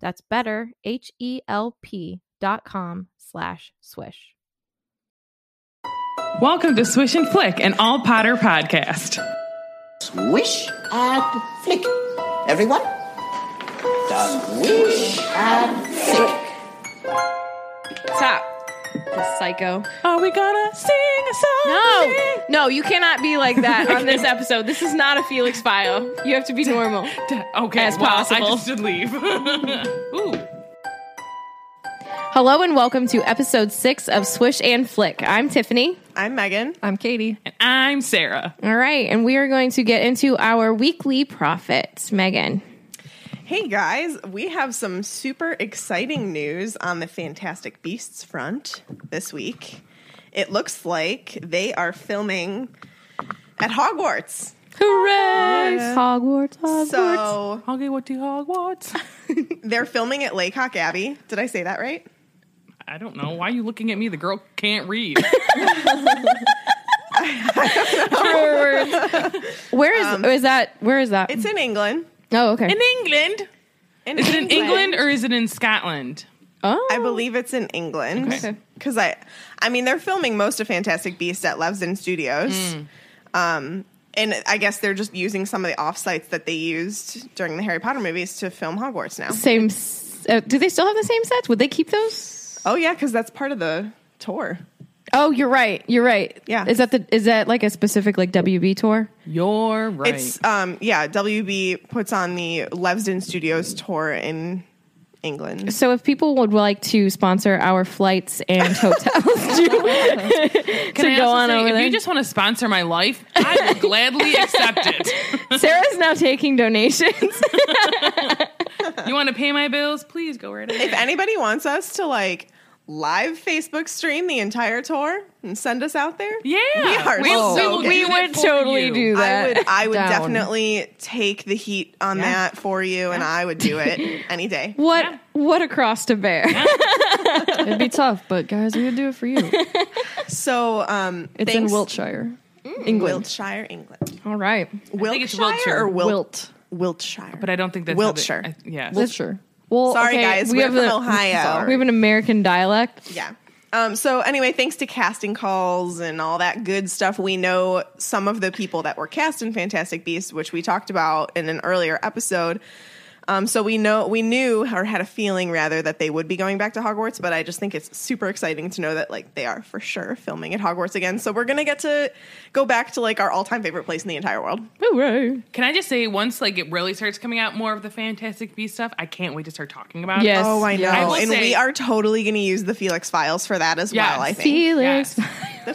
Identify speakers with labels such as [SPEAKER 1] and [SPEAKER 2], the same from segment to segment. [SPEAKER 1] That's better, H-E-L-P dot com slash swish.
[SPEAKER 2] Welcome to Swish and Flick, an all Potter podcast.
[SPEAKER 3] Swish and flick. Everyone? Swish and flick.
[SPEAKER 4] Stop. The psycho.
[SPEAKER 2] Are we gonna sing a song?
[SPEAKER 4] No, no, you cannot be like that on this episode. This is not a Felix file. You have to be normal.
[SPEAKER 2] Okay,
[SPEAKER 4] As
[SPEAKER 2] well, I
[SPEAKER 4] possible.
[SPEAKER 2] just did leave. Ooh.
[SPEAKER 4] Hello and welcome to episode six of Swish and Flick. I'm Tiffany.
[SPEAKER 5] I'm Megan.
[SPEAKER 1] I'm Katie.
[SPEAKER 2] And I'm Sarah.
[SPEAKER 4] All right, and we are going to get into our weekly profits. Megan.
[SPEAKER 5] Hey guys, we have some super exciting news on the Fantastic Beasts front this week. It looks like they are filming at Hogwarts.
[SPEAKER 4] Hooray! Hogwarts, Hogwarts.
[SPEAKER 5] So
[SPEAKER 2] Hoggy what do Hogwarts?
[SPEAKER 5] they're filming at Laycock Abbey. Did I say that right?
[SPEAKER 2] I don't know. Why are you looking at me? The girl can't read.
[SPEAKER 4] where is is that? Where is that?
[SPEAKER 5] It's in England.
[SPEAKER 4] oh, okay.
[SPEAKER 2] in England.
[SPEAKER 5] In
[SPEAKER 2] Is it in England or is it in Scotland?
[SPEAKER 4] oh,
[SPEAKER 5] I believe it's in England.
[SPEAKER 2] Okay.
[SPEAKER 5] Because I, I mean, they're filming most of Fantastic Beasts at Levesden Studios.
[SPEAKER 2] Hmm.
[SPEAKER 5] Um, and I guess they're just using some of the offsites that they used during the Harry Potter movies to film Hogwarts now.
[SPEAKER 4] same. s- Uh, do they still have the same sets? Would they keep those?
[SPEAKER 5] Oh, yeah, because that's part of the tour.
[SPEAKER 4] Oh, you're right. You're right.
[SPEAKER 5] Yeah.
[SPEAKER 4] Is that the? Is that like a specific like WB tour?
[SPEAKER 2] You're right.
[SPEAKER 5] It's, um, yeah, WB puts on the Levesden Studios tour in England.
[SPEAKER 4] So if people would like to sponsor our flights and hotels to,
[SPEAKER 2] Can
[SPEAKER 4] to
[SPEAKER 2] I
[SPEAKER 4] go
[SPEAKER 2] also
[SPEAKER 4] on
[SPEAKER 2] say,
[SPEAKER 4] over
[SPEAKER 2] if
[SPEAKER 4] there,
[SPEAKER 2] you just want to sponsor my life, I will gladly accept it.
[SPEAKER 4] Sarah's now taking donations.
[SPEAKER 2] You want to pay my bills? Please go right ahead.
[SPEAKER 5] If anybody wants us to, like, live Facebook stream the entire tour and send us out there,
[SPEAKER 2] Yeah,
[SPEAKER 5] we are
[SPEAKER 2] We- we
[SPEAKER 5] so
[SPEAKER 2] will
[SPEAKER 5] game.
[SPEAKER 2] do
[SPEAKER 4] we
[SPEAKER 2] that
[SPEAKER 4] would
[SPEAKER 2] for
[SPEAKER 4] totally
[SPEAKER 2] you.
[SPEAKER 4] do
[SPEAKER 5] I
[SPEAKER 4] that.
[SPEAKER 5] would I would
[SPEAKER 4] down.
[SPEAKER 5] definitely take the heat on that for you and I would do it any day.
[SPEAKER 4] What what a cross to bear.
[SPEAKER 6] It'd be tough, but guys, we would do it for you. It's
[SPEAKER 5] So um
[SPEAKER 6] in
[SPEAKER 5] thanks-
[SPEAKER 6] Wiltshire.
[SPEAKER 5] Wiltshire, England.
[SPEAKER 4] All right.
[SPEAKER 5] Wiltshire
[SPEAKER 2] it's Wiltshire.
[SPEAKER 5] or Wil-
[SPEAKER 6] Wilt.
[SPEAKER 5] Wiltshire.
[SPEAKER 2] But I don't think that's
[SPEAKER 5] Wiltshire.
[SPEAKER 2] How they, I, yes.
[SPEAKER 6] Wiltshire.
[SPEAKER 4] Well,
[SPEAKER 5] Sorry
[SPEAKER 4] okay,
[SPEAKER 5] guys,
[SPEAKER 4] we
[SPEAKER 5] we are
[SPEAKER 4] have
[SPEAKER 5] from
[SPEAKER 4] the-
[SPEAKER 5] Ohio.
[SPEAKER 4] We have an American dialect.
[SPEAKER 5] Yeah. Um, so anyway, thanks to casting calls and all that good stuff, we know some of the people that were cast in Fantastic Beasts, which we talked about in an earlier episode. Um, so we know we knew or had a feeling rather that they would be going back to Hogwarts, but I just think it's super exciting to know that like they are for sure filming at Hogwarts again. So we're gonna get to go back to like our all time favorite place in the entire world.
[SPEAKER 4] Hooray.
[SPEAKER 2] Can I just say once like it really starts coming out more of the Fantastic Beast stuff, I can't wait to start talking about
[SPEAKER 4] Yes.
[SPEAKER 2] it.
[SPEAKER 4] Oh, I know.
[SPEAKER 2] I will
[SPEAKER 5] and
[SPEAKER 2] say-
[SPEAKER 5] we are totally gonna use the Felix Files for that as
[SPEAKER 2] Yes.
[SPEAKER 5] well. I think.
[SPEAKER 2] Oh,
[SPEAKER 4] Felix.
[SPEAKER 5] The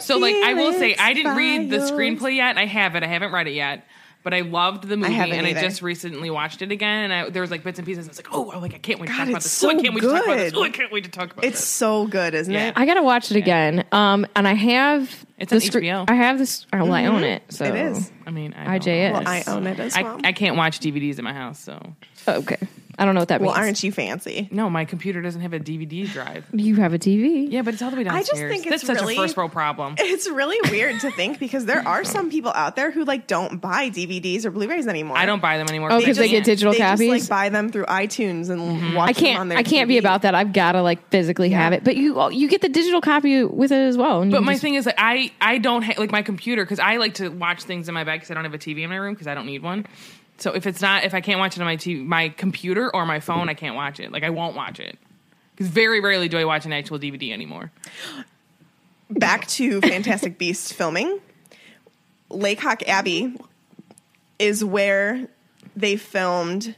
[SPEAKER 2] So like I will say
[SPEAKER 5] Felix
[SPEAKER 2] I didn't read the
[SPEAKER 5] Files.
[SPEAKER 2] screenplay yet. I have it. I haven't read it yet. But I loved the movie
[SPEAKER 5] haven't
[SPEAKER 2] and I
[SPEAKER 5] either.
[SPEAKER 2] just recently watched it again and I, there was like bits and pieces. I was like, oh, I- like I can't wait to
[SPEAKER 5] God,
[SPEAKER 2] talk about
[SPEAKER 5] it's
[SPEAKER 2] this. oh, I
[SPEAKER 5] so
[SPEAKER 2] can't wait to talk about this.
[SPEAKER 5] good.
[SPEAKER 2] Oh, I can't wait to talk about
[SPEAKER 5] It's
[SPEAKER 2] this.
[SPEAKER 5] so good, isn't
[SPEAKER 2] Yeah.
[SPEAKER 5] it?
[SPEAKER 4] I gotta watch it again. Um, and I have
[SPEAKER 2] It's
[SPEAKER 4] the
[SPEAKER 2] on
[SPEAKER 4] scre-
[SPEAKER 2] HBO.
[SPEAKER 4] I have this. Oh, well, I own it. So
[SPEAKER 5] Mm-hmm. It is.
[SPEAKER 2] I mean, I don't
[SPEAKER 4] IJS.
[SPEAKER 2] know.
[SPEAKER 5] Well, I own it as well.
[SPEAKER 2] I, I can't watch DVDs at my house, so
[SPEAKER 4] Oh, okay. I don't know what that
[SPEAKER 5] well,
[SPEAKER 4] means.
[SPEAKER 5] aren't you fancy?
[SPEAKER 2] no, my computer doesn't have a DVD drive.
[SPEAKER 4] you have a TV?
[SPEAKER 2] Yeah, but it's all the way downstairs.
[SPEAKER 5] just think
[SPEAKER 2] That's
[SPEAKER 5] it's
[SPEAKER 2] such
[SPEAKER 5] really-
[SPEAKER 2] a first world problem.
[SPEAKER 5] It's really weird to think because there are some people out there who like don't buy DVDs or Blu-rays anymore.
[SPEAKER 2] I don't buy them anymore.
[SPEAKER 4] Oh, 'cause they
[SPEAKER 5] just-
[SPEAKER 4] get digital
[SPEAKER 5] they
[SPEAKER 4] copies?
[SPEAKER 5] Just, like buy them through iTunes and
[SPEAKER 2] Mm-hmm.
[SPEAKER 5] watch
[SPEAKER 4] I
[SPEAKER 5] them on
[SPEAKER 4] can't.
[SPEAKER 5] their
[SPEAKER 4] I can't be
[SPEAKER 5] TV.
[SPEAKER 4] about that. I've got to like physically have it. But you you get the digital copy with it as well. and you
[SPEAKER 2] But
[SPEAKER 4] can
[SPEAKER 2] my
[SPEAKER 4] just-
[SPEAKER 2] thing is like I I don't ha- like my computer because I like to watch things in my bed because I don't have a TV in my room because I don't need one. So if it's not if I can't watch it on my TV, my computer or my phone, I can't watch it. Like I won't watch it. Because very rarely do I watch an actual DVD anymore.
[SPEAKER 5] back to Fantastic Beasts filming, Lake Hawk Abbey is where they filmed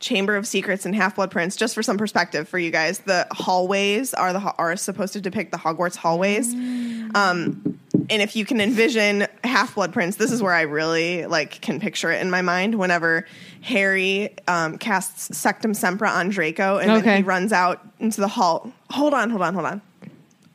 [SPEAKER 5] Chamber of Secrets and Half Blood Prince. Just for some perspective for you guys, the hallways are the are supposed to depict the Hogwarts hallways. Um, and if you can envision Half Blood Prince, this is where I really like can picture it in my mind. Whenever Harry um, casts Sectum Sempra on Draco, and then
[SPEAKER 6] Okay.
[SPEAKER 5] he runs out into the hall. Hold on, hold on, hold on.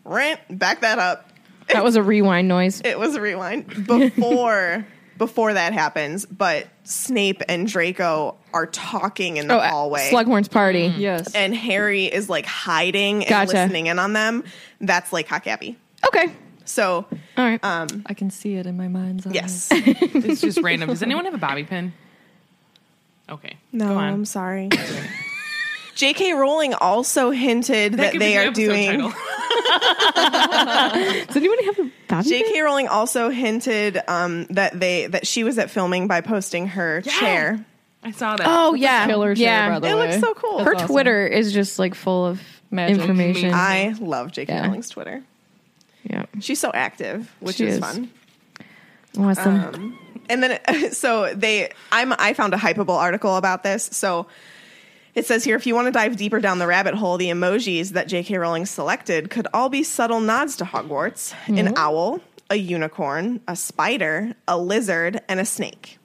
[SPEAKER 5] Rent, back that up.
[SPEAKER 1] That was a rewind noise.
[SPEAKER 5] It was a rewind before before that happens. But Snape and Draco are talking in the
[SPEAKER 1] Oh, uh,
[SPEAKER 5] hallway,
[SPEAKER 1] Slughorn's party.
[SPEAKER 6] Mm. Yes.
[SPEAKER 5] and Harry is like hiding and
[SPEAKER 1] Gotcha.
[SPEAKER 5] listening in on them. That's like Hawk Abbey.
[SPEAKER 1] Okay.
[SPEAKER 5] So
[SPEAKER 1] All right.
[SPEAKER 5] um,
[SPEAKER 6] I can see it in my mind's eye.
[SPEAKER 5] yes,
[SPEAKER 2] It's just random. Does anyone have a bobby pin? Okay.
[SPEAKER 5] no,
[SPEAKER 2] Go on.
[SPEAKER 5] I'm sorry. J.K. Rowling also hinted that,
[SPEAKER 2] could be
[SPEAKER 5] they
[SPEAKER 2] the
[SPEAKER 5] are
[SPEAKER 2] episode
[SPEAKER 5] doing.
[SPEAKER 2] title.
[SPEAKER 1] Does anyone have a bobby pin?
[SPEAKER 5] J.K. Rowling also hinted um, that they that she was at filming by posting her chair.
[SPEAKER 2] I saw that.
[SPEAKER 1] Oh yeah,
[SPEAKER 6] Killer chair,
[SPEAKER 1] yeah.
[SPEAKER 6] by the
[SPEAKER 5] It
[SPEAKER 6] way.
[SPEAKER 5] looks so cool.
[SPEAKER 1] Her
[SPEAKER 6] That's awesome.
[SPEAKER 1] Twitter is just like full of
[SPEAKER 6] Magic.
[SPEAKER 1] information.
[SPEAKER 2] Amazing.
[SPEAKER 5] I love J.K.
[SPEAKER 1] Yeah.
[SPEAKER 5] Rowling's Twitter.
[SPEAKER 1] yeah,
[SPEAKER 5] She's so active, which
[SPEAKER 1] She
[SPEAKER 5] is,
[SPEAKER 1] is.
[SPEAKER 5] fun.
[SPEAKER 1] awesome.
[SPEAKER 5] And then so they I'm I found a hypeable article about this. So it says here if you want to dive deeper down the rabbit hole, the emojis that J.K. Rowling selected could all be subtle nods to Hogwarts.
[SPEAKER 1] Mm-hmm.
[SPEAKER 5] An owl, a unicorn, a spider, a lizard, and a snake.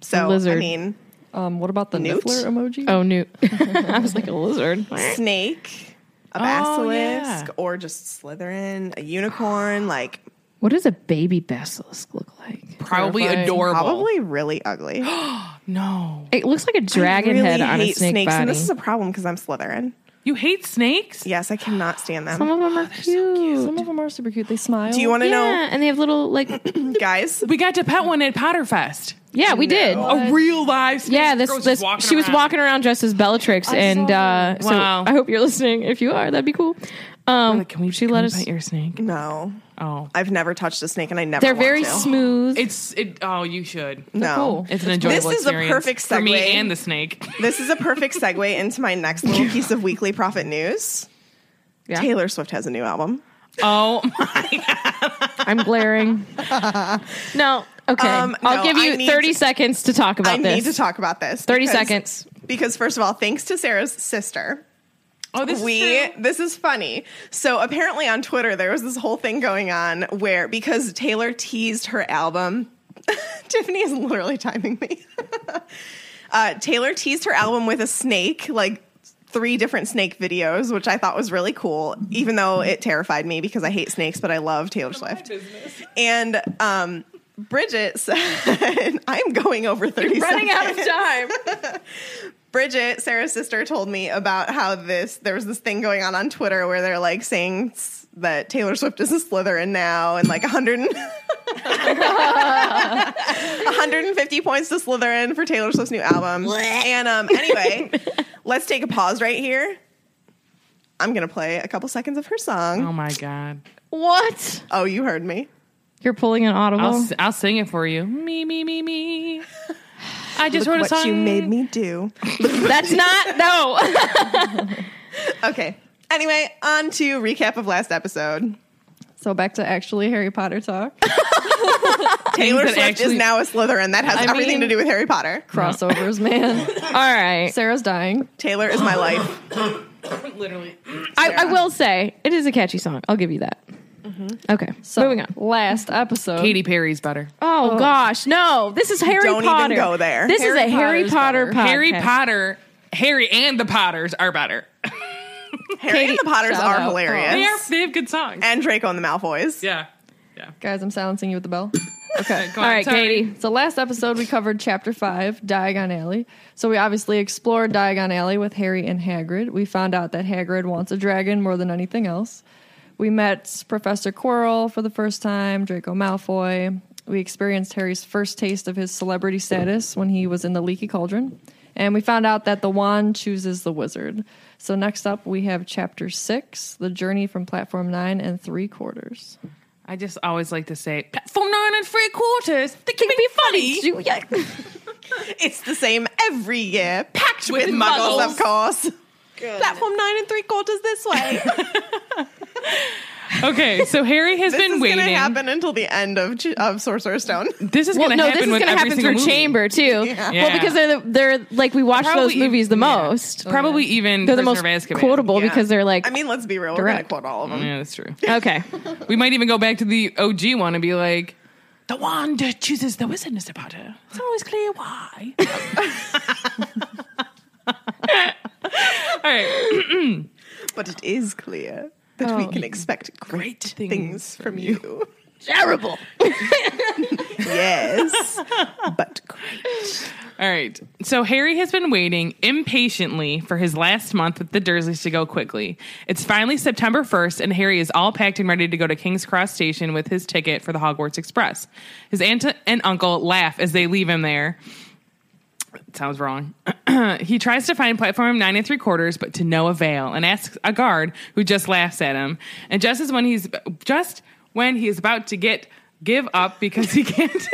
[SPEAKER 5] So I
[SPEAKER 1] lizard.
[SPEAKER 5] mean,
[SPEAKER 6] Um, what about the
[SPEAKER 5] Newt?
[SPEAKER 6] Niffler emoji?
[SPEAKER 1] oh, Newt. I was like a lizard.
[SPEAKER 5] snake, a
[SPEAKER 2] Oh,
[SPEAKER 5] basilisk,
[SPEAKER 2] yeah.
[SPEAKER 5] or just Slytherin, a unicorn, like
[SPEAKER 1] What does a baby basilisk look like?
[SPEAKER 2] Probably
[SPEAKER 6] Terrifying.
[SPEAKER 2] adorable.
[SPEAKER 5] probably really ugly.
[SPEAKER 2] No.
[SPEAKER 1] It looks like a dragon
[SPEAKER 5] really
[SPEAKER 1] head on a
[SPEAKER 5] hate
[SPEAKER 1] snake
[SPEAKER 5] snakes,
[SPEAKER 1] body.
[SPEAKER 5] and this is a problem because I'm Slytherin.
[SPEAKER 2] You hate snakes?
[SPEAKER 5] Yes, I cannot stand them.
[SPEAKER 1] Some of them are cute.
[SPEAKER 6] Some of them are super cute. They smile.
[SPEAKER 5] Do you want to
[SPEAKER 1] yeah, and they have little like.
[SPEAKER 5] know, guys?
[SPEAKER 2] We got to pet one at Potterfest.
[SPEAKER 1] Yeah, we did. Oh,
[SPEAKER 2] A real live snake.
[SPEAKER 1] Yeah, this
[SPEAKER 2] Girl was
[SPEAKER 1] this
[SPEAKER 2] walking
[SPEAKER 1] she was
[SPEAKER 2] around.
[SPEAKER 1] walking around dressed as Bellatrix, and
[SPEAKER 6] that.
[SPEAKER 1] uh, so
[SPEAKER 2] Wow.
[SPEAKER 1] I hope you're listening. If you are, that'd be cool. Um,
[SPEAKER 2] Like, can we?
[SPEAKER 1] she
[SPEAKER 2] can
[SPEAKER 1] let
[SPEAKER 2] we
[SPEAKER 1] us.
[SPEAKER 2] pet your snake.
[SPEAKER 5] No,
[SPEAKER 2] Oh,
[SPEAKER 5] I've never touched a snake, and I never.
[SPEAKER 1] they're
[SPEAKER 5] want
[SPEAKER 1] very
[SPEAKER 5] to.
[SPEAKER 1] smooth.
[SPEAKER 2] it's it. Oh, you should.
[SPEAKER 5] no.
[SPEAKER 6] cool.
[SPEAKER 2] It's an enjoyable.
[SPEAKER 5] This is a
[SPEAKER 2] experience
[SPEAKER 5] perfect
[SPEAKER 2] for me
[SPEAKER 5] segue.
[SPEAKER 2] and the snake.
[SPEAKER 5] This is a perfect segue into my next little piece of weekly profit news.
[SPEAKER 1] Yeah.
[SPEAKER 5] Taylor Swift has a new album.
[SPEAKER 2] Oh, my-
[SPEAKER 1] I'm glaring. no, okay.
[SPEAKER 5] Um, no,
[SPEAKER 1] I'll give
[SPEAKER 5] I
[SPEAKER 1] you
[SPEAKER 5] need
[SPEAKER 1] 30
[SPEAKER 5] to-
[SPEAKER 1] seconds to talk about
[SPEAKER 5] I
[SPEAKER 1] this.
[SPEAKER 5] need to talk about this.
[SPEAKER 1] 30
[SPEAKER 5] because-
[SPEAKER 1] seconds.
[SPEAKER 5] Because first of all, thanks to Sarah's sister,
[SPEAKER 2] oh, this
[SPEAKER 5] we
[SPEAKER 2] is true.
[SPEAKER 5] this is funny. So apparently on Twitter there was this whole thing going on where because Taylor teased her album. Tiffany is literally timing me. uh, Taylor teased her album with a snake, like three different snake videos, which I thought was really cool, even though it terrified me because I hate snakes, but I love Taylor Swift. And um, Bridget said, I'm going over 30
[SPEAKER 4] Running out of time.
[SPEAKER 5] Bridget, Sarah's sister, told me about how this there was this thing going on on Twitter where they're like saying s- that Taylor Swift is a Slytherin now, and like 100 and 150 points to Slytherin for Taylor Swift's new album. And um, anyway, let's take a pause right here. I'm gonna play a couple seconds of her
[SPEAKER 2] Oh
[SPEAKER 5] song.
[SPEAKER 2] my god!
[SPEAKER 1] what?
[SPEAKER 5] Oh, you heard me.
[SPEAKER 1] You're pulling an
[SPEAKER 2] I'll
[SPEAKER 1] audible.
[SPEAKER 2] s- I'll sing it for you. Me me me me. I just wrote a
[SPEAKER 5] What
[SPEAKER 2] song.
[SPEAKER 5] you made me do.
[SPEAKER 1] That's not no.
[SPEAKER 5] Okay. Anyway, on to recap of last episode.
[SPEAKER 6] So back to actually Harry Potter talk.
[SPEAKER 5] Taylor
[SPEAKER 2] that
[SPEAKER 5] Swift
[SPEAKER 2] actually-
[SPEAKER 5] is now a Slytherin. That has
[SPEAKER 6] I
[SPEAKER 5] everything to
[SPEAKER 6] mean-
[SPEAKER 5] do with Harry Potter.
[SPEAKER 6] Crossovers, man.
[SPEAKER 1] All right.
[SPEAKER 6] Sarah's dying.
[SPEAKER 5] Taylor is my life.
[SPEAKER 2] Literally.
[SPEAKER 1] I, I will say it is a catchy song. I'll give you that.
[SPEAKER 5] Mm-hmm.
[SPEAKER 1] Okay.
[SPEAKER 6] So
[SPEAKER 1] Moving on.
[SPEAKER 6] Last episode.
[SPEAKER 2] Katy Perry's better.
[SPEAKER 1] Oh, gosh, no! This is Harry
[SPEAKER 5] Don't even
[SPEAKER 1] Potter.
[SPEAKER 5] go there.
[SPEAKER 1] This
[SPEAKER 6] Harry
[SPEAKER 1] is a Harry
[SPEAKER 6] Potter's
[SPEAKER 1] Potter
[SPEAKER 6] better.
[SPEAKER 1] podcast.
[SPEAKER 2] Harry Potter, Harry and the Potters are better.
[SPEAKER 5] Harry and the Potters
[SPEAKER 6] shout
[SPEAKER 5] are
[SPEAKER 6] out.
[SPEAKER 5] hilarious.
[SPEAKER 2] They are. They have good songs.
[SPEAKER 5] And Draco and the Malfoys.
[SPEAKER 2] yeah. Yeah.
[SPEAKER 6] Guys, I'm silencing you with the bell.
[SPEAKER 2] Okay.
[SPEAKER 1] All right, Katie.
[SPEAKER 6] So last episode we covered chapter five, Diagon Alley. So we obviously explored Diagon Alley with Harry and Hagrid. We found out that Hagrid wants a dragon more than anything else. We met Professor Quirrell for the first time, Draco Malfoy. We experienced Harry's first taste of his celebrity status when he was in the Leaky Cauldron. And we found out that the wand chooses the wizard. So next up we have chapter six, the journey from platform nine and three quarters.
[SPEAKER 2] I just always like to say platform nine and three quarters. They can be funny.
[SPEAKER 5] It's the same every year. Packed with, muggles, of course. Platform nine and three quarters this way.
[SPEAKER 2] Okay, so Harry has
[SPEAKER 5] this
[SPEAKER 2] been
[SPEAKER 5] is
[SPEAKER 2] waiting.
[SPEAKER 5] going to happen until the end of Ch- of Sorcerer's Stone.
[SPEAKER 2] This is
[SPEAKER 4] Well,
[SPEAKER 2] going to
[SPEAKER 4] no, this
[SPEAKER 2] happen
[SPEAKER 4] is going
[SPEAKER 2] with
[SPEAKER 4] to
[SPEAKER 2] every
[SPEAKER 4] happen
[SPEAKER 2] single
[SPEAKER 4] through
[SPEAKER 2] movie.
[SPEAKER 4] Chamber too. Well,
[SPEAKER 2] Yeah.
[SPEAKER 4] because they're they're like we watch those
[SPEAKER 2] Probably-
[SPEAKER 4] movies the
[SPEAKER 2] yeah.
[SPEAKER 4] most.
[SPEAKER 2] Probably even
[SPEAKER 4] They're the
[SPEAKER 2] Prisoner
[SPEAKER 4] most
[SPEAKER 2] of Azkaban.
[SPEAKER 4] quotable
[SPEAKER 5] Yeah.
[SPEAKER 4] because they're like
[SPEAKER 5] I mean, let's be real. We're going to
[SPEAKER 4] Direct.
[SPEAKER 5] quote all of them.
[SPEAKER 2] Yeah, that's true.
[SPEAKER 4] okay.
[SPEAKER 2] we might even go back to the OG one and be like, the wand chooses the wizard, Mr. Potter. It's always clear why. All right.
[SPEAKER 5] But it is clear that we can expect great,
[SPEAKER 2] things
[SPEAKER 5] things, from you. Terrible. yes, but great.
[SPEAKER 2] All right. So Harry has been waiting impatiently for his last month with the Dursleys to go quickly. It's finally September 1st, and Harry is all packed and ready to go to King's Cross Station with his ticket for the Hogwarts Express. His aunt and uncle laugh as they leave him there. Sounds wrong. he tries to find platform nine and three quarters, but to no avail, and asks a guard who just laughs at him. And just as when he's just when he is about to get give up because he can't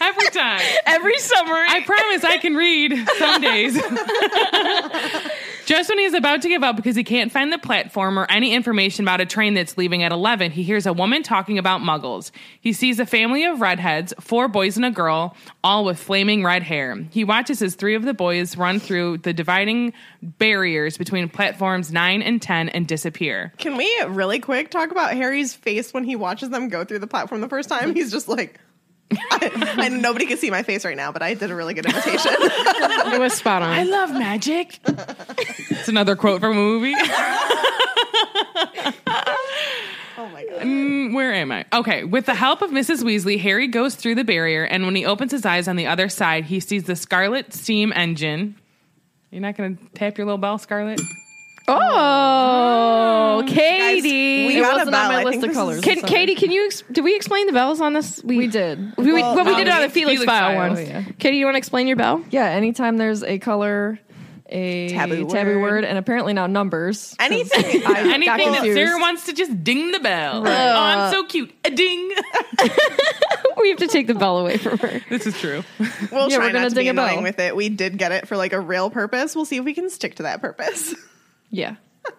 [SPEAKER 2] every time.
[SPEAKER 4] Every summer,
[SPEAKER 2] I promise I can read some days. Just when he's about to give up because he can't find the platform or any information about a train that's leaving at 11, he hears a woman talking about muggles. He sees a family of redheads, four boys and a girl, all with flaming red hair. He watches as three of the boys run through the dividing barriers between platforms 9 and 10 and disappear.
[SPEAKER 5] Can we really quick talk about Harry's face when he watches them go through the platform the first time? He's just like, I, and nobody can see my face right now, but I did a really good imitation.
[SPEAKER 4] it was spot on.
[SPEAKER 2] I love magic. it's another quote from a movie.
[SPEAKER 5] oh my god!
[SPEAKER 2] Mm, Where am I? Okay. With the help of Mrs. Weasley, Harry goes through the barrier, and when he opens his eyes on the other side, he sees the Scarlet Steam Engine. You're not going to tap your little bell, Scarlet?
[SPEAKER 4] Oh,
[SPEAKER 5] Guys,
[SPEAKER 4] Katie.
[SPEAKER 5] we got a
[SPEAKER 6] wasn't on
[SPEAKER 5] bell.
[SPEAKER 6] my
[SPEAKER 5] I
[SPEAKER 6] list
[SPEAKER 5] think
[SPEAKER 6] of
[SPEAKER 5] this
[SPEAKER 6] colors.
[SPEAKER 5] is-
[SPEAKER 4] Can, Katie, can you? Ex- did we explain the bells on this? We,
[SPEAKER 6] We did.
[SPEAKER 4] We, we- well, we
[SPEAKER 5] no,
[SPEAKER 4] did it on
[SPEAKER 5] we-
[SPEAKER 4] the Felix,
[SPEAKER 2] Felix
[SPEAKER 4] file
[SPEAKER 2] file.
[SPEAKER 4] ones.
[SPEAKER 6] Oh, yeah.
[SPEAKER 4] Katie, you want to explain your bell?
[SPEAKER 6] Yeah, anytime there's a color, a
[SPEAKER 5] Taboo
[SPEAKER 6] taboo, taboo
[SPEAKER 5] word.
[SPEAKER 6] word, and apparently now numbers.
[SPEAKER 5] Anything?
[SPEAKER 6] got
[SPEAKER 2] Anything that
[SPEAKER 6] confused. Uh,
[SPEAKER 2] Sarah wants to just ding the bell. Oh, I'm so cute. A ding.
[SPEAKER 4] We have to take the bell away from her.
[SPEAKER 2] this is true.
[SPEAKER 5] We'll
[SPEAKER 6] Yeah,
[SPEAKER 5] try
[SPEAKER 6] we're gonna
[SPEAKER 5] not to be
[SPEAKER 6] ding a bell.
[SPEAKER 5] annoying with it. We did get it for like a real purpose. We'll see if we can stick to that purpose.
[SPEAKER 6] Yeah.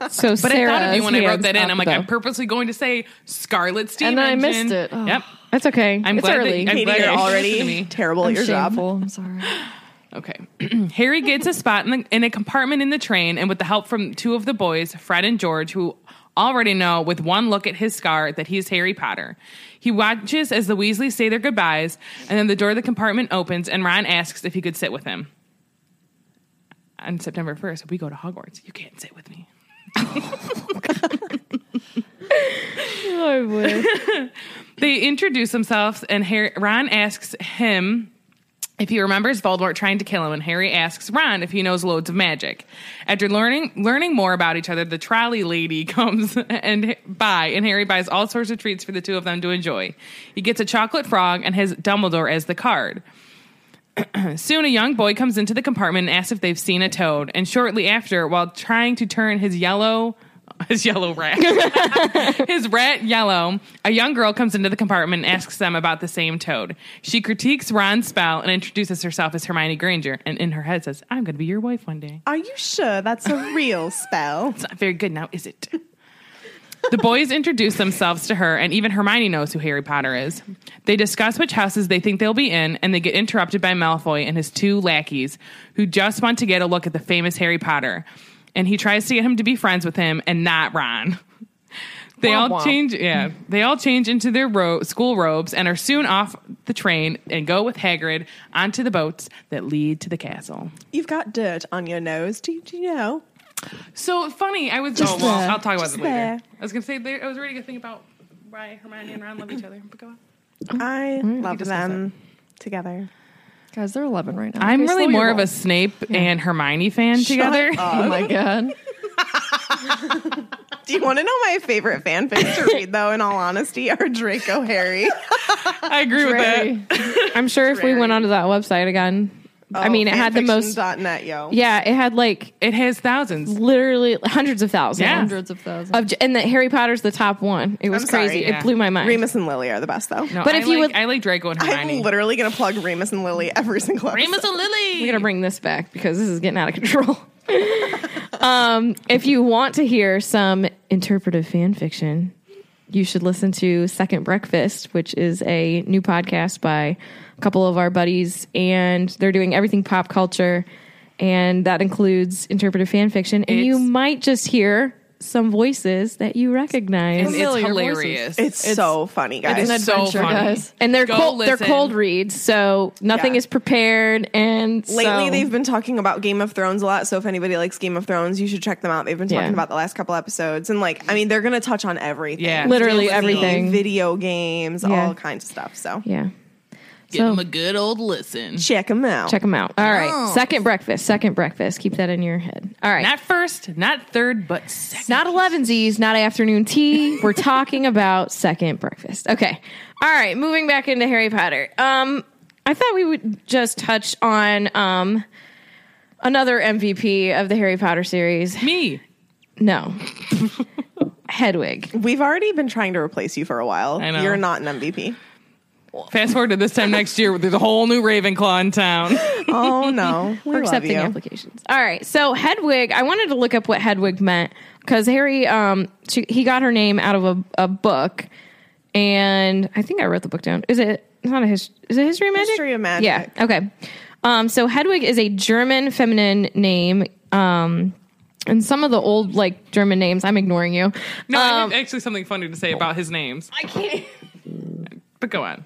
[SPEAKER 4] So
[SPEAKER 2] But
[SPEAKER 4] Sarah,
[SPEAKER 2] I thought of you when I wrote that in. I'm like, I'm purposely going to say Scarlet Steam
[SPEAKER 6] And then I
[SPEAKER 2] Engine.
[SPEAKER 6] missed it. Oh.
[SPEAKER 2] Yep.
[SPEAKER 4] that's okay.
[SPEAKER 2] I'm
[SPEAKER 4] it's
[SPEAKER 2] glad that-
[SPEAKER 4] early.
[SPEAKER 2] I'm
[SPEAKER 5] Katie,
[SPEAKER 2] glad that
[SPEAKER 5] you're
[SPEAKER 2] you listened to
[SPEAKER 5] already
[SPEAKER 2] me.
[SPEAKER 5] terrible at
[SPEAKER 6] I'm
[SPEAKER 5] your job.
[SPEAKER 6] shameful. I'm sorry.
[SPEAKER 2] Okay. Harry gets a spot in, the, in a compartment in the train, and with the help from two of the boys, Fred and George, who already know with one look at his scar that he's Harry Potter. He watches as the Weasleys say their goodbyes, and then the door of the compartment opens, and Ron asks if he could sit with him. On September 1st, we go to Hogwarts. You can't sit with me.
[SPEAKER 6] I would.
[SPEAKER 2] They introduce themselves, and Harry, Ron asks him if he remembers Voldemort trying to kill him, and Harry asks Ron if he knows loads of magic. After learning learning more about each other, the trolley lady comes and by, and Harry buys all sorts of treats for the two of them to enjoy. He gets a chocolate frog and has Dumbledore as the card. Soon, a young boy comes into the compartment and asks if they've seen a toad. And shortly after, while trying to turn his yellow his yellow rat his rat yellow, a young girl comes into the compartment and asks them about the same toad. She critiques Ron's spell and introduces herself as Hermione Granger, and in her head says, "I'm going to be your wife one day."
[SPEAKER 5] Are you sure that's a real spell?
[SPEAKER 2] It's not very good now, is it? the boys introduce themselves to her, and even Hermione knows who Harry Potter is. They discuss which houses they think they'll be in, and they get interrupted by Malfoy and his two lackeys, who just want to get a look at the famous Harry Potter. And he tries to get him to be friends with him and not Ron. They all change, yeah. They all change into their ro- school robes and are soon off the train and go with Hagrid onto the boats that lead to the castle.
[SPEAKER 5] You've got dirt on your nose. Do you, do you know?
[SPEAKER 2] So funny. I was. oh well,
[SPEAKER 5] there.
[SPEAKER 2] I'll talk about
[SPEAKER 5] Just
[SPEAKER 2] it later.
[SPEAKER 5] there.
[SPEAKER 2] I was gonna say there. I was reading a thing about why Hermione and Ron love each other. But go on.
[SPEAKER 6] Mm.
[SPEAKER 5] I love them together.
[SPEAKER 6] Guys, they're 11 right now.
[SPEAKER 2] I'm
[SPEAKER 6] Okay,
[SPEAKER 2] really
[SPEAKER 6] slow your
[SPEAKER 2] more of
[SPEAKER 6] roll.
[SPEAKER 2] a Snape and Hermione fan together.
[SPEAKER 6] Oh my god.
[SPEAKER 5] Do you want to know my favorite fanfic to read, though, in all honesty, are Draco Harry?
[SPEAKER 2] I agree with
[SPEAKER 6] Very.
[SPEAKER 4] I'm sure if we went onto that website again,
[SPEAKER 6] Oh,
[SPEAKER 4] I mean, it had the most.
[SPEAKER 5] .net, yo.
[SPEAKER 4] Yeah, it had like
[SPEAKER 2] that. It has thousands.
[SPEAKER 4] literally hundreds of thousands.
[SPEAKER 2] Yeah.
[SPEAKER 6] Hundreds of thousands.
[SPEAKER 4] Of, and that Harry Potter's the top one. It was
[SPEAKER 5] I'm sorry,
[SPEAKER 4] crazy.
[SPEAKER 2] yeah.
[SPEAKER 4] It blew my mind.
[SPEAKER 5] Remus and Lily are the best, though.
[SPEAKER 2] No,
[SPEAKER 4] But
[SPEAKER 2] I
[SPEAKER 4] if you
[SPEAKER 2] like-
[SPEAKER 4] would-
[SPEAKER 2] I like Draco and
[SPEAKER 5] I'm
[SPEAKER 2] Hermione.
[SPEAKER 5] literally going to plug Remus and Lily every single episode.
[SPEAKER 2] Remus and Lily.
[SPEAKER 4] We're gonna bring this back because this is getting out of control. Um, If you want to hear some interpretive fan fiction, you should listen to Second Breakfast, which is a new podcast by a couple of our buddies, and they're doing everything pop culture, and that includes interpretive fan fiction. And you
[SPEAKER 2] It's-
[SPEAKER 4] might just hear some voices that you recognize.
[SPEAKER 2] And it's
[SPEAKER 6] Familiar
[SPEAKER 2] hilarious.
[SPEAKER 5] It's, so funny, guys.
[SPEAKER 2] is so
[SPEAKER 6] adventure,
[SPEAKER 2] funny.
[SPEAKER 6] guys.
[SPEAKER 4] and they're
[SPEAKER 2] Go
[SPEAKER 4] cold, they're
[SPEAKER 2] listen.
[SPEAKER 4] cold reads, so nothing
[SPEAKER 5] Yeah.
[SPEAKER 4] is prepared. And
[SPEAKER 5] Lately,
[SPEAKER 4] so-
[SPEAKER 5] they've been talking about Game of Thrones a lot. So if anybody likes Game of Thrones, you should check them out. They've been talking
[SPEAKER 4] Yeah.
[SPEAKER 5] about the last couple episodes, and like, I mean, they're gonna touch on everything.
[SPEAKER 2] Yeah.
[SPEAKER 4] Literally
[SPEAKER 5] Disney,
[SPEAKER 4] everything.
[SPEAKER 5] video games,
[SPEAKER 4] Yeah.
[SPEAKER 5] all kinds of stuff. So
[SPEAKER 4] yeah.
[SPEAKER 2] Give
[SPEAKER 4] So-
[SPEAKER 2] them a good old listen.
[SPEAKER 5] check them out.
[SPEAKER 4] Check them out. All right, second breakfast, second breakfast. Keep that in your head. All right,
[SPEAKER 2] Not first, not third, but second.
[SPEAKER 4] Not 11Zs, not afternoon tea. We're talking about second breakfast. Okay. All right, moving back into Harry Potter. Um I thought we would just touch on um another MVP of the Harry Potter series.
[SPEAKER 2] Me.
[SPEAKER 4] No. Hedwig.
[SPEAKER 5] We've already been trying to replace you for a while.
[SPEAKER 2] I know.
[SPEAKER 5] You're not an MVP.
[SPEAKER 2] Fast forward to this time next year, there's a whole new Ravenclaw in town.
[SPEAKER 5] Oh no, we
[SPEAKER 4] We're
[SPEAKER 5] love
[SPEAKER 4] accepting
[SPEAKER 5] you.
[SPEAKER 4] applications. All right. So Hedwig, I wanted to look up what Hedwig meant because Harry, um, she, he got her name out of a, a book, and I think I wrote the book down. Is it? It's not a his, is it history of magic?
[SPEAKER 5] History of Magic.
[SPEAKER 4] Yeah. Okay. Um, so Hedwig is a German feminine name. Um, and some of the old like German names, I'm ignoring you.
[SPEAKER 2] No, I
[SPEAKER 4] Um,
[SPEAKER 2] have actually something funny to say about his names. I can't. But go on.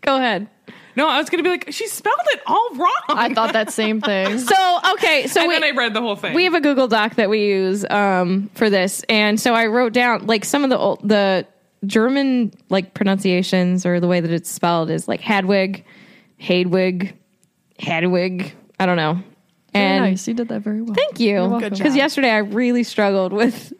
[SPEAKER 4] Go ahead.
[SPEAKER 2] No, I was going to be like, she spelled it all wrong.
[SPEAKER 6] I thought that same thing.
[SPEAKER 4] So okay, so
[SPEAKER 2] and
[SPEAKER 4] wait,
[SPEAKER 2] then I read the whole thing.
[SPEAKER 4] we have a Google Doc that we use um, for this, and so I wrote down like some of the old, the German like pronunciations or the way that it's spelled is like Hadwig, Hadwig, Hadwig. I don't know.
[SPEAKER 6] Very
[SPEAKER 4] And
[SPEAKER 6] nice. You did that very well.
[SPEAKER 4] thank you,
[SPEAKER 6] welcome. Good
[SPEAKER 4] because yesterday I really struggled with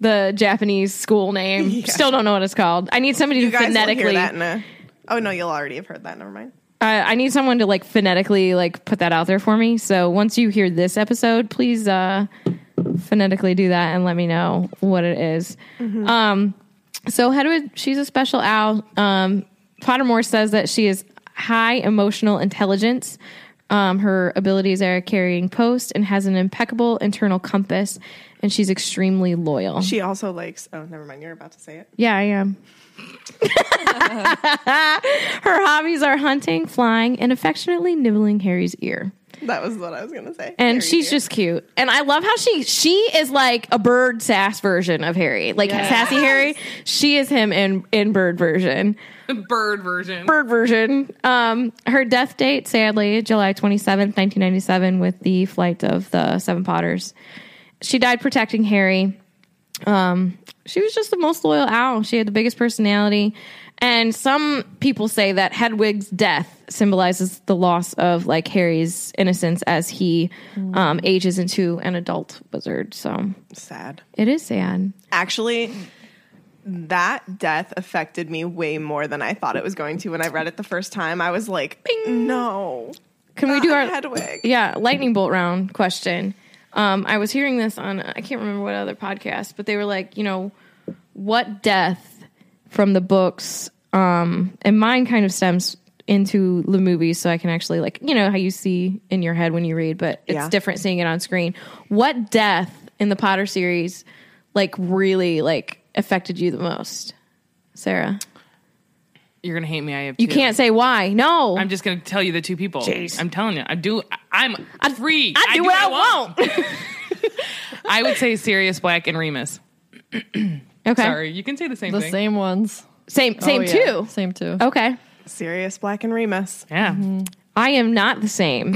[SPEAKER 4] the Japanese school name. Still don't know what it's called. I need somebody
[SPEAKER 5] You
[SPEAKER 4] to
[SPEAKER 5] guys will hear
[SPEAKER 4] phonetically.
[SPEAKER 5] that in a. Oh no, you'll already have heard that. Never mind.
[SPEAKER 4] I, I need someone to like phonetically like put that out there for me. So once you hear this episode, please uh phonetically do that and let me know what it is. Um so Hedwig, she's a special owl. Um Pottermore says that she is high emotional intelligence. Um, her abilities are carrying post and has an impeccable internal compass, and she's extremely loyal.
[SPEAKER 5] She also likes. Oh, never mind. You're about to say it.
[SPEAKER 4] Yeah, I am. Her hobbies are hunting, flying, and affectionately nibbling Harry's ear.
[SPEAKER 5] That was what I was gonna say.
[SPEAKER 4] And
[SPEAKER 5] There
[SPEAKER 4] she's
[SPEAKER 5] you go.
[SPEAKER 4] just cute. And I love how she she is like a bird sass version of Harry. Like sassy Harry, she is him in in bird version.
[SPEAKER 2] the bird version.
[SPEAKER 4] Bird version. Um her death date sadly July 27th, 1997 with the flight of the Seven Potters. She died protecting Harry Um, she was just the most loyal owl. She had the biggest personality. And some people say that Hedwig's death symbolizes the loss of like Harry's innocence as he um, ages into an adult wizard. So
[SPEAKER 5] sad.
[SPEAKER 4] it is sad.
[SPEAKER 5] Actually, that death affected me way more than I thought it was going to when I read it the first time. I was like, no.
[SPEAKER 4] Can we do
[SPEAKER 5] Not
[SPEAKER 4] our
[SPEAKER 5] Uh, Hedwig.
[SPEAKER 4] Yeah, lightning bolt round question. Um, I was hearing this on I can't remember what other podcast, but they were like, you know, what death from the books, um, and mine kind of stems into the movies, so I can actually like, you know, how you see in your head when you read, but it's
[SPEAKER 5] Yeah.
[SPEAKER 4] different seeing it on screen. What death in the Potter series, like, really like affected you the most, Sarah?
[SPEAKER 2] You're going to hate me. I have
[SPEAKER 4] You
[SPEAKER 2] two.
[SPEAKER 4] can't say why. No,
[SPEAKER 2] I'm just going to tell you the two people. I'm telling you. I do. I'm free.
[SPEAKER 4] I do what I want.
[SPEAKER 2] I would say Sirius Black and Remus.
[SPEAKER 4] okay,
[SPEAKER 2] Sorry, you can say the same
[SPEAKER 6] The
[SPEAKER 2] thing.
[SPEAKER 6] same ones.
[SPEAKER 4] same, same Oh.
[SPEAKER 6] Oh, yeah.
[SPEAKER 4] too.
[SPEAKER 6] Same two.
[SPEAKER 4] Okay.
[SPEAKER 5] Sirius Black and Remus.
[SPEAKER 2] Yeah.
[SPEAKER 4] Mm-hmm. I am not the same.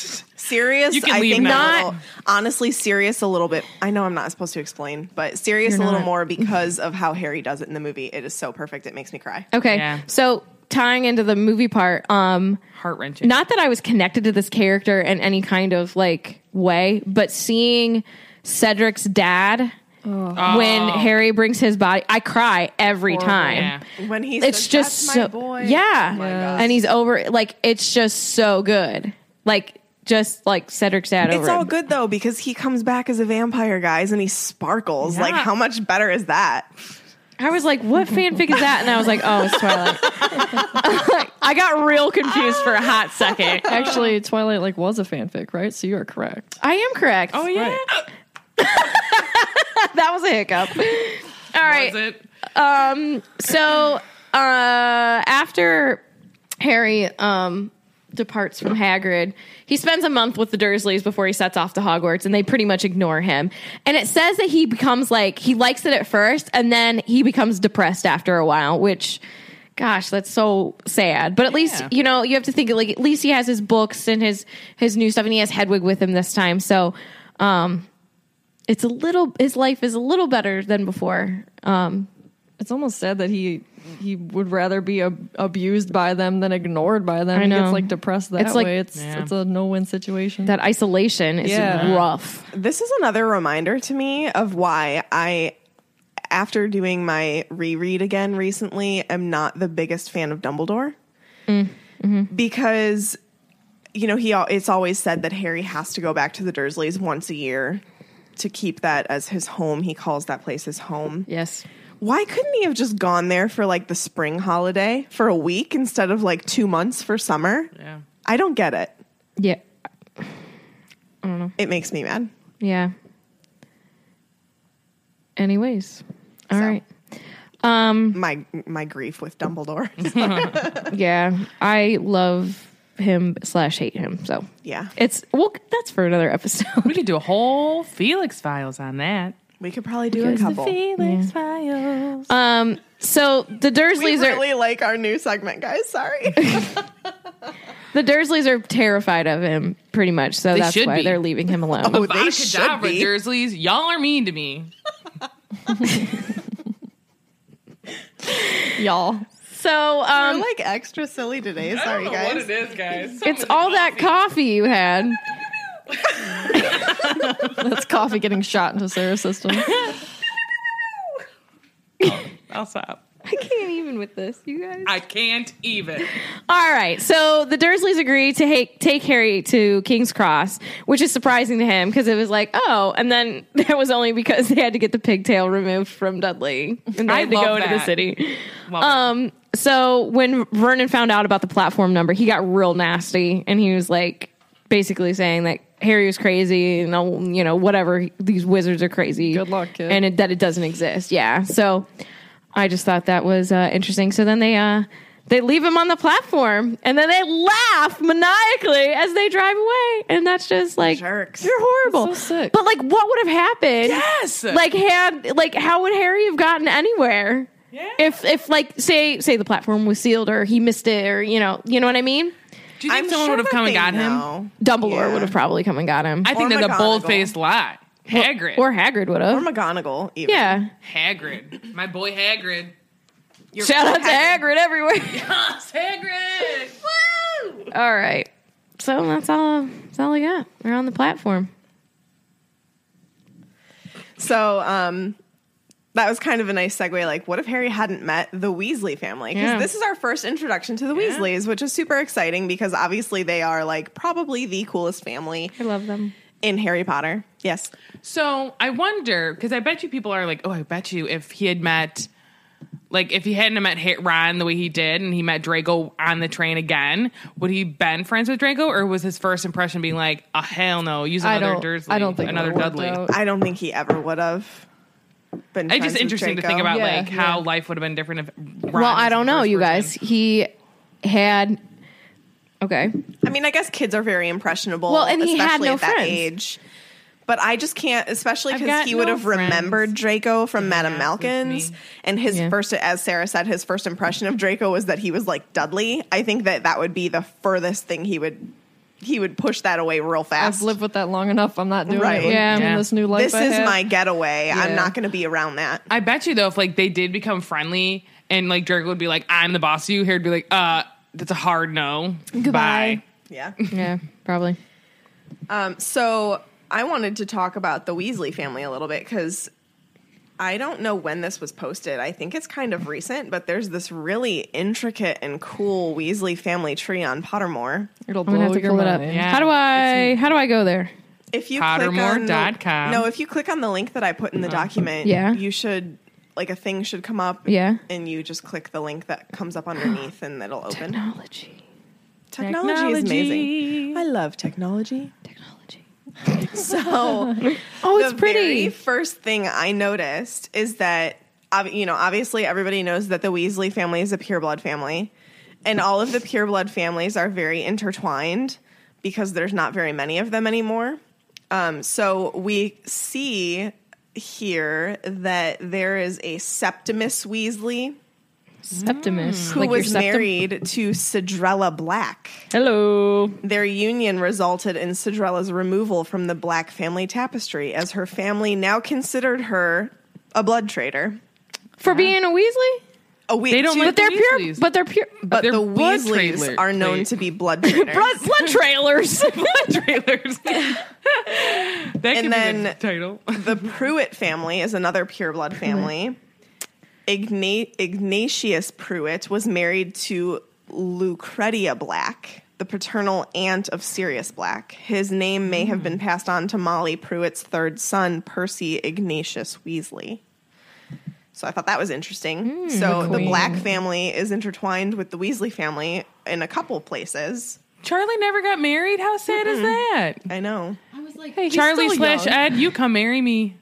[SPEAKER 5] Sirius,
[SPEAKER 2] You can
[SPEAKER 5] I
[SPEAKER 2] leave
[SPEAKER 5] think
[SPEAKER 2] now.
[SPEAKER 5] a little- honestly, Sirius a little bit. I know I'm not supposed to explain, but Sirius
[SPEAKER 4] You're
[SPEAKER 5] a little
[SPEAKER 4] not.
[SPEAKER 5] more because of how Harry does it in the movie. It is so perfect; it makes me cry.
[SPEAKER 4] Okay.
[SPEAKER 2] Yeah.
[SPEAKER 4] So tying into the movie part, um,
[SPEAKER 2] Heart wrenching.
[SPEAKER 4] not that I was connected to this character in any kind of like way, but seeing Cedric's dad
[SPEAKER 2] Oh.
[SPEAKER 4] when Harry brings his body, I cry every time.
[SPEAKER 2] Yeah. Oh
[SPEAKER 5] When he,
[SPEAKER 4] It's
[SPEAKER 5] says,
[SPEAKER 4] just
[SPEAKER 5] "That's
[SPEAKER 4] so
[SPEAKER 5] my boy.
[SPEAKER 4] yeah,
[SPEAKER 5] my Yeah. gosh.
[SPEAKER 4] and he's over. Like it's just so good. Like just like Cedric's dad.
[SPEAKER 5] It's
[SPEAKER 4] over
[SPEAKER 5] all
[SPEAKER 4] him.
[SPEAKER 5] good though because he comes back as a vampire, guys, and he sparkles. Like,
[SPEAKER 2] Yeah.
[SPEAKER 5] how much better is that?
[SPEAKER 4] I was like, what fanfic is that? And I was like, oh, it's Twilight. I got real confused for a hot second.
[SPEAKER 6] Actually, Twilight like was a fanfic, right? So you are correct.
[SPEAKER 4] I am correct.
[SPEAKER 2] Oh yeah,
[SPEAKER 4] that was a hiccup. All right.
[SPEAKER 2] was it?
[SPEAKER 4] Um, so uh, after Harry um, departs from Hagrid, he spends a month with the Dursleys before he sets off to Hogwarts, and they pretty much ignore him. And it says that he becomes like he likes it at first, and then he becomes depressed after a while, which. Gosh, that's so sad. But at least
[SPEAKER 2] Yeah.
[SPEAKER 4] you know you have to think like at least he has his books and his his new stuff, and he has Hedwig with him this time. So, um, it's a little his life is a little better than before. Um,
[SPEAKER 6] It's almost sad that he he would rather be ab- abused by them than ignored by them.
[SPEAKER 4] I
[SPEAKER 6] He
[SPEAKER 4] know.
[SPEAKER 6] gets like depressed that
[SPEAKER 4] It's like-
[SPEAKER 6] way. It's
[SPEAKER 2] Yeah.
[SPEAKER 6] it's a no win situation.
[SPEAKER 4] that isolation is
[SPEAKER 6] Yeah.
[SPEAKER 4] rough.
[SPEAKER 5] This is another reminder to me of why I, after doing my reread again recently, am not the biggest fan of Dumbledore.
[SPEAKER 4] Mm, mm-hmm.
[SPEAKER 5] Because, you know, he al- it's always said that Harry has to go back to the Dursleys once a year to keep that as his home. He calls that place his home.
[SPEAKER 4] Yes.
[SPEAKER 5] Why couldn't he have just gone there for like the spring holiday for a week instead of like two months for summer?
[SPEAKER 2] yeah.
[SPEAKER 5] I don't get it.
[SPEAKER 4] Yeah.
[SPEAKER 5] It makes me mad.
[SPEAKER 4] Yeah. Anyways. all right. Um
[SPEAKER 5] My my grief with Dumbledore.
[SPEAKER 4] yeah. I love him slash hate him. So
[SPEAKER 5] yeah.
[SPEAKER 4] it's well that's for another episode.
[SPEAKER 2] We could do a whole Felix Files on that.
[SPEAKER 5] We could probably do a couple.
[SPEAKER 2] Felix Files.
[SPEAKER 4] Um so the
[SPEAKER 5] We
[SPEAKER 4] Dursleys are
[SPEAKER 5] really like our new segment, guys. Sorry.
[SPEAKER 4] the Dursleys are terrified of him pretty much. So that's
[SPEAKER 2] should
[SPEAKER 4] why
[SPEAKER 2] be.
[SPEAKER 4] they're leaving him alone.
[SPEAKER 5] Oh, they
[SPEAKER 2] Avada
[SPEAKER 5] should
[SPEAKER 2] Kedavra,
[SPEAKER 5] be.
[SPEAKER 2] Dursleys, y'all are mean to me.
[SPEAKER 6] y'all.
[SPEAKER 4] So um
[SPEAKER 5] We're like extra silly today. Sorry,
[SPEAKER 2] What
[SPEAKER 5] guys.
[SPEAKER 2] it is, guys?
[SPEAKER 4] it's all that coffee you had.
[SPEAKER 6] That's coffee getting shot into Sarah's system.
[SPEAKER 2] I'll stop.
[SPEAKER 4] I can't even with this, you guys.
[SPEAKER 2] I can't even.
[SPEAKER 4] All right. So the Dursleys agree to ha- take Harry to King's Cross, which is surprising to him because it was like, oh, and then that was only because they had to get the pigtail removed from Dudley and they
[SPEAKER 2] I
[SPEAKER 4] had to
[SPEAKER 2] love
[SPEAKER 4] go into the
[SPEAKER 2] that.
[SPEAKER 4] city.
[SPEAKER 2] Love
[SPEAKER 4] Um, so when Vernon found out about the platform number, he got real nasty and he was like basically saying that Harry was crazy and oh, you know whatever these wizards are crazy.
[SPEAKER 6] Good luck, kid.
[SPEAKER 4] And it, that it doesn't exist. Yeah. So I just thought that was uh, interesting. So then they uh they leave him on the platform and then they laugh maniacally as they drive away and that's just like
[SPEAKER 5] Jerks.
[SPEAKER 4] You're horrible.
[SPEAKER 6] That's so sick.
[SPEAKER 4] But like what would have happened?
[SPEAKER 2] Yes.
[SPEAKER 4] Like had like how would Harry have gotten anywhere?
[SPEAKER 2] Yeah.
[SPEAKER 4] If if like say say the platform was sealed or he missed it or you know you know what I mean,
[SPEAKER 2] Do you think someone would have come and got him?
[SPEAKER 4] Dumbledore
[SPEAKER 5] Yeah.
[SPEAKER 4] would have probably come and got him,
[SPEAKER 2] I think
[SPEAKER 5] Or
[SPEAKER 2] that's a
[SPEAKER 5] McGonagall.
[SPEAKER 2] bold faced lie. Hagrid.
[SPEAKER 4] or Hagrid would
[SPEAKER 5] Or
[SPEAKER 4] have.
[SPEAKER 5] McGonagall, even.
[SPEAKER 4] Yeah,
[SPEAKER 2] Hagrid. My boy Hagrid.
[SPEAKER 5] You're-
[SPEAKER 4] shout out to Hagrid everywhere.
[SPEAKER 2] Yes, Hagrid.
[SPEAKER 4] all right, so that's all. That's all I got. We're on the platform.
[SPEAKER 5] So, um, that was kind of a nice segue. Like, what if Harry hadn't met the Weasley family? Because
[SPEAKER 4] Yeah.
[SPEAKER 5] this is our first introduction to the Weasleys, which is super exciting because obviously they are like probably the coolest family
[SPEAKER 4] I love them.
[SPEAKER 5] in Harry Potter. Yes.
[SPEAKER 2] So I wonder, because I bet you people are like, oh, I bet you if he had met, like, if he hadn't met Ha- Ron the way he did and he met Draco on the train again, would he been friends with Draco or was his first impression being like, oh, hell no, use
[SPEAKER 6] I
[SPEAKER 2] another
[SPEAKER 6] don't.
[SPEAKER 2] Dursley,
[SPEAKER 6] I don't think it
[SPEAKER 2] another
[SPEAKER 6] would've worked
[SPEAKER 2] Dudley?
[SPEAKER 6] out.
[SPEAKER 5] I don't think he ever would have been.
[SPEAKER 2] It's
[SPEAKER 5] friends
[SPEAKER 2] just
[SPEAKER 5] with
[SPEAKER 2] interesting to
[SPEAKER 5] Draco.
[SPEAKER 2] think about,
[SPEAKER 6] Yeah,
[SPEAKER 2] like, how life would have been different if Ron
[SPEAKER 4] Well,
[SPEAKER 2] was
[SPEAKER 4] I
[SPEAKER 2] the
[SPEAKER 4] don't know,
[SPEAKER 2] first
[SPEAKER 4] you
[SPEAKER 2] person.
[SPEAKER 4] guys. He had okay.
[SPEAKER 5] I mean, I guess kids are very impressionable.
[SPEAKER 4] Well, and he
[SPEAKER 5] especially
[SPEAKER 4] had no
[SPEAKER 5] at that
[SPEAKER 4] friends.
[SPEAKER 5] age. But I just can't, especially
[SPEAKER 2] I've
[SPEAKER 5] because
[SPEAKER 2] got
[SPEAKER 5] he would
[SPEAKER 2] no
[SPEAKER 5] have remembered
[SPEAKER 2] friends.
[SPEAKER 5] Draco from Madame
[SPEAKER 2] that's with
[SPEAKER 5] Malkin's,
[SPEAKER 2] me.
[SPEAKER 5] and his
[SPEAKER 4] Yeah.
[SPEAKER 5] first, as Sarah said, his first impression of Draco was that he was like Dudley. I think that that would be the furthest thing he would he would push that away real
[SPEAKER 6] I've
[SPEAKER 5] fast.
[SPEAKER 6] lived with that long enough. I'm not doing
[SPEAKER 5] Right.
[SPEAKER 6] it.
[SPEAKER 4] Yeah.
[SPEAKER 6] Yeah.
[SPEAKER 2] Yeah.
[SPEAKER 6] In this new life.
[SPEAKER 5] this
[SPEAKER 6] I
[SPEAKER 5] is
[SPEAKER 6] have.
[SPEAKER 5] my getaway. I'm
[SPEAKER 6] Yeah.
[SPEAKER 5] not going to be around that.
[SPEAKER 2] I bet you though, if like they did become friendly and like Draco would be like, "I'm the boss of you," Harry'd be like, "Uh, that's a hard no. Goodbye."
[SPEAKER 5] Yeah.
[SPEAKER 4] Yeah, probably.
[SPEAKER 5] Um, so I wanted to talk about the Weasley family a little bit because I don't know when this was posted. I think it's kind of recent, but there's this really intricate and cool Weasley family tree on Pottermore.
[SPEAKER 6] It'll
[SPEAKER 4] I'm
[SPEAKER 6] blow
[SPEAKER 4] gonna have to
[SPEAKER 6] your
[SPEAKER 4] pull it up.
[SPEAKER 6] mind.
[SPEAKER 2] Yeah.
[SPEAKER 4] How do I? How do I go there?
[SPEAKER 5] If you click on the-
[SPEAKER 2] Pottermore.com.
[SPEAKER 5] no, if you click on the link that I put in the document,
[SPEAKER 4] Yeah.
[SPEAKER 5] you should. like a thing should come up.
[SPEAKER 4] Yeah.
[SPEAKER 5] And you just click the link that comes up underneath and it'll open.
[SPEAKER 4] Technology.
[SPEAKER 5] Technology, is amazing. I love technology.
[SPEAKER 4] Technology.
[SPEAKER 5] So
[SPEAKER 4] Oh, it's
[SPEAKER 5] the
[SPEAKER 4] pretty.
[SPEAKER 5] very first thing I noticed is that ob- you know, obviously everybody knows that the Weasley family is a pureblood family, and all of the pureblood families are very intertwined because there's not very many of them anymore. Um, so we see here that there is a Septimus Weasley
[SPEAKER 4] Septimus.
[SPEAKER 5] Mm. who
[SPEAKER 4] like your
[SPEAKER 5] was
[SPEAKER 4] septum-
[SPEAKER 5] married to Sidrella Black.
[SPEAKER 4] Hello.
[SPEAKER 5] Their union resulted in Cinderella's removal from the Black family tapestry, as her family now considered her a blood traitor.
[SPEAKER 4] For being a Weasley?
[SPEAKER 5] A we-
[SPEAKER 2] They don't
[SPEAKER 5] she-
[SPEAKER 2] like
[SPEAKER 4] But they're pure.
[SPEAKER 2] Weasleys.
[SPEAKER 4] But they're pure.
[SPEAKER 5] but
[SPEAKER 2] they're
[SPEAKER 5] the
[SPEAKER 2] blood
[SPEAKER 5] Weasleys
[SPEAKER 2] traitor-
[SPEAKER 5] are known
[SPEAKER 2] trait-
[SPEAKER 5] to be blood traitors.
[SPEAKER 4] blood, blood trailers.
[SPEAKER 2] trailers. that could be the
[SPEAKER 5] then-
[SPEAKER 2] title.
[SPEAKER 5] the Pruitt family is another pureblood family. Igna- Ignatius Pruitt was married to Lucretia Black, the paternal aunt of Sirius Black. His name may have been passed on to Molly Pruitt's third son, Percy Ignatius Weasley. So I thought that was interesting. so the Black family is intertwined with the Weasley family in a couple places.
[SPEAKER 2] Charlie never got married. How sad is that?
[SPEAKER 5] I know.
[SPEAKER 1] I was like,
[SPEAKER 6] Hey, he's
[SPEAKER 2] Charlie
[SPEAKER 6] still
[SPEAKER 2] slash
[SPEAKER 6] young.
[SPEAKER 2] Ed, you come marry me.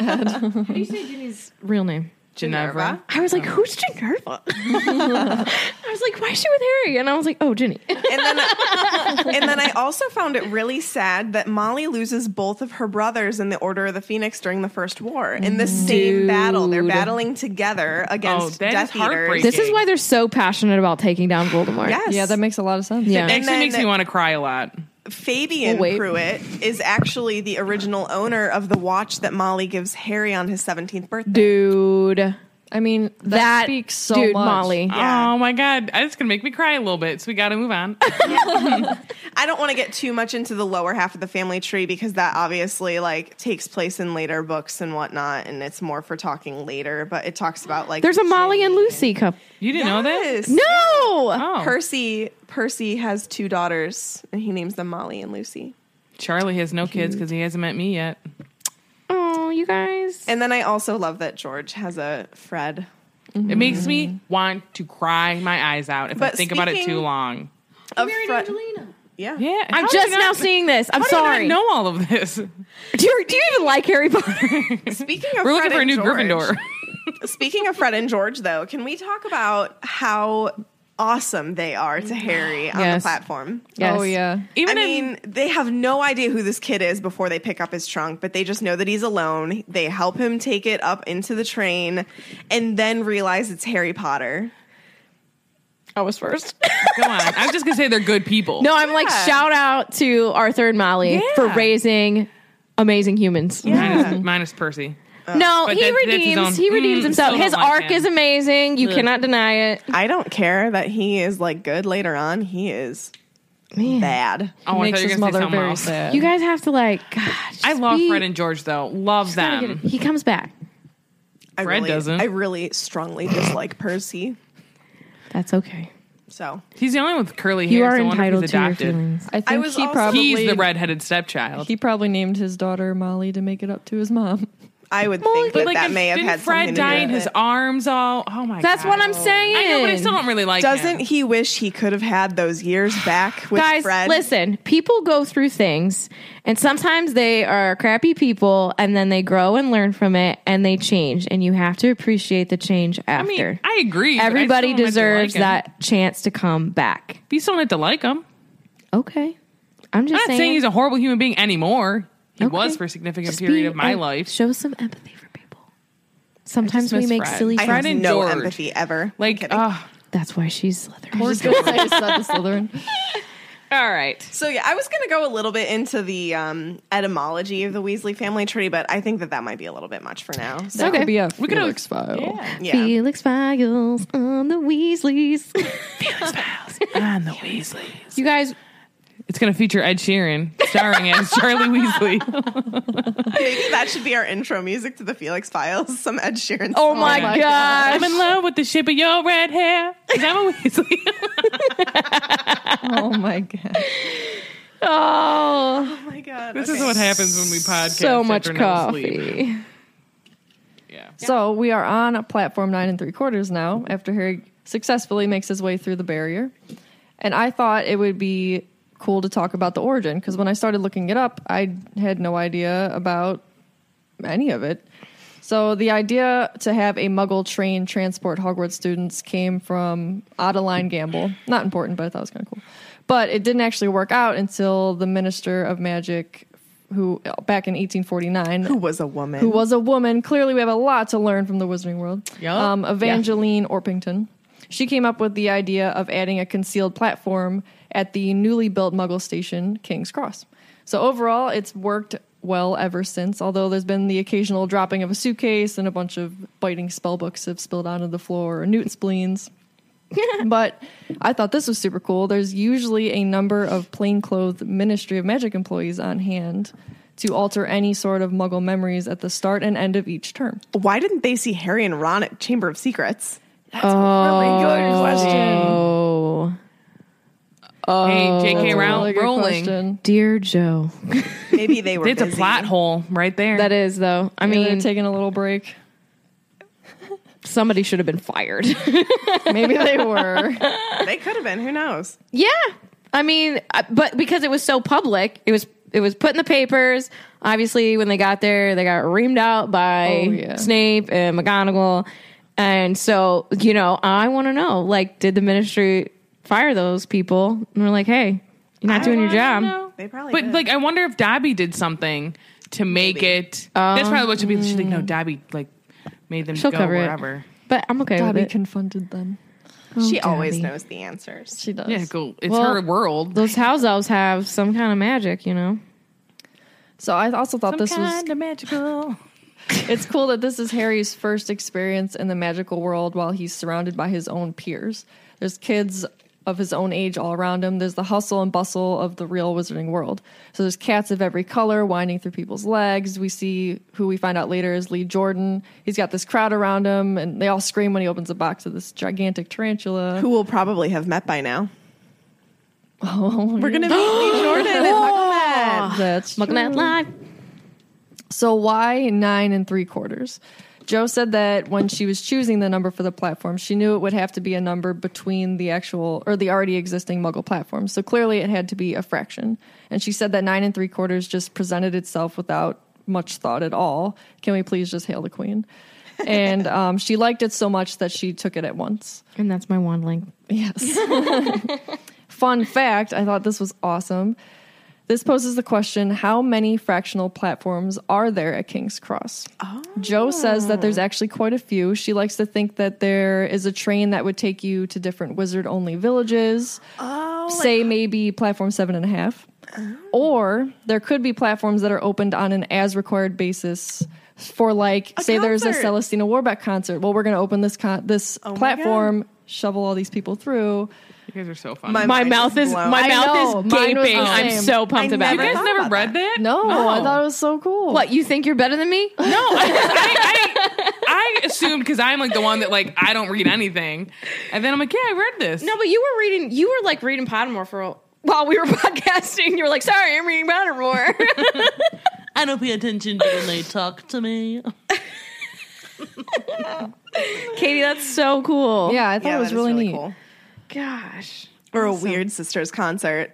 [SPEAKER 1] how do you say Ginny's?
[SPEAKER 4] Real name.
[SPEAKER 2] Ginevra.
[SPEAKER 4] I was
[SPEAKER 5] Oh.
[SPEAKER 4] like, who's Ginevra? I was like, why is she with Harry? And I was like, oh, Ginny.
[SPEAKER 5] and then and then I also found it really sad that Molly loses both of her brothers in the Order of the Phoenix during the First War in the same battle. They're battling together against
[SPEAKER 2] Oh, that is
[SPEAKER 5] Death Eaters.
[SPEAKER 2] heartbreaking.
[SPEAKER 4] This is why they're so passionate about taking down Voldemort.
[SPEAKER 5] Yes.
[SPEAKER 6] Yeah, that makes a lot of sense.
[SPEAKER 4] Yeah.
[SPEAKER 2] It actually
[SPEAKER 5] then-
[SPEAKER 2] makes me want to cry a lot.
[SPEAKER 5] Fabian
[SPEAKER 4] Well, wait.
[SPEAKER 5] Pruitt is actually the original owner of the watch that Molly gives Harry on his 17th birthday.
[SPEAKER 4] Dude. That,
[SPEAKER 6] I mean, that, speaks so
[SPEAKER 4] dude,
[SPEAKER 6] much.
[SPEAKER 4] Molly.
[SPEAKER 5] Yeah.
[SPEAKER 2] Oh my god, it's gonna make me cry a little bit. So we got to move on.
[SPEAKER 5] I don't want to get too much into the lower half of the family tree because that obviously like takes place in later books and whatnot, and it's more for talking later. But it talks about like
[SPEAKER 4] There's a Molly and Lucy couple.
[SPEAKER 2] You didn't know that?
[SPEAKER 5] Yes.
[SPEAKER 4] No!
[SPEAKER 2] Oh,
[SPEAKER 5] Percy Percy has two daughters and he names them Molly and Lucy.
[SPEAKER 2] Charlie has no kids because he hasn't met me yet.
[SPEAKER 4] Oh, you guys.
[SPEAKER 5] And then I also love that George has a Fred.
[SPEAKER 2] It makes me want to cry my eyes out if I
[SPEAKER 5] But
[SPEAKER 2] think about it
[SPEAKER 5] speaking-
[SPEAKER 2] too long.
[SPEAKER 5] A
[SPEAKER 1] Married
[SPEAKER 5] Fred-
[SPEAKER 1] Angelina.
[SPEAKER 5] Yeah.
[SPEAKER 2] Yeah,
[SPEAKER 4] I'm just now seeing this. I'm
[SPEAKER 2] How do you
[SPEAKER 4] sorry.
[SPEAKER 2] not know all of this?
[SPEAKER 4] Do you, do you even like Harry Potter?
[SPEAKER 5] Speaking of
[SPEAKER 2] We're looking
[SPEAKER 5] Fred
[SPEAKER 2] for a
[SPEAKER 5] and
[SPEAKER 2] new
[SPEAKER 5] George-
[SPEAKER 2] Gryffindor.
[SPEAKER 5] Speaking of Fred and George though, can we talk about how awesome they are to Harry on
[SPEAKER 4] Yes.
[SPEAKER 5] the platform?
[SPEAKER 4] Yes.
[SPEAKER 6] Oh yeah.
[SPEAKER 2] Even
[SPEAKER 5] I
[SPEAKER 2] in-
[SPEAKER 5] mean, they have no idea who this kid is before they pick up his trunk, but they just know that he's alone. They help him take it up into the train and then realize it's Harry Potter.
[SPEAKER 4] I was first.
[SPEAKER 2] Go on. I was just gonna say they're good people.
[SPEAKER 4] No, I'm like shout out to Arthur and Molly for
[SPEAKER 2] Yeah.
[SPEAKER 4] raising amazing humans.
[SPEAKER 5] Yeah.
[SPEAKER 2] minus, minus Percy.
[SPEAKER 4] No,
[SPEAKER 2] But
[SPEAKER 4] he
[SPEAKER 2] that- that's his own-
[SPEAKER 4] redeems. He redeems
[SPEAKER 2] Mm,
[SPEAKER 4] himself.
[SPEAKER 2] still
[SPEAKER 4] His
[SPEAKER 2] don't like
[SPEAKER 4] arc
[SPEAKER 2] him.
[SPEAKER 4] is amazing. You cannot deny it.
[SPEAKER 5] I don't care that he is like good later on. He is bad.
[SPEAKER 2] Oh, I
[SPEAKER 6] Makes
[SPEAKER 2] thought you were
[SPEAKER 6] his
[SPEAKER 2] gonna say
[SPEAKER 6] mother
[SPEAKER 2] something
[SPEAKER 6] very
[SPEAKER 2] else.
[SPEAKER 6] sad.
[SPEAKER 4] You guys have to like. Gosh,
[SPEAKER 2] I love Fred and George though. Love them.
[SPEAKER 4] He comes back.
[SPEAKER 5] I
[SPEAKER 2] Fred
[SPEAKER 5] really,
[SPEAKER 2] doesn't.
[SPEAKER 5] I really strongly dislike Percy.
[SPEAKER 4] That's okay.
[SPEAKER 5] So
[SPEAKER 2] He's the only one with curly hair.
[SPEAKER 4] You are
[SPEAKER 2] so I wonder if
[SPEAKER 4] entitled
[SPEAKER 2] he's
[SPEAKER 4] to your
[SPEAKER 2] adopted.
[SPEAKER 4] feelings.
[SPEAKER 6] I think
[SPEAKER 5] was
[SPEAKER 6] he
[SPEAKER 5] also-
[SPEAKER 6] probably
[SPEAKER 2] He's the redheaded stepchild.
[SPEAKER 6] he probably named his daughter Molly to make it up to his mom.
[SPEAKER 5] I would think that that
[SPEAKER 2] if-
[SPEAKER 5] may have
[SPEAKER 2] didn't
[SPEAKER 5] had
[SPEAKER 2] Fred
[SPEAKER 5] something to
[SPEAKER 2] die
[SPEAKER 5] do
[SPEAKER 2] in
[SPEAKER 5] with
[SPEAKER 2] his
[SPEAKER 5] it.
[SPEAKER 2] arms all. Oh my
[SPEAKER 4] That's
[SPEAKER 2] god.
[SPEAKER 4] what I'm saying.
[SPEAKER 2] I know, but I still don't really like
[SPEAKER 5] Doesn't
[SPEAKER 2] him.
[SPEAKER 5] he wish he could have had those years back with
[SPEAKER 4] Guys,
[SPEAKER 5] Fred?
[SPEAKER 4] listen. People go through things, and sometimes they are crappy people, and then they grow and learn from it, and they change. And you have to appreciate the change
[SPEAKER 2] I
[SPEAKER 4] after.
[SPEAKER 2] mean, I agree. but I
[SPEAKER 4] Everybody
[SPEAKER 2] still don't have to
[SPEAKER 4] deserves
[SPEAKER 2] like him.
[SPEAKER 4] that chance to come back.
[SPEAKER 2] You still don't have to like him.
[SPEAKER 4] Okay, I'm just
[SPEAKER 2] I'm not saying,
[SPEAKER 4] saying
[SPEAKER 2] he's a horrible human being anymore. He
[SPEAKER 4] Okay.
[SPEAKER 2] was for a significant
[SPEAKER 4] Just
[SPEAKER 2] period
[SPEAKER 4] be-
[SPEAKER 2] of my
[SPEAKER 4] uh,
[SPEAKER 2] life.
[SPEAKER 4] Show some empathy for people. Sometimes we
[SPEAKER 2] miss
[SPEAKER 4] make
[SPEAKER 2] Fred.
[SPEAKER 4] silly.
[SPEAKER 5] I
[SPEAKER 4] choices.
[SPEAKER 5] have
[SPEAKER 2] Fred and
[SPEAKER 5] no
[SPEAKER 2] George.
[SPEAKER 5] empathy ever.
[SPEAKER 2] like, ah,
[SPEAKER 4] That's why she's Slytherin.
[SPEAKER 6] I just said the Slytherin.
[SPEAKER 4] All right.
[SPEAKER 5] So yeah, I was going to go a little bit into the um, etymology of the Weasley family tree, but I think that that might be a little bit much for now. So,
[SPEAKER 6] That
[SPEAKER 4] Okay.
[SPEAKER 6] could be a
[SPEAKER 2] We could
[SPEAKER 6] we could
[SPEAKER 2] have-
[SPEAKER 6] Felix file.
[SPEAKER 2] yeah.
[SPEAKER 5] yeah.
[SPEAKER 4] Felix Files on the Weasleys.
[SPEAKER 2] on the Weasleys.
[SPEAKER 4] you guys,
[SPEAKER 2] It's going to feature Ed Sheeran starring as Charlie Weasley.
[SPEAKER 5] Maybe that should be our intro music to the Felix Files, some Ed Sheeran.
[SPEAKER 4] oh
[SPEAKER 5] song.
[SPEAKER 4] my
[SPEAKER 6] my
[SPEAKER 4] gosh.
[SPEAKER 2] I'm in love with the shape of your red hair. 'cause I'm a Weasley.
[SPEAKER 6] Oh my god.
[SPEAKER 4] Oh,
[SPEAKER 5] Oh my god.
[SPEAKER 2] this is what happens when we podcast.
[SPEAKER 4] so much
[SPEAKER 2] after no sleep.
[SPEAKER 4] coffee.
[SPEAKER 2] Yeah.
[SPEAKER 6] So we are on a platform nine and three quarters now after Harry successfully makes his way through the barrier. And I thought it would be cool to talk about the origin because when I started looking it up, I had no idea about any of it. So the idea to have a muggle train transport Hogwarts students came from Adeline Gamble. Not important, but I thought it was kind of cool. But it didn't actually work out until the Minister of Magic, who back in 1849,
[SPEAKER 5] Who was a woman?
[SPEAKER 6] who was a woman. Clearly, we have a lot to learn from the Wizarding World.
[SPEAKER 2] Yeah.
[SPEAKER 6] Um, Evangeline Orpington. She came up with the idea of adding a concealed platform at the newly built Muggle station, King's Cross. So overall, it's worked well ever since. Although there's been the occasional dropping of a suitcase and a bunch of biting spell books have spilled onto the floor or newt spleens. but I thought this was super cool. There's usually a number of plainclothed Ministry of Magic employees on hand to alter any sort of muggle memories at the start and end of each term.
[SPEAKER 5] Why didn't they see Harry and Ron at Chamber of Secrets?
[SPEAKER 6] Really good question.
[SPEAKER 4] Oh,
[SPEAKER 2] hey, J.K. Row-
[SPEAKER 6] Really good
[SPEAKER 2] Rowling.
[SPEAKER 6] Oh, question.
[SPEAKER 4] dear Joe.
[SPEAKER 5] Maybe they were.
[SPEAKER 2] It's a
[SPEAKER 5] busy.
[SPEAKER 2] plot hole right there.
[SPEAKER 4] That is though. I
[SPEAKER 6] I mean,
[SPEAKER 4] mean,
[SPEAKER 6] taking a little break.
[SPEAKER 4] somebody should have been fired.
[SPEAKER 6] Maybe they were.
[SPEAKER 5] They could have been. Who knows?
[SPEAKER 4] yeah, I mean, I- but because it was so public, it was it was put in the papers. Obviously, when they got there, they got reamed out by
[SPEAKER 6] Oh, yeah.
[SPEAKER 4] Snape and McGonagall, and so you know, I want to know, like, did the ministry fire those people? And we're like, hey, you're not doing your job.
[SPEAKER 5] They probably.
[SPEAKER 2] But
[SPEAKER 5] did.
[SPEAKER 2] like, I wonder if Dobby did something to make it. that's probably what should be. She's like, no, Dobby like made them
[SPEAKER 4] Um, She'll
[SPEAKER 2] go
[SPEAKER 4] cover it.
[SPEAKER 2] wherever.
[SPEAKER 4] But I'm okay
[SPEAKER 6] Dobby
[SPEAKER 4] with it.
[SPEAKER 6] confronted them.
[SPEAKER 4] Oh,
[SPEAKER 5] she always
[SPEAKER 4] Dobby.
[SPEAKER 5] knows the answers.
[SPEAKER 6] She does.
[SPEAKER 2] Yeah, cool. It's
[SPEAKER 4] Well,
[SPEAKER 2] her world.
[SPEAKER 4] Those house elves have some kind of magic, you know.
[SPEAKER 6] So I also thought this was
[SPEAKER 2] of magical.
[SPEAKER 6] it's cool that this is Harry's first experience in the magical world while he's surrounded by his own peers. There's kids of his own age all around him. There's the hustle and bustle of the real wizarding world. So there's cats of every color winding through people's legs. We see who we find out later is Lee Jordan. He's got this crowd around him, and they all scream when he opens the box of this gigantic tarantula.
[SPEAKER 5] Who will probably have met by now. Oh, we're gonna meet Lee Jordan and Huckleman.
[SPEAKER 6] That's
[SPEAKER 4] Looking at live.
[SPEAKER 6] So why nine and three quarters? Joe said that when she was choosing the number for the platform, she knew it would have to be a number between the actual or the already existing Muggle platform. So clearly it had to be a fraction. And she said that nine and three quarters just presented itself without much thought at all. Can we please just hail the queen? And um, she liked it so much that she took it at once.
[SPEAKER 4] And that's my wand link.
[SPEAKER 6] Yes. Fun fact I thought this was awesome. This poses the question how many fractional platforms are there at King's Cross? Joe says that there's actually quite a few. She likes to think that there is a train that would take you to different wizard only villages. Oh, say maybe platform seven and a half. Or there could be platforms that are opened on an as required basis for like say there's a
[SPEAKER 5] concert. Oh
[SPEAKER 6] Celestina Warbeck concert. Well, we're going to open this con- this
[SPEAKER 5] my
[SPEAKER 6] platform, shovel all these people through.
[SPEAKER 2] You guys are so fun.
[SPEAKER 5] My-
[SPEAKER 4] My
[SPEAKER 5] Mine
[SPEAKER 4] mouth
[SPEAKER 5] is
[SPEAKER 4] is
[SPEAKER 5] blown.
[SPEAKER 4] my
[SPEAKER 5] I
[SPEAKER 4] mouth is
[SPEAKER 6] know. Mine was
[SPEAKER 4] gaping.
[SPEAKER 6] the
[SPEAKER 4] I'm
[SPEAKER 6] same.
[SPEAKER 4] so pumped
[SPEAKER 5] I
[SPEAKER 4] about
[SPEAKER 2] you
[SPEAKER 5] never
[SPEAKER 4] this.
[SPEAKER 2] guys
[SPEAKER 5] thought
[SPEAKER 2] never
[SPEAKER 5] about
[SPEAKER 2] read that?
[SPEAKER 6] No, I
[SPEAKER 2] Oh.
[SPEAKER 6] thought it was so cool.
[SPEAKER 4] What Uh, you think you're better than me? No,
[SPEAKER 2] I assumed because I'm like the one that like I don't read anything, and then I'm like, yeah, I read this.
[SPEAKER 4] no, but you were reading. You were like reading Pottermore for a, while we were podcasting. You were like, "Sorry, I'm reading Pottermore."
[SPEAKER 7] I don't pay attention to when they talk to me.
[SPEAKER 4] Katie, that's so cool.
[SPEAKER 6] Yeah, I thought
[SPEAKER 5] Yeah,
[SPEAKER 6] it was
[SPEAKER 5] that is
[SPEAKER 6] really, neat.
[SPEAKER 5] cool.
[SPEAKER 4] Gosh.
[SPEAKER 5] Or a Weird Sisters concert.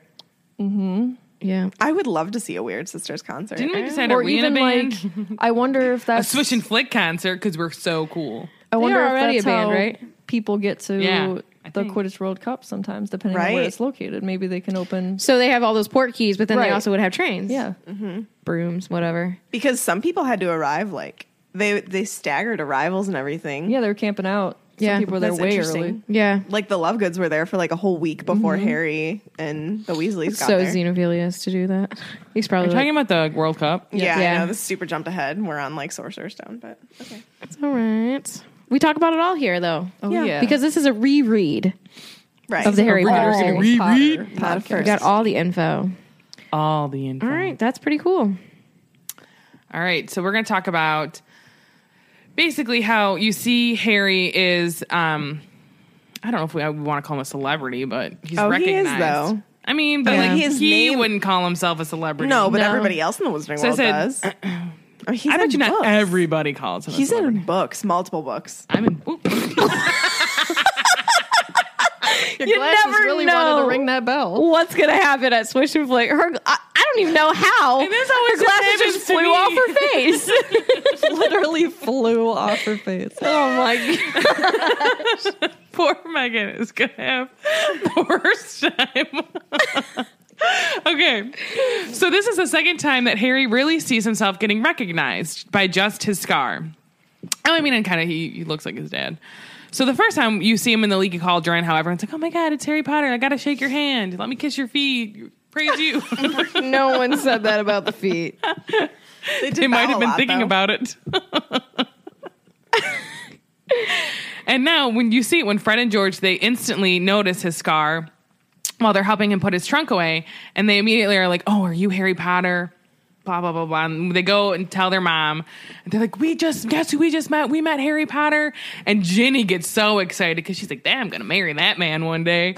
[SPEAKER 4] Yeah.
[SPEAKER 5] I would love to see a Weird Sisters concert.
[SPEAKER 2] Didn't we decide
[SPEAKER 6] Or
[SPEAKER 2] are we in a
[SPEAKER 6] even
[SPEAKER 2] band?
[SPEAKER 6] like, I wonder if that's
[SPEAKER 2] Switch and flick concert because we're so cool.
[SPEAKER 6] I wonder
[SPEAKER 4] are
[SPEAKER 6] if
[SPEAKER 4] already
[SPEAKER 6] that's
[SPEAKER 4] a band,
[SPEAKER 6] how
[SPEAKER 4] right?
[SPEAKER 6] people get to
[SPEAKER 2] Yeah, I
[SPEAKER 6] the
[SPEAKER 2] think.
[SPEAKER 6] Quidditch World Cup sometimes, depending on where
[SPEAKER 5] Right.
[SPEAKER 6] it's located. Maybe they can open.
[SPEAKER 4] So they have all those port keys, but then they
[SPEAKER 6] Right.
[SPEAKER 4] also would have trains.
[SPEAKER 6] Yeah,
[SPEAKER 4] Brooms, whatever.
[SPEAKER 5] because some people had to arrive like they they staggered arrivals and everything.
[SPEAKER 6] yeah, they're camping out. Some
[SPEAKER 4] Yeah.
[SPEAKER 6] people are there
[SPEAKER 5] That's
[SPEAKER 6] way
[SPEAKER 5] interesting.
[SPEAKER 6] early.
[SPEAKER 4] Yeah.
[SPEAKER 5] Like the Lovegoods were there for like a whole week before Harry and the Weasleys got
[SPEAKER 4] Mm-hmm. So
[SPEAKER 5] there.
[SPEAKER 4] xenophilias to do that. He's probably
[SPEAKER 2] We're
[SPEAKER 4] like,
[SPEAKER 2] talking about the World Cup.
[SPEAKER 5] yeah,
[SPEAKER 4] Yeah.
[SPEAKER 5] I know this super jumped ahead. We're on like Sorcerer's Stone, but okay.
[SPEAKER 4] "It's all right. We talk about it all here, though.
[SPEAKER 6] Oh yeah,
[SPEAKER 4] Because this is a reread.
[SPEAKER 5] Right.
[SPEAKER 4] Of the Harry Potter.
[SPEAKER 6] Potter
[SPEAKER 2] Reread?
[SPEAKER 6] podcast.
[SPEAKER 4] We got all the info.
[SPEAKER 2] All the info.
[SPEAKER 4] All right, that's pretty cool.
[SPEAKER 2] All right, so we're going to talk about basically how you see Harry is. Um, I don't know if we, I would want to call him a celebrity, but he's
[SPEAKER 5] Oh, he is,
[SPEAKER 2] recognized.
[SPEAKER 5] though.
[SPEAKER 2] I mean, but
[SPEAKER 5] mean,
[SPEAKER 2] like
[SPEAKER 5] his
[SPEAKER 2] he
[SPEAKER 5] name-
[SPEAKER 2] wouldn't call himself a celebrity.
[SPEAKER 5] no, but
[SPEAKER 4] No.
[SPEAKER 5] everybody else in the Wizarding
[SPEAKER 2] So I
[SPEAKER 5] World
[SPEAKER 2] said-
[SPEAKER 5] does. Oh, he's
[SPEAKER 2] I
[SPEAKER 5] in
[SPEAKER 2] bet you not
[SPEAKER 5] books.
[SPEAKER 2] everybody calls him. a
[SPEAKER 5] He's
[SPEAKER 2] celebrity.
[SPEAKER 5] in books, multiple books.
[SPEAKER 2] I'm in. Ooh.
[SPEAKER 6] Your
[SPEAKER 4] You
[SPEAKER 6] glasses
[SPEAKER 4] never
[SPEAKER 6] really wanted
[SPEAKER 4] know.
[SPEAKER 6] to ring that bell.
[SPEAKER 4] What's gonna happen at Swish and Flick? Her, I, I don't even know how.
[SPEAKER 2] It is always
[SPEAKER 4] her glasses
[SPEAKER 2] happens
[SPEAKER 4] just
[SPEAKER 2] to
[SPEAKER 4] flew off
[SPEAKER 2] me.
[SPEAKER 4] her face.
[SPEAKER 6] Literally flew off her face.
[SPEAKER 4] oh my! God.
[SPEAKER 2] Poor Megan is gonna have the worst time. okay. So this is the second time that Harry really sees himself getting recognized by just his scar. Oh, I mean, and kind of he, he looks like his dad. So the first time you see him in the leaky cauldron, how everyone's like, "Oh my God, it's Harry Potter! I gotta shake your hand. Let me kiss your feet. Praise you."
[SPEAKER 4] No one said that about the feet.
[SPEAKER 5] They, did
[SPEAKER 2] they
[SPEAKER 5] that
[SPEAKER 2] might
[SPEAKER 5] a
[SPEAKER 2] have been
[SPEAKER 5] lot,
[SPEAKER 2] thinking
[SPEAKER 5] though.
[SPEAKER 2] about it. and now, when you see it, when Fred and George, they instantly notice his scar while they're helping him put his trunk away, and they immediately are like, "Oh, are you Harry Potter?" Blah blah blah blah. And they go and tell their mom, and they're like, "We just guess who we just met? We met Harry Potter." And Ginny gets so excited because she's like, "Damn, I'm gonna marry that man one day,"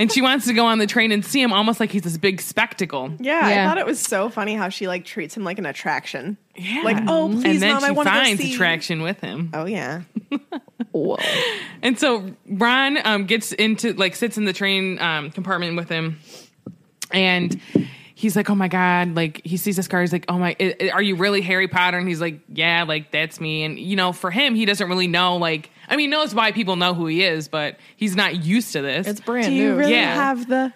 [SPEAKER 2] and she wants to go on the train and see him almost like he's this big spectacle.
[SPEAKER 5] Yeah, I
[SPEAKER 4] Yeah.
[SPEAKER 5] thought it was so funny how she like treats him like an attraction.
[SPEAKER 2] Yeah.
[SPEAKER 5] Like, oh, please,
[SPEAKER 2] and then
[SPEAKER 5] mom,
[SPEAKER 2] she
[SPEAKER 5] I want to
[SPEAKER 2] finds
[SPEAKER 5] see.
[SPEAKER 2] attraction with him.
[SPEAKER 5] Oh yeah,
[SPEAKER 4] Whoa.
[SPEAKER 2] And so Ron um, gets into like sits in the train um, compartment with him, and he's like, "Oh my god!" Like he sees this car, he's like, "Oh my, i- i- are you really Harry Potter?" And he's like, "Yeah, like that's me." And you know, for him, he doesn't really know. Like, I mean, he knows why people know who he is, but he's not used to this.
[SPEAKER 6] It's brand
[SPEAKER 5] do you
[SPEAKER 6] new.
[SPEAKER 5] really
[SPEAKER 2] Yeah.
[SPEAKER 5] have the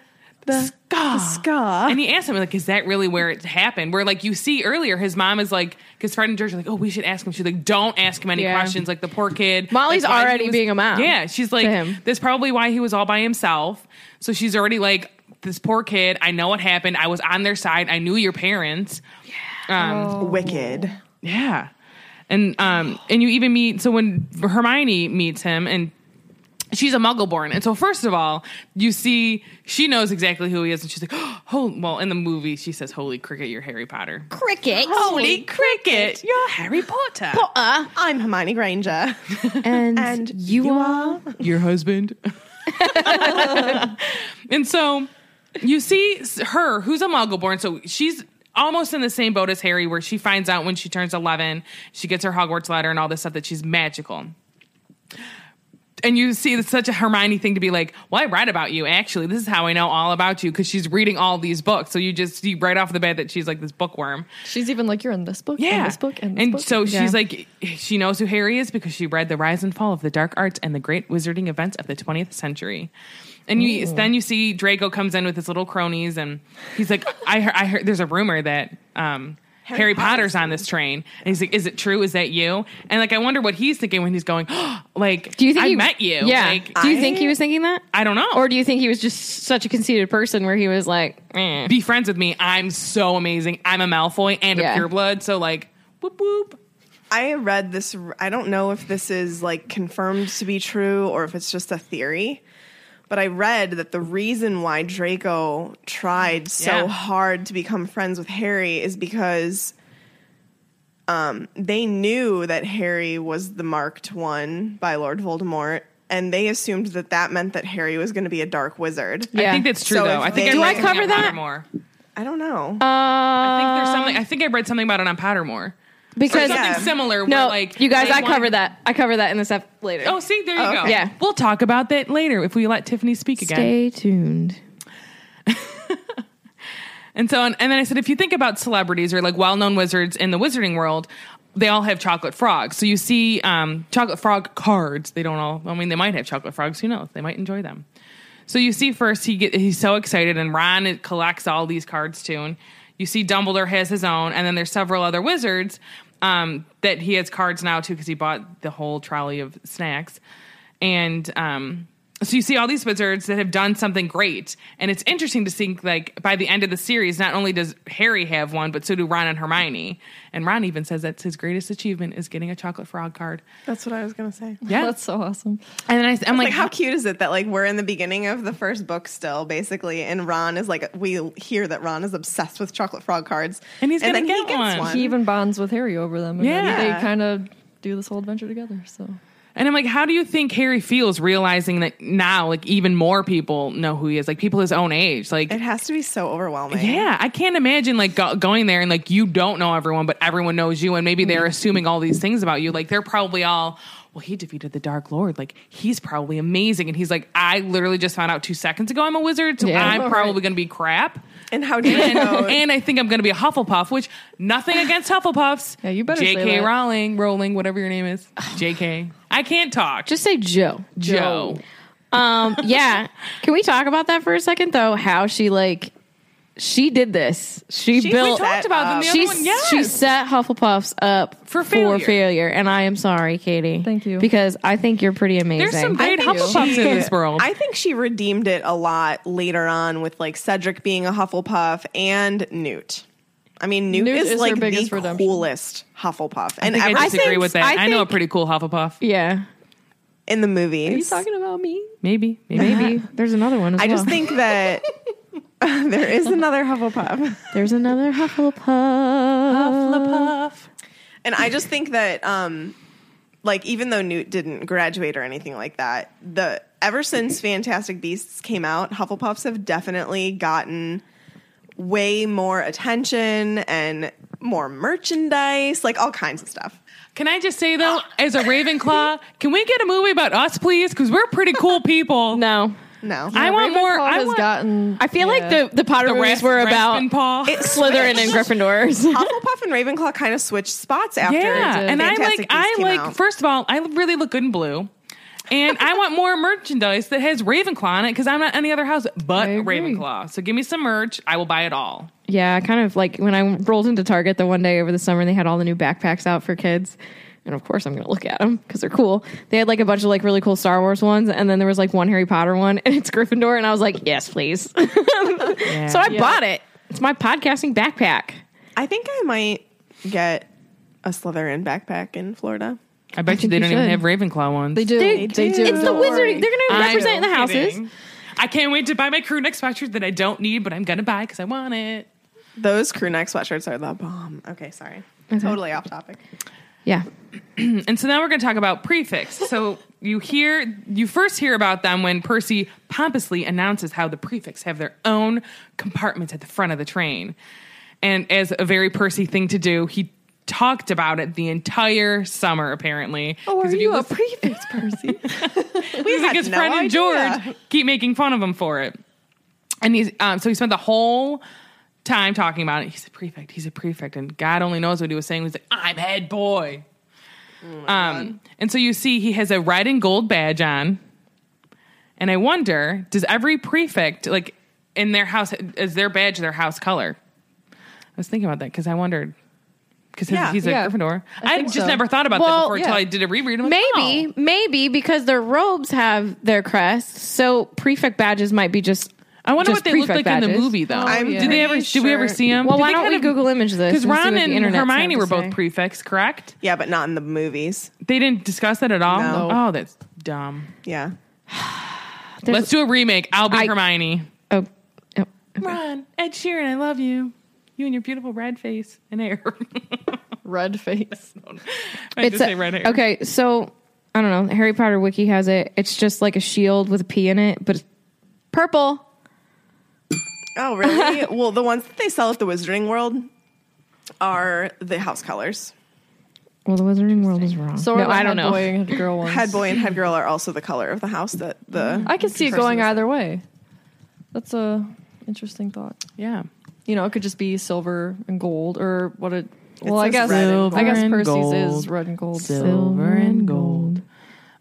[SPEAKER 5] the
[SPEAKER 2] Scar.
[SPEAKER 5] the scar?
[SPEAKER 4] Uh-huh.
[SPEAKER 2] And he asked him, like, is that really where it happened? Where, like, you see earlier, his mom is like, because Fred and George are like, oh, we should ask him. She's like, don't ask him any
[SPEAKER 4] Yeah.
[SPEAKER 2] questions. Like, the poor kid.
[SPEAKER 4] Molly's
[SPEAKER 2] That's why he
[SPEAKER 4] already
[SPEAKER 2] was-
[SPEAKER 4] being a mom
[SPEAKER 2] Yeah. She's like,
[SPEAKER 4] to him.
[SPEAKER 2] that's probably why he was all by himself. So she's already like, this poor kid, I know what happened. I was on their side. I knew your parents. Yeah. Um,
[SPEAKER 5] Wicked.
[SPEAKER 2] yeah. And um and you even meet so when Hermione meets him and she's a muggle born. And so first of all, you see she knows exactly who he is and she's like, "Oh, well, in the movie she says, "Holy cricket, you're Harry Potter."
[SPEAKER 4] Cricket.
[SPEAKER 2] Holy cricket, you're Harry Potter.
[SPEAKER 5] I'm Hermione Granger.
[SPEAKER 4] uh, And,
[SPEAKER 5] And
[SPEAKER 4] you, are.
[SPEAKER 2] your husband. and so you see s- her, who's a muggle born, so she's almost in the same boat as Harry, where she finds out when she turns 11, she gets her Hogwarts letter and all this stuff that she's magical. And you see, it's such a Hermione thing to be like, well, I read about you, actually. This is how I know all about you, because she's reading all these books. So you just see right off the bat that she's like this bookworm.
[SPEAKER 6] She's even like, you're in this book,
[SPEAKER 2] Yeah.
[SPEAKER 6] and this book, and this book.
[SPEAKER 2] so
[SPEAKER 6] Yeah.
[SPEAKER 2] she's like, she knows who Harry is because she read The Rise and Fall of the Dark Arts and the Great Wizarding Events of the 20th Century. And you, then you see Draco comes in with his little cronies, and he's like, I, heard, I heard there's a rumor that um, Harry, Potter's on this train. And he's like, Is it true? Is that you? And like, I wonder what he's thinking when he's going, like,
[SPEAKER 4] Do you think
[SPEAKER 2] I
[SPEAKER 4] he,
[SPEAKER 2] met you?
[SPEAKER 4] Yeah.
[SPEAKER 2] Like,
[SPEAKER 4] do you think he was thinking that,
[SPEAKER 2] I don't know.
[SPEAKER 4] or do you think he was just such a conceited person where he was like, eh.
[SPEAKER 2] be friends with me. I'm so amazing. I'm a Malfoy and
[SPEAKER 4] Yeah.
[SPEAKER 2] a pureblood. So, like, whoop, whoop.
[SPEAKER 5] I read this. I don't know if this is like confirmed to be true or if it's just a theory, but I read that the reason why Draco tried so
[SPEAKER 2] Yeah.
[SPEAKER 5] hard to become friends with Harry is because um, they knew that Harry was the marked one by Lord Voldemort, and they assumed that that meant that Harry was going to be a dark wizard.
[SPEAKER 2] I
[SPEAKER 4] Yeah.
[SPEAKER 2] think that's true,
[SPEAKER 5] So
[SPEAKER 2] though.
[SPEAKER 5] if
[SPEAKER 2] I think
[SPEAKER 5] they-
[SPEAKER 2] I
[SPEAKER 5] Do
[SPEAKER 2] read
[SPEAKER 5] I
[SPEAKER 2] something
[SPEAKER 4] cover
[SPEAKER 2] on
[SPEAKER 4] that?
[SPEAKER 2] Pottermore. Um,
[SPEAKER 5] I don't know.
[SPEAKER 4] Uh,
[SPEAKER 2] I think there's something. I think I read something about it on Pottermore.
[SPEAKER 4] because
[SPEAKER 2] Something
[SPEAKER 5] Yeah.
[SPEAKER 2] similar.
[SPEAKER 4] no,
[SPEAKER 2] where, like
[SPEAKER 4] you guys,
[SPEAKER 2] they
[SPEAKER 4] I
[SPEAKER 2] wanted-
[SPEAKER 4] cover that. I cover that in this ep later.
[SPEAKER 2] Oh, see, there you go.
[SPEAKER 5] okay.
[SPEAKER 4] Yeah.
[SPEAKER 2] we'll talk about that later if we let Tiffany speak again.
[SPEAKER 4] Stay tuned.
[SPEAKER 2] And so, and, and then I said, if you think about celebrities or like well-known wizards in the wizarding world, they all have chocolate frogs. So you see um, chocolate frog cards. They don't all. I mean, they might have chocolate frogs. Who knows? They might enjoy them. So you see, first he get, he's so excited, and Ron it collects all these cards too. And you see, Dumbledore has his own, and then there's several other wizards um, that he has cards now too because he bought the whole trolley of snacks. And um, so you see all these wizards that have done something great, and it's interesting to think like by the end of the series, not only does Harry have one, but so do Ron and Hermione. And Ron even says that's his greatest achievement is getting a chocolate frog card.
[SPEAKER 5] That's what I was going to say.
[SPEAKER 2] Yeah,
[SPEAKER 6] that's so awesome.
[SPEAKER 2] and then I, I'm
[SPEAKER 5] like how cute is it that like we're in the beginning of the first book still basically and ron is like we hear that ron is obsessed with chocolate frog cards
[SPEAKER 2] And he's gonna
[SPEAKER 5] then
[SPEAKER 2] get one.
[SPEAKER 6] He even bonds with Harry over them. And then
[SPEAKER 2] Yeah.
[SPEAKER 6] they kind of do this whole adventure together. So
[SPEAKER 2] And I'm like, how do you think Harry feels realizing that now, like, even more people know who he is? Like, people his own age. Like,
[SPEAKER 5] It has to be so overwhelming.
[SPEAKER 2] yeah, I can't imagine like go- going there and like you don't know everyone, but everyone knows you, and maybe they're assuming all these things about you. Like they're probably all, well, he defeated the Dark Lord. Like he's probably amazing, and he's like, I literally just found out two seconds ago I'm a wizard, so
[SPEAKER 4] Yeah.
[SPEAKER 2] I'm
[SPEAKER 4] Right.
[SPEAKER 2] probably going to be crap.
[SPEAKER 5] And how do you know?
[SPEAKER 2] and I think I'm going to be a Hufflepuff, which nothing against Hufflepuffs.
[SPEAKER 6] Yeah, you better say
[SPEAKER 2] J.K.
[SPEAKER 6] that.
[SPEAKER 2] Rowling, Rowling, whatever your name is, J.K. I can't talk.
[SPEAKER 4] Just
[SPEAKER 2] Just
[SPEAKER 4] say Joe.
[SPEAKER 2] Joe.
[SPEAKER 4] Um, yeah. Can we talk about that for a second though? How she like she did this. She built
[SPEAKER 2] we talked about them. The
[SPEAKER 4] she,
[SPEAKER 2] other one, yes.
[SPEAKER 4] she set Hufflepuffs up
[SPEAKER 2] For failure.
[SPEAKER 4] failure, and I am sorry, Katie.
[SPEAKER 6] Thank you.
[SPEAKER 4] because I think you're pretty amazing.
[SPEAKER 2] There's some great
[SPEAKER 5] think
[SPEAKER 2] Hufflepuffs
[SPEAKER 5] she-
[SPEAKER 2] in this world.
[SPEAKER 5] I think she redeemed it a lot later on with like Cedric being a Hufflepuff and Newt. I mean, Newt,
[SPEAKER 6] Newt
[SPEAKER 5] is,
[SPEAKER 6] is her
[SPEAKER 5] like the
[SPEAKER 6] biggest redemption.
[SPEAKER 5] coolest Hufflepuff, and
[SPEAKER 2] I,
[SPEAKER 5] every,
[SPEAKER 2] disagree
[SPEAKER 4] think-
[SPEAKER 2] with that. I,
[SPEAKER 4] I
[SPEAKER 2] know a
[SPEAKER 4] think-
[SPEAKER 2] pretty cool Hufflepuff.
[SPEAKER 4] yeah,
[SPEAKER 5] in the movies.
[SPEAKER 6] about me?
[SPEAKER 2] Maybe, maybe.
[SPEAKER 4] maybe there's another one. As
[SPEAKER 5] I
[SPEAKER 4] well.
[SPEAKER 5] just think that there is another Hufflepuff.
[SPEAKER 4] there's another Hufflepuff.
[SPEAKER 5] And I just think that um like even though Newt didn't graduate or anything like that, the ever since Fantastic Beasts came out, Hufflepuffs have definitely gotten way more attention and more merchandise, like all kinds of stuff.
[SPEAKER 2] Can I just say though, as a Ravenclaw, can we get a movie about us, please? Because we're pretty cool people.
[SPEAKER 4] No,
[SPEAKER 5] No.
[SPEAKER 2] I want more.
[SPEAKER 6] Ravenclaw
[SPEAKER 2] I
[SPEAKER 6] has
[SPEAKER 2] want
[SPEAKER 6] gotten.
[SPEAKER 4] I feel like
[SPEAKER 6] yeah.
[SPEAKER 4] the the Potter
[SPEAKER 2] the
[SPEAKER 4] movies
[SPEAKER 2] rest,
[SPEAKER 4] were about
[SPEAKER 2] Paw.
[SPEAKER 4] Slytherin and Gryffindors.
[SPEAKER 5] Hufflepuff and Ravenclaw kind of switched spots after.
[SPEAKER 2] yeah, and I
[SPEAKER 5] Fantastic
[SPEAKER 2] like. I
[SPEAKER 5] Beasts came
[SPEAKER 2] like.
[SPEAKER 5] out.
[SPEAKER 2] First of all, I really look good in blue. And I want more merchandise that has Ravenclaw on it because I'm not any other house but
[SPEAKER 6] I agree.
[SPEAKER 2] Ravenclaw. So give me some merch. I will buy it all.
[SPEAKER 4] Yeah, I kind of like when I rolled into Target the one day over the summer and they had all the new backpacks out for kids. And of course, I'm going to look at them because they're cool. They had like a bunch of like really cool Star Wars ones, and then there was like one Harry Potter one, and it's Gryffindor. And I was like, yes, please. So I bought it. It's my podcasting backpack.
[SPEAKER 5] I think I might get a Slytherin backpack in Florida.
[SPEAKER 2] I bet
[SPEAKER 4] think
[SPEAKER 2] you they
[SPEAKER 4] you
[SPEAKER 2] don't even
[SPEAKER 4] should.
[SPEAKER 2] have Ravenclaw ones.
[SPEAKER 6] They do.
[SPEAKER 4] They-
[SPEAKER 5] do.
[SPEAKER 4] It's the
[SPEAKER 5] Don't
[SPEAKER 4] wizarding. They're going to
[SPEAKER 2] I'm
[SPEAKER 4] represent the houses.
[SPEAKER 2] kidding. I can't wait to buy my crew neck sweatshirt that I don't need, but I'm gonna buy because I want it.
[SPEAKER 5] Those crew neck sweatshirts are the bomb. Okay, sorry. Totally off topic.
[SPEAKER 4] Yeah.
[SPEAKER 2] And so now we're going to talk about prefix. So you hear, you first hear about them when Percy pompously announces how the prefix have their own compartments at the front of the train. And as a very Percy thing to do, he talked about it the entire summer, apparently.
[SPEAKER 6] Oh, are
[SPEAKER 2] Because if
[SPEAKER 6] you a
[SPEAKER 2] listen-
[SPEAKER 6] prefix, Percy?
[SPEAKER 5] We
[SPEAKER 2] He's like his friend and George keep making fun of him for it. And he's um, so he spent the whole time talking about it. He's a prefect. He's a prefect, and God only knows what he was saying. He's like, "I'm head boy." um, and so you see, he has a red and gold badge on. And I wonder, does every prefect like in their house is their badge their house color? I was thinking about that because I wondered because
[SPEAKER 5] Yeah,
[SPEAKER 2] he's a
[SPEAKER 6] yeah.
[SPEAKER 2] Gryffindor.
[SPEAKER 6] I
[SPEAKER 2] I,
[SPEAKER 6] think
[SPEAKER 2] just
[SPEAKER 6] so.
[SPEAKER 2] never thought about that
[SPEAKER 4] Well,
[SPEAKER 2] before until
[SPEAKER 6] yeah.
[SPEAKER 2] I did a reread. I'm like,
[SPEAKER 4] Maybe,
[SPEAKER 2] "Oh."
[SPEAKER 4] maybe because their robes have their crests. So prefect badges might be just.
[SPEAKER 2] I wonder
[SPEAKER 4] just
[SPEAKER 2] what they look like
[SPEAKER 4] prefect
[SPEAKER 2] in the
[SPEAKER 4] badges.
[SPEAKER 2] movie, though.
[SPEAKER 5] I'm
[SPEAKER 2] Did they ever?
[SPEAKER 5] pretty
[SPEAKER 2] Did we ever
[SPEAKER 5] sure-
[SPEAKER 2] see them?
[SPEAKER 4] Well, why don't we Google image this? and
[SPEAKER 2] Because
[SPEAKER 4] see what
[SPEAKER 2] Ron
[SPEAKER 4] the
[SPEAKER 2] and
[SPEAKER 4] internet's having
[SPEAKER 2] Hermione
[SPEAKER 4] to
[SPEAKER 2] were both
[SPEAKER 4] say?
[SPEAKER 2] prefects, correct?
[SPEAKER 5] Yeah, but not in the movies.
[SPEAKER 2] They didn't discuss that at all.
[SPEAKER 5] No.
[SPEAKER 2] Oh, that's dumb.
[SPEAKER 5] Yeah.
[SPEAKER 4] There's-
[SPEAKER 2] Let's do a remake. I'll be
[SPEAKER 4] I-
[SPEAKER 2] Hermione.
[SPEAKER 4] Oh, oh,
[SPEAKER 2] Ron, Ed Sheeran, I love you. You and your beautiful red face and hair.
[SPEAKER 6] Red face.
[SPEAKER 2] I just
[SPEAKER 4] a-
[SPEAKER 2] say red hair.
[SPEAKER 4] Okay, so I don't know. Harry Potter wiki has it. It's just like a shield with a P in it, but it's purple.
[SPEAKER 5] Oh, really? well, the ones that they sell at the Wizarding World are the house colors.
[SPEAKER 4] Well, the Wizarding World is wrong.
[SPEAKER 6] So
[SPEAKER 4] no,
[SPEAKER 6] are the
[SPEAKER 4] I don't
[SPEAKER 6] head
[SPEAKER 4] know.
[SPEAKER 6] Boy and head girl ones.
[SPEAKER 5] Head boy and head girl are also the color of the house that
[SPEAKER 2] Mm-hmm.
[SPEAKER 5] the
[SPEAKER 6] I can see it
[SPEAKER 5] person
[SPEAKER 6] going
[SPEAKER 5] is-
[SPEAKER 6] either way. That's a interesting thought.
[SPEAKER 2] Yeah.
[SPEAKER 6] You know, it could just be silver and gold, or what it. Well, I
[SPEAKER 5] says
[SPEAKER 6] guess
[SPEAKER 5] red and
[SPEAKER 6] I guess
[SPEAKER 2] gold.
[SPEAKER 6] Percy's
[SPEAKER 2] Silver and
[SPEAKER 6] is red and gold.
[SPEAKER 2] Silver and gold.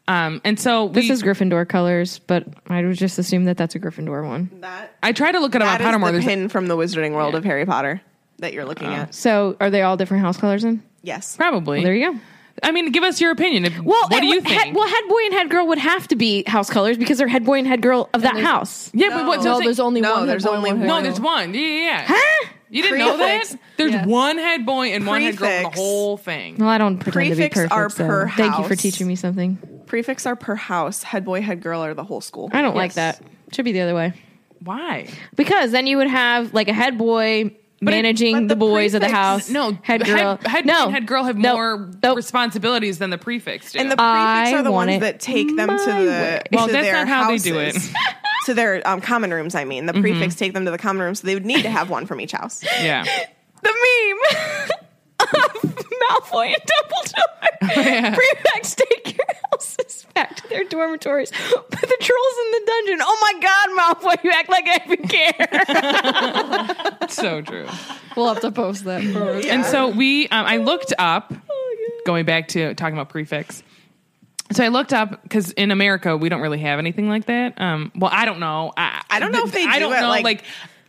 [SPEAKER 2] Um, and so we,
[SPEAKER 4] This is Gryffindor colors, but I would just assume that that's a Gryffindor one.
[SPEAKER 5] That,
[SPEAKER 2] I tried to look it up
[SPEAKER 5] that
[SPEAKER 2] on Pottermore.
[SPEAKER 5] is the
[SPEAKER 2] There's-
[SPEAKER 5] pin from the Wizarding World of Harry Potter that you're
[SPEAKER 2] Oh.
[SPEAKER 5] looking at.
[SPEAKER 4] So, are they all different house colors? Then
[SPEAKER 5] Yes.
[SPEAKER 2] Probably.
[SPEAKER 4] there you go.
[SPEAKER 2] I mean, give us your opinion. If, what do you think?
[SPEAKER 4] Head, well, head boy and head girl would have to be house colors because they're head boy and head girl of that house.
[SPEAKER 2] yeah, but what? so
[SPEAKER 6] No,
[SPEAKER 2] say-
[SPEAKER 6] there's only
[SPEAKER 5] No,
[SPEAKER 6] one.
[SPEAKER 5] there's
[SPEAKER 6] head boy,
[SPEAKER 5] only
[SPEAKER 6] one. head
[SPEAKER 2] No,
[SPEAKER 5] one.
[SPEAKER 6] girl.
[SPEAKER 2] there's one. Yeah, yeah, yeah. You didn't know that? There's
[SPEAKER 6] Yeah.
[SPEAKER 2] one head boy and one head girl in the
[SPEAKER 5] Prefix.
[SPEAKER 2] whole thing.
[SPEAKER 4] Well, I don't pretend
[SPEAKER 5] Prefix
[SPEAKER 4] to be perfect.
[SPEAKER 5] are
[SPEAKER 4] so
[SPEAKER 5] per
[SPEAKER 4] Thank you for
[SPEAKER 5] house.
[SPEAKER 4] teaching me something.
[SPEAKER 5] Prefix are per house. Head boy, head girl are the whole school.
[SPEAKER 4] I don't like that. Should be the other way.
[SPEAKER 2] Why?
[SPEAKER 4] Because then you would have like a head boy managing the,
[SPEAKER 5] the
[SPEAKER 4] boys of the
[SPEAKER 5] prefix-
[SPEAKER 4] house.
[SPEAKER 2] No,
[SPEAKER 4] head girl.
[SPEAKER 2] Head, head,
[SPEAKER 4] no,
[SPEAKER 2] and head girl have
[SPEAKER 4] Nope.
[SPEAKER 2] more
[SPEAKER 4] Nope.
[SPEAKER 2] responsibilities than the prefix do.
[SPEAKER 5] And the
[SPEAKER 4] I
[SPEAKER 5] prefects are the
[SPEAKER 4] want
[SPEAKER 5] ones
[SPEAKER 4] it
[SPEAKER 5] that take them to
[SPEAKER 4] my way.
[SPEAKER 5] the
[SPEAKER 2] Well,
[SPEAKER 5] to
[SPEAKER 2] that's
[SPEAKER 5] their
[SPEAKER 2] not how they
[SPEAKER 5] houses,
[SPEAKER 2] do it. Mm-hmm.
[SPEAKER 5] to their um, common rooms. I mean, the prefix take them to the common rooms, so they would need to have one from each house.
[SPEAKER 2] yeah.
[SPEAKER 4] the meme of Malfoy and Dumbledore.
[SPEAKER 2] Yeah.
[SPEAKER 4] Prefects take your houses back to their dormitories, but the troll's in the dungeon. Oh my God, Malfoy, you act like I even care.
[SPEAKER 2] So true.
[SPEAKER 6] We'll have to post that. For
[SPEAKER 2] And so we, um, I looked up, going back to talking about prefix. So I looked up because in America we don't really have anything like that. Um, well, I don't know. I,
[SPEAKER 5] I don't know if they
[SPEAKER 2] I
[SPEAKER 5] do
[SPEAKER 2] don't
[SPEAKER 5] it,
[SPEAKER 2] know.
[SPEAKER 5] like-
[SPEAKER 2] like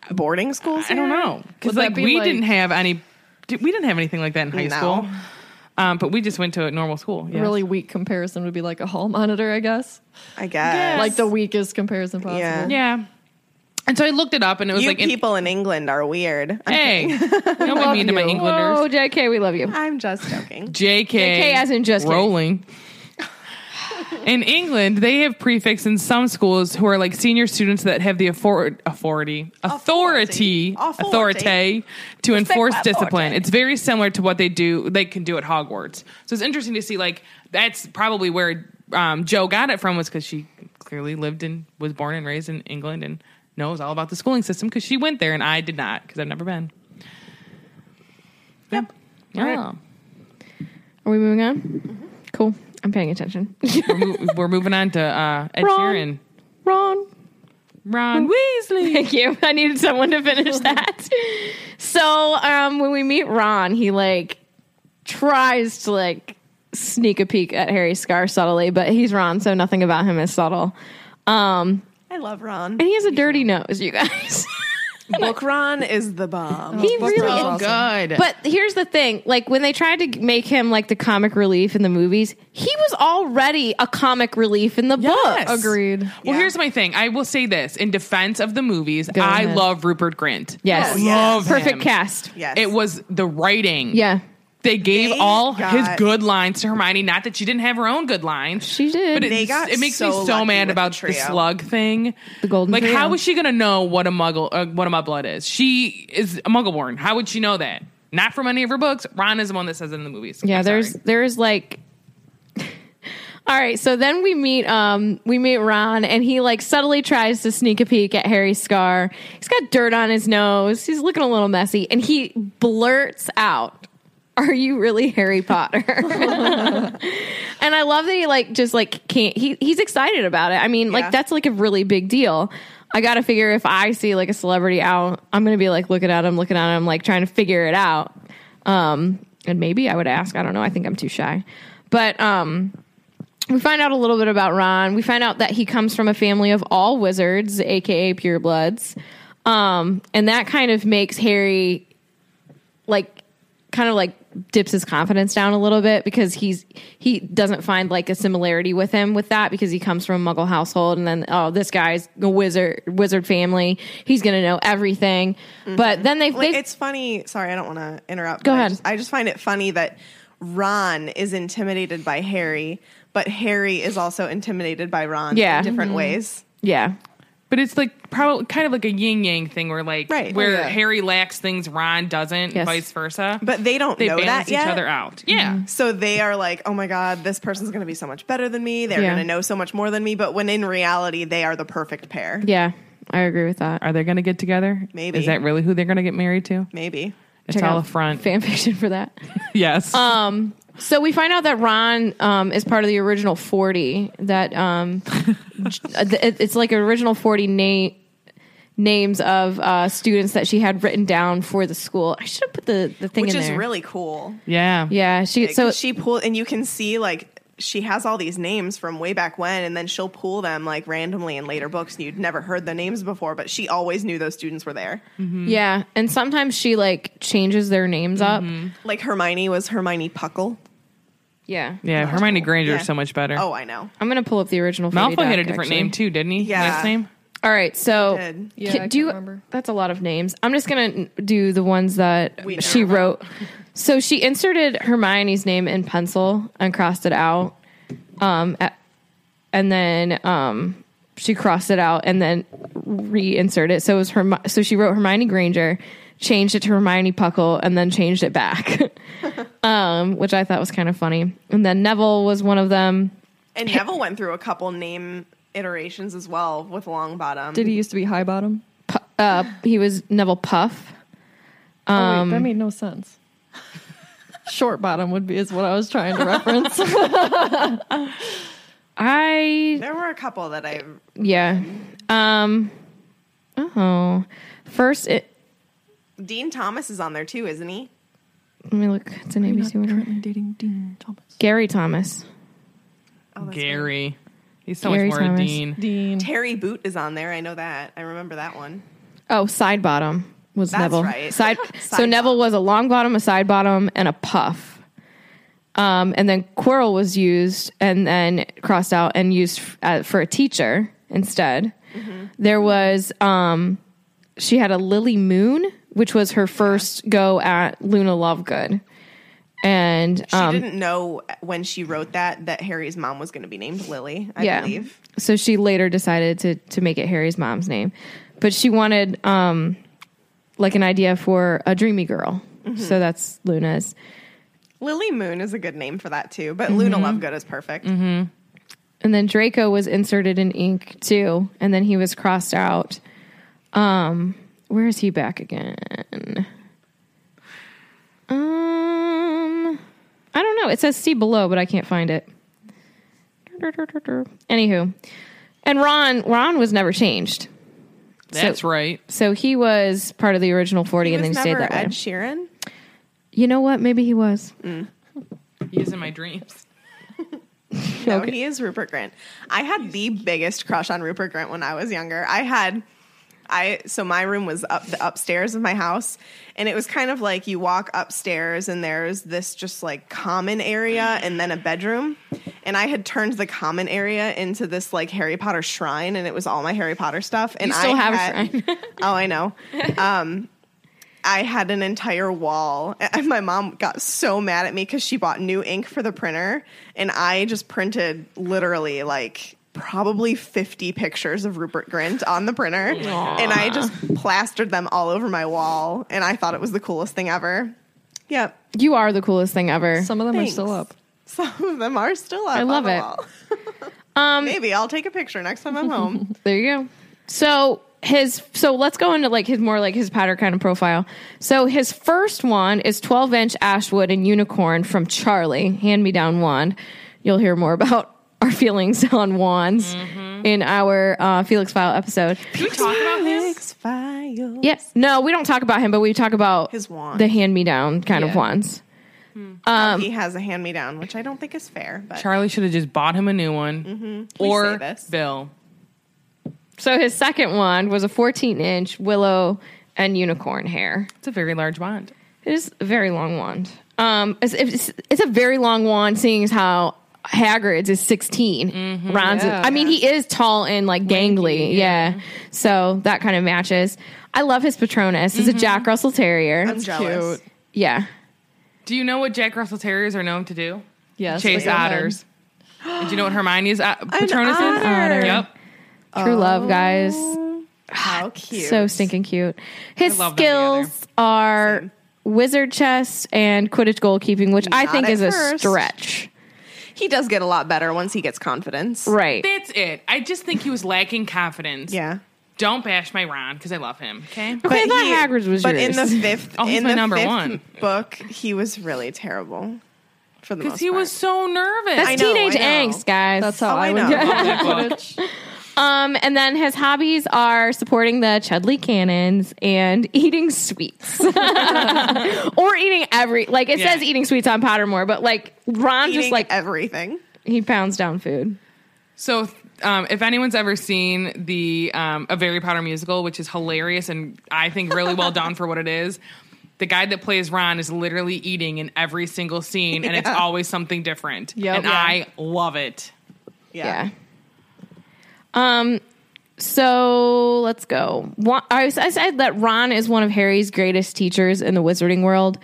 [SPEAKER 5] Boarding schools?
[SPEAKER 2] I don't
[SPEAKER 5] here?
[SPEAKER 2] know because
[SPEAKER 6] Would that
[SPEAKER 2] like
[SPEAKER 6] be
[SPEAKER 2] we
[SPEAKER 6] like-
[SPEAKER 2] didn't have any. Did, we didn't have anything like that in high
[SPEAKER 5] No.
[SPEAKER 2] school. Um, but we just went to a normal school.
[SPEAKER 6] a
[SPEAKER 2] yes.
[SPEAKER 6] really weak comparison would be like a hall monitor, I guess.
[SPEAKER 5] I guess.
[SPEAKER 6] Like the weakest comparison possible.
[SPEAKER 5] Yeah.
[SPEAKER 2] Yeah. And so I looked it up, and it was
[SPEAKER 5] you
[SPEAKER 2] like, in-
[SPEAKER 5] people in England are weird. I'm,
[SPEAKER 2] hey, don't be mean to my
[SPEAKER 6] you.
[SPEAKER 2] Englanders.
[SPEAKER 4] Oh, JK, we love you.
[SPEAKER 5] I'm just joking.
[SPEAKER 2] JK,
[SPEAKER 4] JK as in just kidding.
[SPEAKER 2] rolling. in England, they have prefix in some schools who are like senior students that have the afford, authority, authority,
[SPEAKER 5] Authority.
[SPEAKER 2] authority to enforce
[SPEAKER 5] authority.
[SPEAKER 2] discipline. It's very similar to what they do they can do at Hogwarts. So it's interesting to see like that's probably where um, Joe got it from was because she clearly lived and was born and raised in England and knows all about the schooling system because she went there and I did not because I've never been.
[SPEAKER 5] Yep.
[SPEAKER 2] Yeah.
[SPEAKER 4] Are we moving on?
[SPEAKER 2] Mm-hmm.
[SPEAKER 4] Cool. I'm paying attention.
[SPEAKER 2] we're, mo- we're moving on to uh, Ed
[SPEAKER 4] Ron.
[SPEAKER 2] Sheeran.
[SPEAKER 4] Ron.
[SPEAKER 2] Ron Weasley.
[SPEAKER 4] Thank you. I needed someone to finish that. so um, when we meet Ron, he like tries to like sneak a peek at Harry's scar subtly, but he's Ron, so nothing about him is subtle. Um,
[SPEAKER 5] I love Ron.
[SPEAKER 4] and he has a dirty nose, you guys.
[SPEAKER 5] Book Ron is the bomb.
[SPEAKER 4] he really
[SPEAKER 6] Ron's awesome.
[SPEAKER 2] Good.
[SPEAKER 4] But here's the thing: like when they tried to make him like the comic relief in the movies, he was already a comic relief in the book.
[SPEAKER 6] Agreed.
[SPEAKER 2] well, here's my thing. I will say this in defense of the movies. I
[SPEAKER 4] ahead.
[SPEAKER 2] love Rupert Grint.
[SPEAKER 4] Yes.
[SPEAKER 2] love
[SPEAKER 4] Perfect
[SPEAKER 2] him.
[SPEAKER 4] cast.
[SPEAKER 5] yes.
[SPEAKER 2] It was the writing.
[SPEAKER 4] Yeah,
[SPEAKER 2] they gave
[SPEAKER 5] They
[SPEAKER 2] all
[SPEAKER 5] got-
[SPEAKER 2] his good lines to Hermione. Not that she didn't have her own good lines.
[SPEAKER 4] she did.
[SPEAKER 2] but it,
[SPEAKER 5] They got
[SPEAKER 2] it makes
[SPEAKER 5] so
[SPEAKER 2] me so
[SPEAKER 5] lucky with
[SPEAKER 2] mad
[SPEAKER 5] the
[SPEAKER 2] about the,
[SPEAKER 5] trio.
[SPEAKER 2] slug thing.
[SPEAKER 4] The golden
[SPEAKER 2] like,
[SPEAKER 4] trio.
[SPEAKER 2] how is she gonna know what a muggle, uh, what a mudblood is? She is a muggleborn. How would she know that? Not from any of her books. Ron is the one that says it in the movies.
[SPEAKER 4] Yeah,
[SPEAKER 2] I'm sorry.
[SPEAKER 4] there's there's like All right, so then we meet um we meet Ron and he like subtly tries to sneak a peek at Harry's scar. He's got dirt on his nose. He's looking a little messy and he blurts out, "Are you really Harry Potter?" and I love that he like just like can't he he's excited about it. I mean, like
[SPEAKER 5] Yeah.
[SPEAKER 4] that's like a really big deal. I got to figure if I see like a celebrity out, I'm going to be like looking at him, looking at him like trying to figure it out. Um, and maybe I would ask. I don't know. I think I'm too shy. But um, we find out a little bit about Ron. We find out that he comes from a family of all wizards, aka purebloods. Um, and that kind of makes Harry like kind of like dips his confidence down a little bit because he's he doesn't find like a similarity with him with that because he comes from a muggle household and then oh this guy's a wizard wizard family he's gonna know everything but then they,
[SPEAKER 5] Like,
[SPEAKER 4] they
[SPEAKER 5] it's funny. Sorry, I don't want to interrupt.
[SPEAKER 4] Go
[SPEAKER 5] but I
[SPEAKER 4] ahead.
[SPEAKER 5] just- I just find it funny that Ron is intimidated by Harry, but Harry is also intimidated by Ron
[SPEAKER 4] Yeah.
[SPEAKER 5] in different ways.
[SPEAKER 4] yeah
[SPEAKER 2] But it's like probably kind of like a yin yang thing where like
[SPEAKER 5] Right.
[SPEAKER 2] where
[SPEAKER 5] Oh, yeah.
[SPEAKER 2] Harry lacks things Ron doesn't,
[SPEAKER 4] Yes.
[SPEAKER 2] vice versa.
[SPEAKER 5] But they don't
[SPEAKER 2] they
[SPEAKER 5] know
[SPEAKER 2] balance
[SPEAKER 5] that yet. Mm-hmm.
[SPEAKER 2] each other out. Yeah.
[SPEAKER 5] So they are like, oh my God, this person's going to be so much better than me. They're
[SPEAKER 4] Yeah.
[SPEAKER 5] going to know so much more than me. But when in reality, they are the perfect pair.
[SPEAKER 4] yeah I agree with that
[SPEAKER 2] Are they going to get together?
[SPEAKER 5] Maybe.
[SPEAKER 2] Is that really who they're going to get married to?
[SPEAKER 5] Maybe.
[SPEAKER 2] It's
[SPEAKER 4] Check
[SPEAKER 2] all a
[SPEAKER 4] out
[SPEAKER 2] front.
[SPEAKER 4] fan fiction for that
[SPEAKER 2] yes.
[SPEAKER 5] Um,
[SPEAKER 4] So we find out that Ron um, is part of the original forty. That um, it- it's like an original forty name names of uh, students that she had written down for the school. I should have put the the thing
[SPEAKER 5] Which
[SPEAKER 4] in
[SPEAKER 5] is
[SPEAKER 4] there.
[SPEAKER 5] really cool.
[SPEAKER 2] yeah.
[SPEAKER 4] yeah. She
[SPEAKER 5] So
[SPEAKER 4] so
[SPEAKER 5] she pulled, and you can see like she has all these names from way back when, and then she'll pull them like randomly in later books, and you'd never heard the names before, but she always knew those students were there.
[SPEAKER 4] yeah, and sometimes she like changes their names
[SPEAKER 2] Mm-hmm.
[SPEAKER 4] up.
[SPEAKER 5] Like Hermione was Hermione Puckle.
[SPEAKER 4] Yeah.
[SPEAKER 2] Yeah. Hermione Granger
[SPEAKER 5] Yeah.
[SPEAKER 2] is so much better.
[SPEAKER 5] Oh, I know.
[SPEAKER 4] I'm gonna pull up the original. 40
[SPEAKER 2] Malfoy had a
[SPEAKER 4] doc,
[SPEAKER 2] different
[SPEAKER 4] actually.
[SPEAKER 2] name too, didn't he?
[SPEAKER 5] Yeah.
[SPEAKER 2] Last name?
[SPEAKER 4] All right, so
[SPEAKER 5] Good.
[SPEAKER 6] Yeah,
[SPEAKER 4] Ca-
[SPEAKER 6] I can't
[SPEAKER 4] do you,
[SPEAKER 6] remember.
[SPEAKER 4] That's a lot of names. I'm just gonna n- do the ones that
[SPEAKER 5] We know.
[SPEAKER 4] she wrote. So she inserted Hermione's name in pencil and crossed it out, um, a- and then um, she crossed it out and then reinserted. it. So it was Herm- So she wrote Hermione Granger. changed it to Hermione Puckle, and then changed it back, um, which I thought was kind of funny. And then Neville was one of them.
[SPEAKER 5] And Neville went through a couple name iterations as well with Longbottom.
[SPEAKER 6] Did he used to be high bottom?
[SPEAKER 4] Pu- uh, he was Neville Puff.
[SPEAKER 6] oh, wait, that made no sense. Short bottom would be is what I was trying to reference.
[SPEAKER 4] I
[SPEAKER 5] there were a couple that I
[SPEAKER 4] Yeah. Um. Oh, first it.
[SPEAKER 5] Dean Thomas is on there too, isn't he?
[SPEAKER 4] Let me look. It's an ABC winner.
[SPEAKER 6] dating Dean Thomas.
[SPEAKER 4] Gary Thomas.
[SPEAKER 5] Oh,
[SPEAKER 2] Gary. He's so
[SPEAKER 4] Gary
[SPEAKER 2] much more
[SPEAKER 4] Thomas.
[SPEAKER 2] a Dean.
[SPEAKER 6] Dean.
[SPEAKER 5] Terry Boot is on there. I know that. I remember that one.
[SPEAKER 4] Oh, side bottom was
[SPEAKER 5] That's
[SPEAKER 4] Neville.
[SPEAKER 5] right.
[SPEAKER 4] Side. so
[SPEAKER 5] Side
[SPEAKER 4] Neville was a long bottom, a side bottom, and a puff. Um, and then Quirrell was used and then crossed out and used f- uh, for a teacher instead.
[SPEAKER 5] Mm-hmm.
[SPEAKER 4] There was um, she had a Lily Moon, which was her first go at Luna Lovegood, and
[SPEAKER 5] She
[SPEAKER 4] um,
[SPEAKER 5] didn't know when she wrote that that Harry's mom was going to be named Lily. I believe.
[SPEAKER 4] So she later decided to to make it Harry's mom's name, but she wanted um like an idea for a dreamy girl.
[SPEAKER 5] Mm-hmm.
[SPEAKER 4] So that's Luna's.
[SPEAKER 5] Lily Moon is a good name for that too,
[SPEAKER 4] Mm-hmm.
[SPEAKER 5] but Luna Lovegood is perfect.
[SPEAKER 4] And then Draco was inserted in ink too, and then he was crossed out. Um where is he back again? Um I don't know. It says see below, but I can't find it. Anywho. And Ron Ron was never changed.
[SPEAKER 2] That's
[SPEAKER 4] So-
[SPEAKER 2] right.
[SPEAKER 4] So he was part of the original 40
[SPEAKER 5] He
[SPEAKER 4] and then
[SPEAKER 5] was
[SPEAKER 4] he stayed
[SPEAKER 5] never
[SPEAKER 4] that way.
[SPEAKER 5] Ed Sheeran.
[SPEAKER 4] you know what? Maybe he was.
[SPEAKER 2] He's in my dreams.
[SPEAKER 5] No, he is Rupert Grant. I had the biggest crush on Rupert Grant when I was younger. I had I so my room was up the upstairs of my house and it was kind of like you walk upstairs and there's this just like common area and then a bedroom and I had turned the common area into this like Harry Potter shrine and it was all my Harry Potter stuff and
[SPEAKER 4] You still
[SPEAKER 5] I
[SPEAKER 4] have a
[SPEAKER 5] had,
[SPEAKER 4] shrine.
[SPEAKER 5] oh I know I had an entire wall. And my mom got so mad at me because she bought new ink for the printer, and I just printed literally like probably 50 pictures of Rupert Grint on the printer. And I just plastered them all over my wall, and I thought it was the coolest thing ever. Yep.
[SPEAKER 4] You are the coolest thing ever.
[SPEAKER 6] Some of them
[SPEAKER 5] Thanks.
[SPEAKER 6] are still up.
[SPEAKER 5] Some of them are still up.
[SPEAKER 4] I love
[SPEAKER 5] on the
[SPEAKER 4] it. Um,
[SPEAKER 5] Wall. Maybe I'll take a picture next time I'm home.
[SPEAKER 4] there you go. So his so let's go into like his more like his Potter kind of profile. So his first one is 12 inch Ashwood and Unicorn from Charlie, hand me down wand. You'll hear more about our feelings on wands in our uh, Felix file episode.
[SPEAKER 2] Can we talk about him?
[SPEAKER 5] Thanks, Fio.
[SPEAKER 4] Yes. No, we don't talk about him, but we talk about
[SPEAKER 5] His wand.
[SPEAKER 4] the hand me down kind of
[SPEAKER 6] Yeah.
[SPEAKER 4] wands.
[SPEAKER 5] he has a hand me down, which I don't think is fair, but
[SPEAKER 2] Charlie should have just bought him a new one.
[SPEAKER 5] say
[SPEAKER 2] Or
[SPEAKER 5] this.
[SPEAKER 2] Bill.
[SPEAKER 4] So his second one was a 14 inch willow and unicorn hair.
[SPEAKER 2] It's a very large wand.
[SPEAKER 4] It is a very long wand. Um, it's, it's, it's a very long wand, seeing as how Hagrid's is 16.
[SPEAKER 5] Mm-hmm.
[SPEAKER 4] Ron's, I mean, he is tall and like gangly. Yeah. So that kind of matches. I love his Patronus. It's a Jack Russell Terrier.
[SPEAKER 5] Mm-hmm. I'm jealous.
[SPEAKER 4] yeah.
[SPEAKER 2] Do you know what Jack Russell Terriers are known to do?
[SPEAKER 6] Yes.
[SPEAKER 2] Chase
[SPEAKER 6] like I said.
[SPEAKER 2] otters. And do you know what Hermione's uh, Patronus is?
[SPEAKER 4] otter.
[SPEAKER 2] Yep.
[SPEAKER 4] True love, guys.
[SPEAKER 5] How Oh, cute.
[SPEAKER 4] So stinking cute. His
[SPEAKER 2] love them together.
[SPEAKER 4] skills are wizard chess and Quidditch goalkeeping, which I
[SPEAKER 5] Not
[SPEAKER 4] think
[SPEAKER 5] at
[SPEAKER 4] is a
[SPEAKER 5] first.
[SPEAKER 4] stretch.
[SPEAKER 5] He does get a lot better once he gets confidence.
[SPEAKER 4] Right.
[SPEAKER 2] That's it. I just think he was lacking confidence.
[SPEAKER 5] Yeah.
[SPEAKER 2] Don't bash my Ron because I love him. Okay.
[SPEAKER 4] Okay, I thought
[SPEAKER 5] he-
[SPEAKER 4] Hagrid's was
[SPEAKER 5] But
[SPEAKER 4] yours.
[SPEAKER 5] in the fifth,
[SPEAKER 2] Oh, he's
[SPEAKER 5] in
[SPEAKER 2] my
[SPEAKER 5] the
[SPEAKER 2] number
[SPEAKER 5] fifth
[SPEAKER 2] one.
[SPEAKER 5] book, he was really terrible. For the most
[SPEAKER 2] Because he was so nervous.
[SPEAKER 4] That's
[SPEAKER 5] I know,
[SPEAKER 4] teenage
[SPEAKER 5] I know.
[SPEAKER 4] angst, guys.
[SPEAKER 6] That's how
[SPEAKER 5] Oh, I
[SPEAKER 6] I, would
[SPEAKER 5] know.
[SPEAKER 6] get
[SPEAKER 5] Love
[SPEAKER 2] that book.
[SPEAKER 6] Quidditch.
[SPEAKER 4] Um, and then his hobbies are supporting the Chudley cannons and eating sweets, or eating every like it
[SPEAKER 2] Yeah.
[SPEAKER 4] says eating sweets on Pottermore, but like Ron
[SPEAKER 5] Eating
[SPEAKER 4] just like
[SPEAKER 5] everything.
[SPEAKER 4] he pounds down food.
[SPEAKER 2] So, th- um, if anyone's ever seen the um, a Harry Potter musical, which is hilarious and I think really well done for what it is, the guy that plays Ron is literally eating in every single scene, and it's always something different.
[SPEAKER 6] Yep.
[SPEAKER 2] and
[SPEAKER 6] Yeah.
[SPEAKER 2] I love it.
[SPEAKER 4] Yeah. Um. So let's go. Wa- I, was- I said that Ron is one of Harry's greatest teachers in the Wizarding world,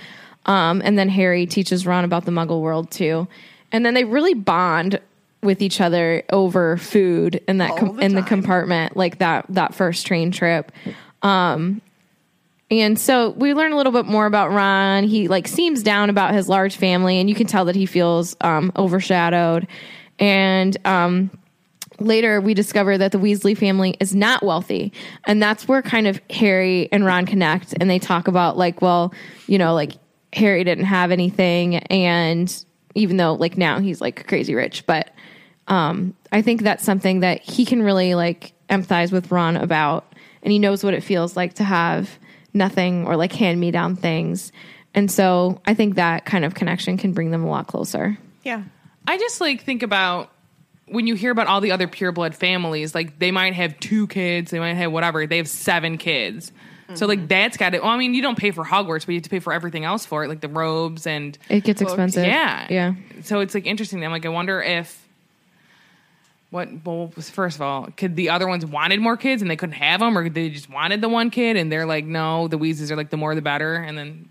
[SPEAKER 4] um, and then Harry teaches Ron about the Muggle world too, and then they really bond with each other over food in that com-
[SPEAKER 5] the
[SPEAKER 4] in the
[SPEAKER 5] time.
[SPEAKER 4] compartment, like that that first train trip. Um, And so we learn a little bit more about Ron. He like seems down about his large family, and you can tell that he feels um, overshadowed. And um, later we discover that the Weasley family is not wealthy. And that's where kind of Harry and Ron connect and they talk about like, well, you know, like Harry didn't have anything and even though like now he's like crazy rich, but um I think that's something that he can really like empathize with Ron about and he knows what it feels like to have nothing or like hand me down things. And so I think that kind of connection can bring them a lot closer.
[SPEAKER 5] Yeah.
[SPEAKER 2] I just like think about when you hear about all the other pureblood families, like they might have two kids, they might have whatever, they have seven kids. So like that's got it. Well, I mean, you don't pay for Hogwarts, but you have to pay for everything else for it, like the robes and
[SPEAKER 4] It gets expensive.
[SPEAKER 2] yeah,
[SPEAKER 4] Yeah.
[SPEAKER 2] So it's like interesting. I'm like, I wonder if what well was- first of all, could the other ones wanted more kids and they couldn't have them, or they just wanted the one kid and they're like, no, the Weezes are like the more the better, and then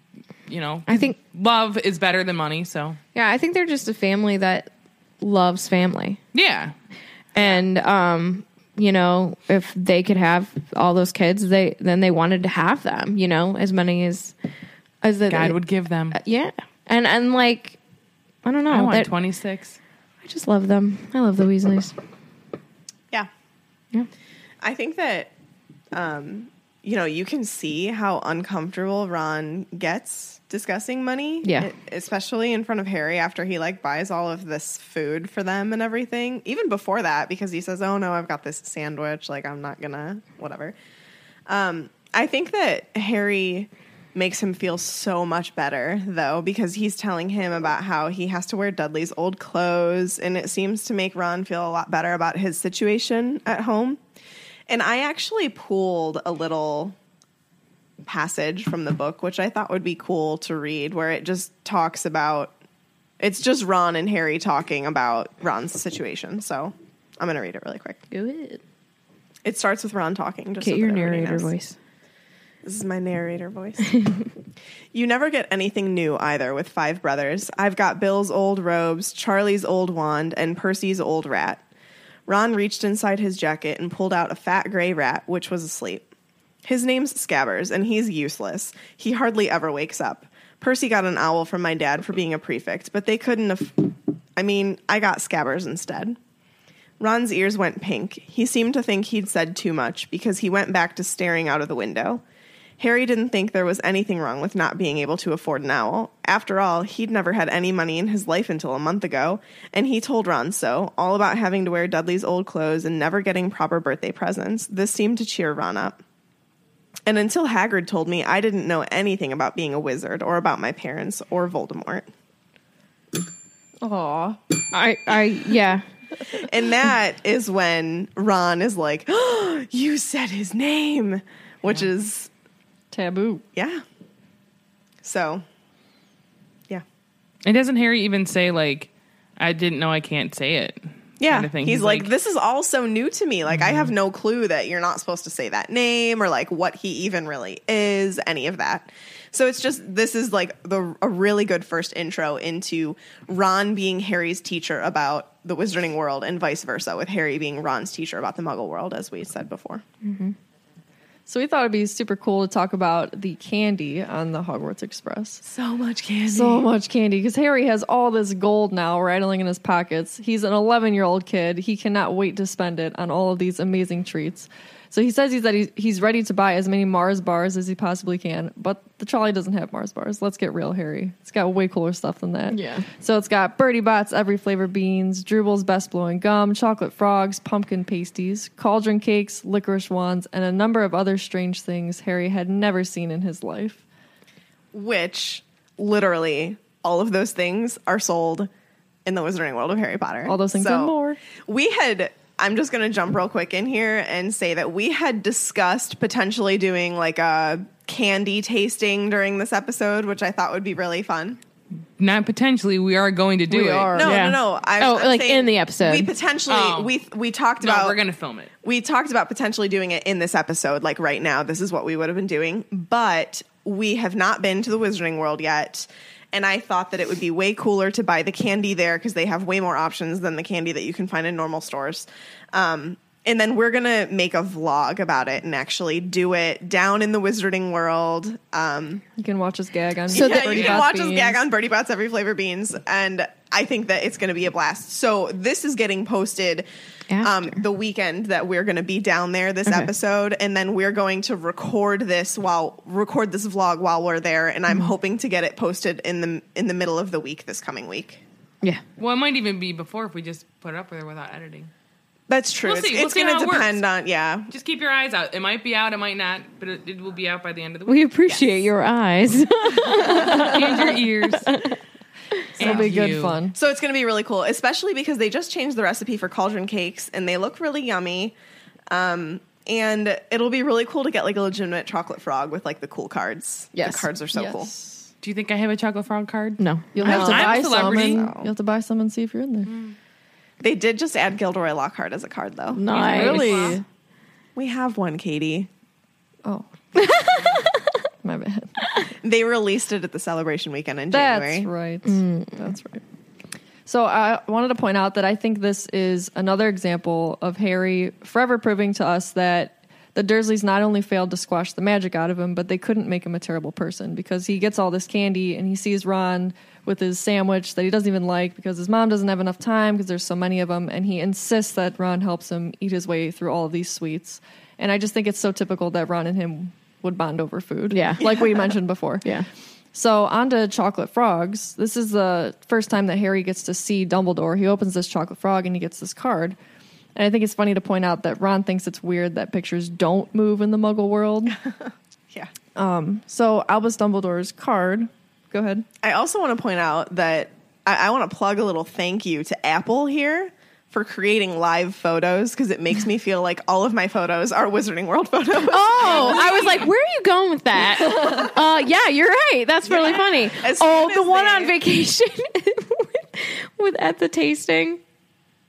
[SPEAKER 2] you know,
[SPEAKER 4] I think
[SPEAKER 2] love is better than money. So
[SPEAKER 4] Yeah, I think they're just a family that loves family.
[SPEAKER 2] yeah,
[SPEAKER 4] And um, you know, if they could have all those kids, they then they wanted to have them, you know, as many as as that
[SPEAKER 2] God
[SPEAKER 4] they-
[SPEAKER 2] would give them.
[SPEAKER 4] Yeah. And and like I don't know.
[SPEAKER 2] I want
[SPEAKER 4] Oh, that-
[SPEAKER 2] 26.
[SPEAKER 4] I just love them. I love the Weasleys.
[SPEAKER 5] Yeah.
[SPEAKER 4] Yeah.
[SPEAKER 5] I think that um, you know, you can see how uncomfortable Ron gets discussing money.
[SPEAKER 4] Yeah.
[SPEAKER 5] e- Especially in front of Harry after he like buys all of this food for them and everything. Even before that, because he says, Oh no, I've got this sandwich, like I'm not gonna whatever. Um, I think that Harry makes him feel so much better though because he's telling him about how he has to wear Dudley's old clothes and it seems to make Ron feel a lot better about his situation at home. And I actually pulled a little passage from the book which I thought would be cool to read where it just talks about it's just Ron and Harry talking about Ron's situation. So I'm going to read it really quick.
[SPEAKER 4] Good.
[SPEAKER 5] It starts with Ron talking. Just
[SPEAKER 4] Get
[SPEAKER 5] so
[SPEAKER 4] your
[SPEAKER 5] that everybody
[SPEAKER 4] narrator
[SPEAKER 5] knows.
[SPEAKER 4] voice.
[SPEAKER 5] This is my narrator voice. you never get anything new either with five brothers. I've got Bill's old robes, Charlie's old wand, and Percy's old rat. Ron reached inside his jacket and pulled out a fat gray rat, which was asleep. His name's Scabbers, and he's useless. He hardly ever wakes up. Percy got an owl from my dad for being a prefect, but they couldn't have. I mean, I got Scabbers instead. Ron's ears went pink. He seemed to think he'd said too much because he went back to staring out of the window. Harry didn't think there was anything wrong with not being able to afford an owl. After all, he'd never had any money in his life until a month ago, and he told Ron so, all about having to wear Dudley's old clothes and never getting proper birthday presents. This seemed to cheer Ron up. And until Hagrid told me, I didn't know anything about being a wizard or about my parents or Voldemort.
[SPEAKER 6] Aw.
[SPEAKER 4] I I yeah.
[SPEAKER 5] And that is when Ron is like, oh, You said his name, which is,
[SPEAKER 6] Taboo.
[SPEAKER 5] yeah. So, yeah.
[SPEAKER 2] And doesn't Harry even say like, I didn't know I can't say it?
[SPEAKER 5] Yeah.
[SPEAKER 2] kind of thing.
[SPEAKER 5] He's,
[SPEAKER 2] He's
[SPEAKER 5] like,
[SPEAKER 2] like-
[SPEAKER 5] Mm-hmm. This is all so new to me. Like, I have no clue that you're not supposed to say that name or like what he even really is, any of that. So it's just this is like the a really good first intro into Ron being Harry's teacher about the wizarding world and vice versa, with Harry being Ron's teacher about the muggle world, as we said before.
[SPEAKER 6] So we thought it'd be super cool to talk about the candy on the Hogwarts Express.
[SPEAKER 5] So much candy.
[SPEAKER 6] so much candy because Harry has all this gold now rattling in his pockets. He's an 11 year old kid. He cannot wait to spend it on all of these amazing treats. So he says he's that he's, he's ready to buy as many Mars bars as he possibly can, but the trolley doesn't have Mars bars. Let's get real, Harry. It's got way cooler stuff than that.
[SPEAKER 4] Yeah.
[SPEAKER 6] So it's got Birdie Bots, every flavor beans, Drubal's best blowing gum, chocolate frogs, pumpkin pasties, cauldron cakes, licorice wands, and a number of other strange things Harry had never seen in his life.
[SPEAKER 5] Which literally all of those things are sold in the Wizarding World of Harry Potter.
[SPEAKER 6] All those things and more.
[SPEAKER 5] We had. I'm just going to jump real quick in here and say that we had discussed potentially doing like a candy tasting during this episode, which I thought would be really fun.
[SPEAKER 2] Not potentially. We are going to do
[SPEAKER 6] We
[SPEAKER 2] it.
[SPEAKER 6] are.
[SPEAKER 5] No,
[SPEAKER 4] Yeah.
[SPEAKER 5] no, no. I,
[SPEAKER 4] Oh,
[SPEAKER 5] I'm
[SPEAKER 4] like
[SPEAKER 5] saying
[SPEAKER 4] in the episode.
[SPEAKER 5] We potentially
[SPEAKER 2] Oh.
[SPEAKER 5] we we talked
[SPEAKER 2] No,
[SPEAKER 5] about
[SPEAKER 2] we're gonna film it.
[SPEAKER 5] we talked about potentially doing it in this episode, like right now. This is what we would have been doing, but we have not been to the Wizarding World yet. And I thought that it would be way cooler to buy the candy there because they have way more options than the candy that you can find in normal stores. Um, And then we're going to make a vlog about it and actually do it down in the wizarding world. Um,
[SPEAKER 6] You can watch us gag on.
[SPEAKER 4] So
[SPEAKER 5] yeah,
[SPEAKER 4] the
[SPEAKER 5] you
[SPEAKER 6] Birdie
[SPEAKER 5] can
[SPEAKER 6] Bot's
[SPEAKER 5] watch us
[SPEAKER 6] beans.
[SPEAKER 5] gag on Birdie Bot's Every Flavor Beans. And I think that it's going to be a blast. So this is getting posted um,
[SPEAKER 4] After.
[SPEAKER 5] the weekend that we're going to be down there this episode. And then we're going to record this while record this vlog while we're there. And
[SPEAKER 4] Mm-hmm.
[SPEAKER 5] I'm hoping to get it posted in the in the middle of the week this coming week.
[SPEAKER 4] Yeah.
[SPEAKER 2] Well, it might even be before if we just put it up there without editing.
[SPEAKER 5] That's true.
[SPEAKER 2] We'll
[SPEAKER 5] it's
[SPEAKER 2] see. We'll
[SPEAKER 5] it's
[SPEAKER 2] see
[SPEAKER 5] going
[SPEAKER 2] how
[SPEAKER 5] to
[SPEAKER 2] it works.
[SPEAKER 5] depend on, yeah.
[SPEAKER 2] Just keep your eyes out. It might be out, it might not, but it, it will be out by the end of the
[SPEAKER 4] We
[SPEAKER 2] week.
[SPEAKER 4] appreciate your eyes.
[SPEAKER 2] and your ears.
[SPEAKER 6] It'll
[SPEAKER 2] And
[SPEAKER 6] be good
[SPEAKER 2] you.
[SPEAKER 6] fun.
[SPEAKER 5] So it's going to be really cool, especially because they just changed the recipe for cauldron cakes and they look really yummy. Um, and it'll be really cool to get like a legitimate chocolate frog with like the cool cards.
[SPEAKER 4] Yes.
[SPEAKER 5] The cards are so
[SPEAKER 6] Yes.
[SPEAKER 5] cool.
[SPEAKER 2] Do you think I have a chocolate frog card?
[SPEAKER 4] no.
[SPEAKER 6] You'll have to
[SPEAKER 2] I'm a
[SPEAKER 6] buy some.
[SPEAKER 2] celebrity.
[SPEAKER 6] And, You'll have to buy some and see if you're in there.
[SPEAKER 5] They did just add Gilderoy Lockhart as a card though.
[SPEAKER 4] Nice.
[SPEAKER 6] Really?
[SPEAKER 5] We have one, Katie.
[SPEAKER 6] Oh, my bad.
[SPEAKER 5] They released it at the celebration weekend in
[SPEAKER 6] That's
[SPEAKER 5] January.
[SPEAKER 6] right.
[SPEAKER 4] Mm.
[SPEAKER 6] That's right. So I wanted to point out that I think this is another example of Harry forever proving to us that the Dursleys not only failed to squash the magic out of him, but they couldn't make him a terrible person because he gets all this candy and he sees Ron with his sandwich that he doesn't even like because his mom doesn't have enough time because there's so many of them, and he insists that Ron helps him eat his way through all of these sweets. And I just think it's so typical that Ron and him would bond over food.
[SPEAKER 4] Yeah.
[SPEAKER 6] Like we mentioned before.
[SPEAKER 4] Yeah.
[SPEAKER 6] So on to chocolate frogs. This is the first time that Harry gets to see Dumbledore. He opens this chocolate frog and he gets this card. And I think it's funny to point out that Ron thinks it's weird that pictures don't move in the Muggle world.
[SPEAKER 5] Yeah.
[SPEAKER 6] so Albus Dumbledore's card. Go ahead.
[SPEAKER 5] I also want to point out that I, I want to plug a little thank you to Apple here for creating live photos because it makes me feel like all of my photos are Wizarding World photos.
[SPEAKER 4] Oh, I was like, where are you going with that? uh, yeah, you're right. That's really funny.
[SPEAKER 5] As
[SPEAKER 4] Oh,
[SPEAKER 5] soon
[SPEAKER 4] the
[SPEAKER 5] as
[SPEAKER 4] one
[SPEAKER 5] they-
[SPEAKER 4] on vacation with, with at the tasting.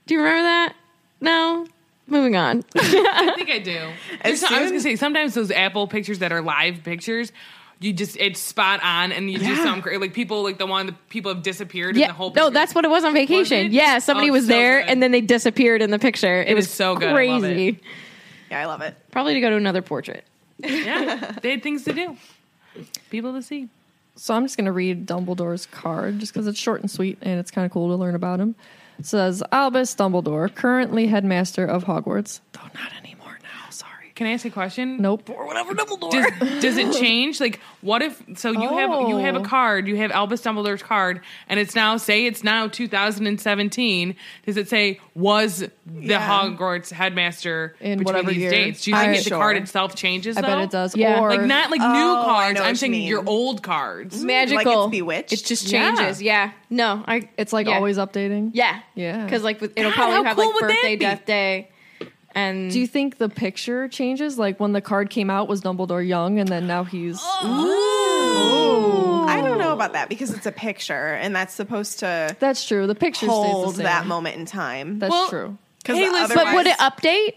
[SPEAKER 4] Do you remember that? No. Moving on.
[SPEAKER 2] I think I do. There's some- I was
[SPEAKER 5] soon-
[SPEAKER 2] gonna say sometimes those Apple pictures that are live pictures. You just it's spot on, and you just some cra- like people like the one that people have disappeared. and
[SPEAKER 4] Yeah.
[SPEAKER 2] the whole
[SPEAKER 4] No,
[SPEAKER 2] picture-
[SPEAKER 4] that's what it was on vacation.
[SPEAKER 2] it?
[SPEAKER 4] Yeah, somebody
[SPEAKER 2] Oh,
[SPEAKER 4] was
[SPEAKER 2] so
[SPEAKER 4] there
[SPEAKER 2] good.
[SPEAKER 4] and then they disappeared in the picture. It,
[SPEAKER 2] It
[SPEAKER 4] was,
[SPEAKER 2] is so good. I love
[SPEAKER 4] crazy.
[SPEAKER 5] Yeah, I love it.
[SPEAKER 4] Probably to go to another portrait.
[SPEAKER 2] yeah. They had things to do, people to see.
[SPEAKER 6] So I'm just going to read Dumbledore's card just because it's short and sweet and it's kind of cool to learn about him. It says Albus Dumbledore, currently headmaster of Hogwarts, though not anymore now. Sorry.
[SPEAKER 2] Can I ask a question?
[SPEAKER 6] Nope.
[SPEAKER 2] Does, does it change? Like, what if? So you have you have a
[SPEAKER 6] Oh.
[SPEAKER 2] card. You have Albus Dumbledore's card, and it's now say it's now 2017. Does it say was the Hogwarts headmaster
[SPEAKER 6] In
[SPEAKER 2] between
[SPEAKER 6] whatever
[SPEAKER 2] these
[SPEAKER 6] year.
[SPEAKER 2] dates? Do you think
[SPEAKER 6] I-
[SPEAKER 2] if the
[SPEAKER 6] Sure.
[SPEAKER 2] card itself changes?
[SPEAKER 6] I bet
[SPEAKER 2] though?
[SPEAKER 6] it does.
[SPEAKER 4] Yeah.
[SPEAKER 6] Or Oh,
[SPEAKER 2] Like not like new
[SPEAKER 5] I
[SPEAKER 2] cards.
[SPEAKER 5] know
[SPEAKER 2] I'm
[SPEAKER 5] what
[SPEAKER 2] saying
[SPEAKER 5] you mean.
[SPEAKER 2] your old cards.
[SPEAKER 4] Magical.
[SPEAKER 5] it's bewitched?
[SPEAKER 4] It just
[SPEAKER 2] Yeah.
[SPEAKER 4] changes. Yeah. No, I
[SPEAKER 6] it's like
[SPEAKER 4] yeah.
[SPEAKER 6] always updating.
[SPEAKER 4] Yeah.
[SPEAKER 6] Yeah.
[SPEAKER 4] Because like with- it'll
[SPEAKER 2] God, how
[SPEAKER 4] probably have
[SPEAKER 2] cool
[SPEAKER 4] like
[SPEAKER 2] would that
[SPEAKER 4] birthday,
[SPEAKER 2] be?
[SPEAKER 4] death day, and
[SPEAKER 6] Do you think the picture changes? Like when the card came out, was Dumbledore young, and then now he's
[SPEAKER 5] I don't know about that because it's a picture and that's supposed to
[SPEAKER 6] that's true. The picture
[SPEAKER 5] hold
[SPEAKER 6] stays the same.
[SPEAKER 5] that moment in time.
[SPEAKER 6] That's
[SPEAKER 2] Well,
[SPEAKER 6] true.
[SPEAKER 5] 'Cause
[SPEAKER 2] Hey, Liz,
[SPEAKER 5] otherwise-
[SPEAKER 4] But would it update?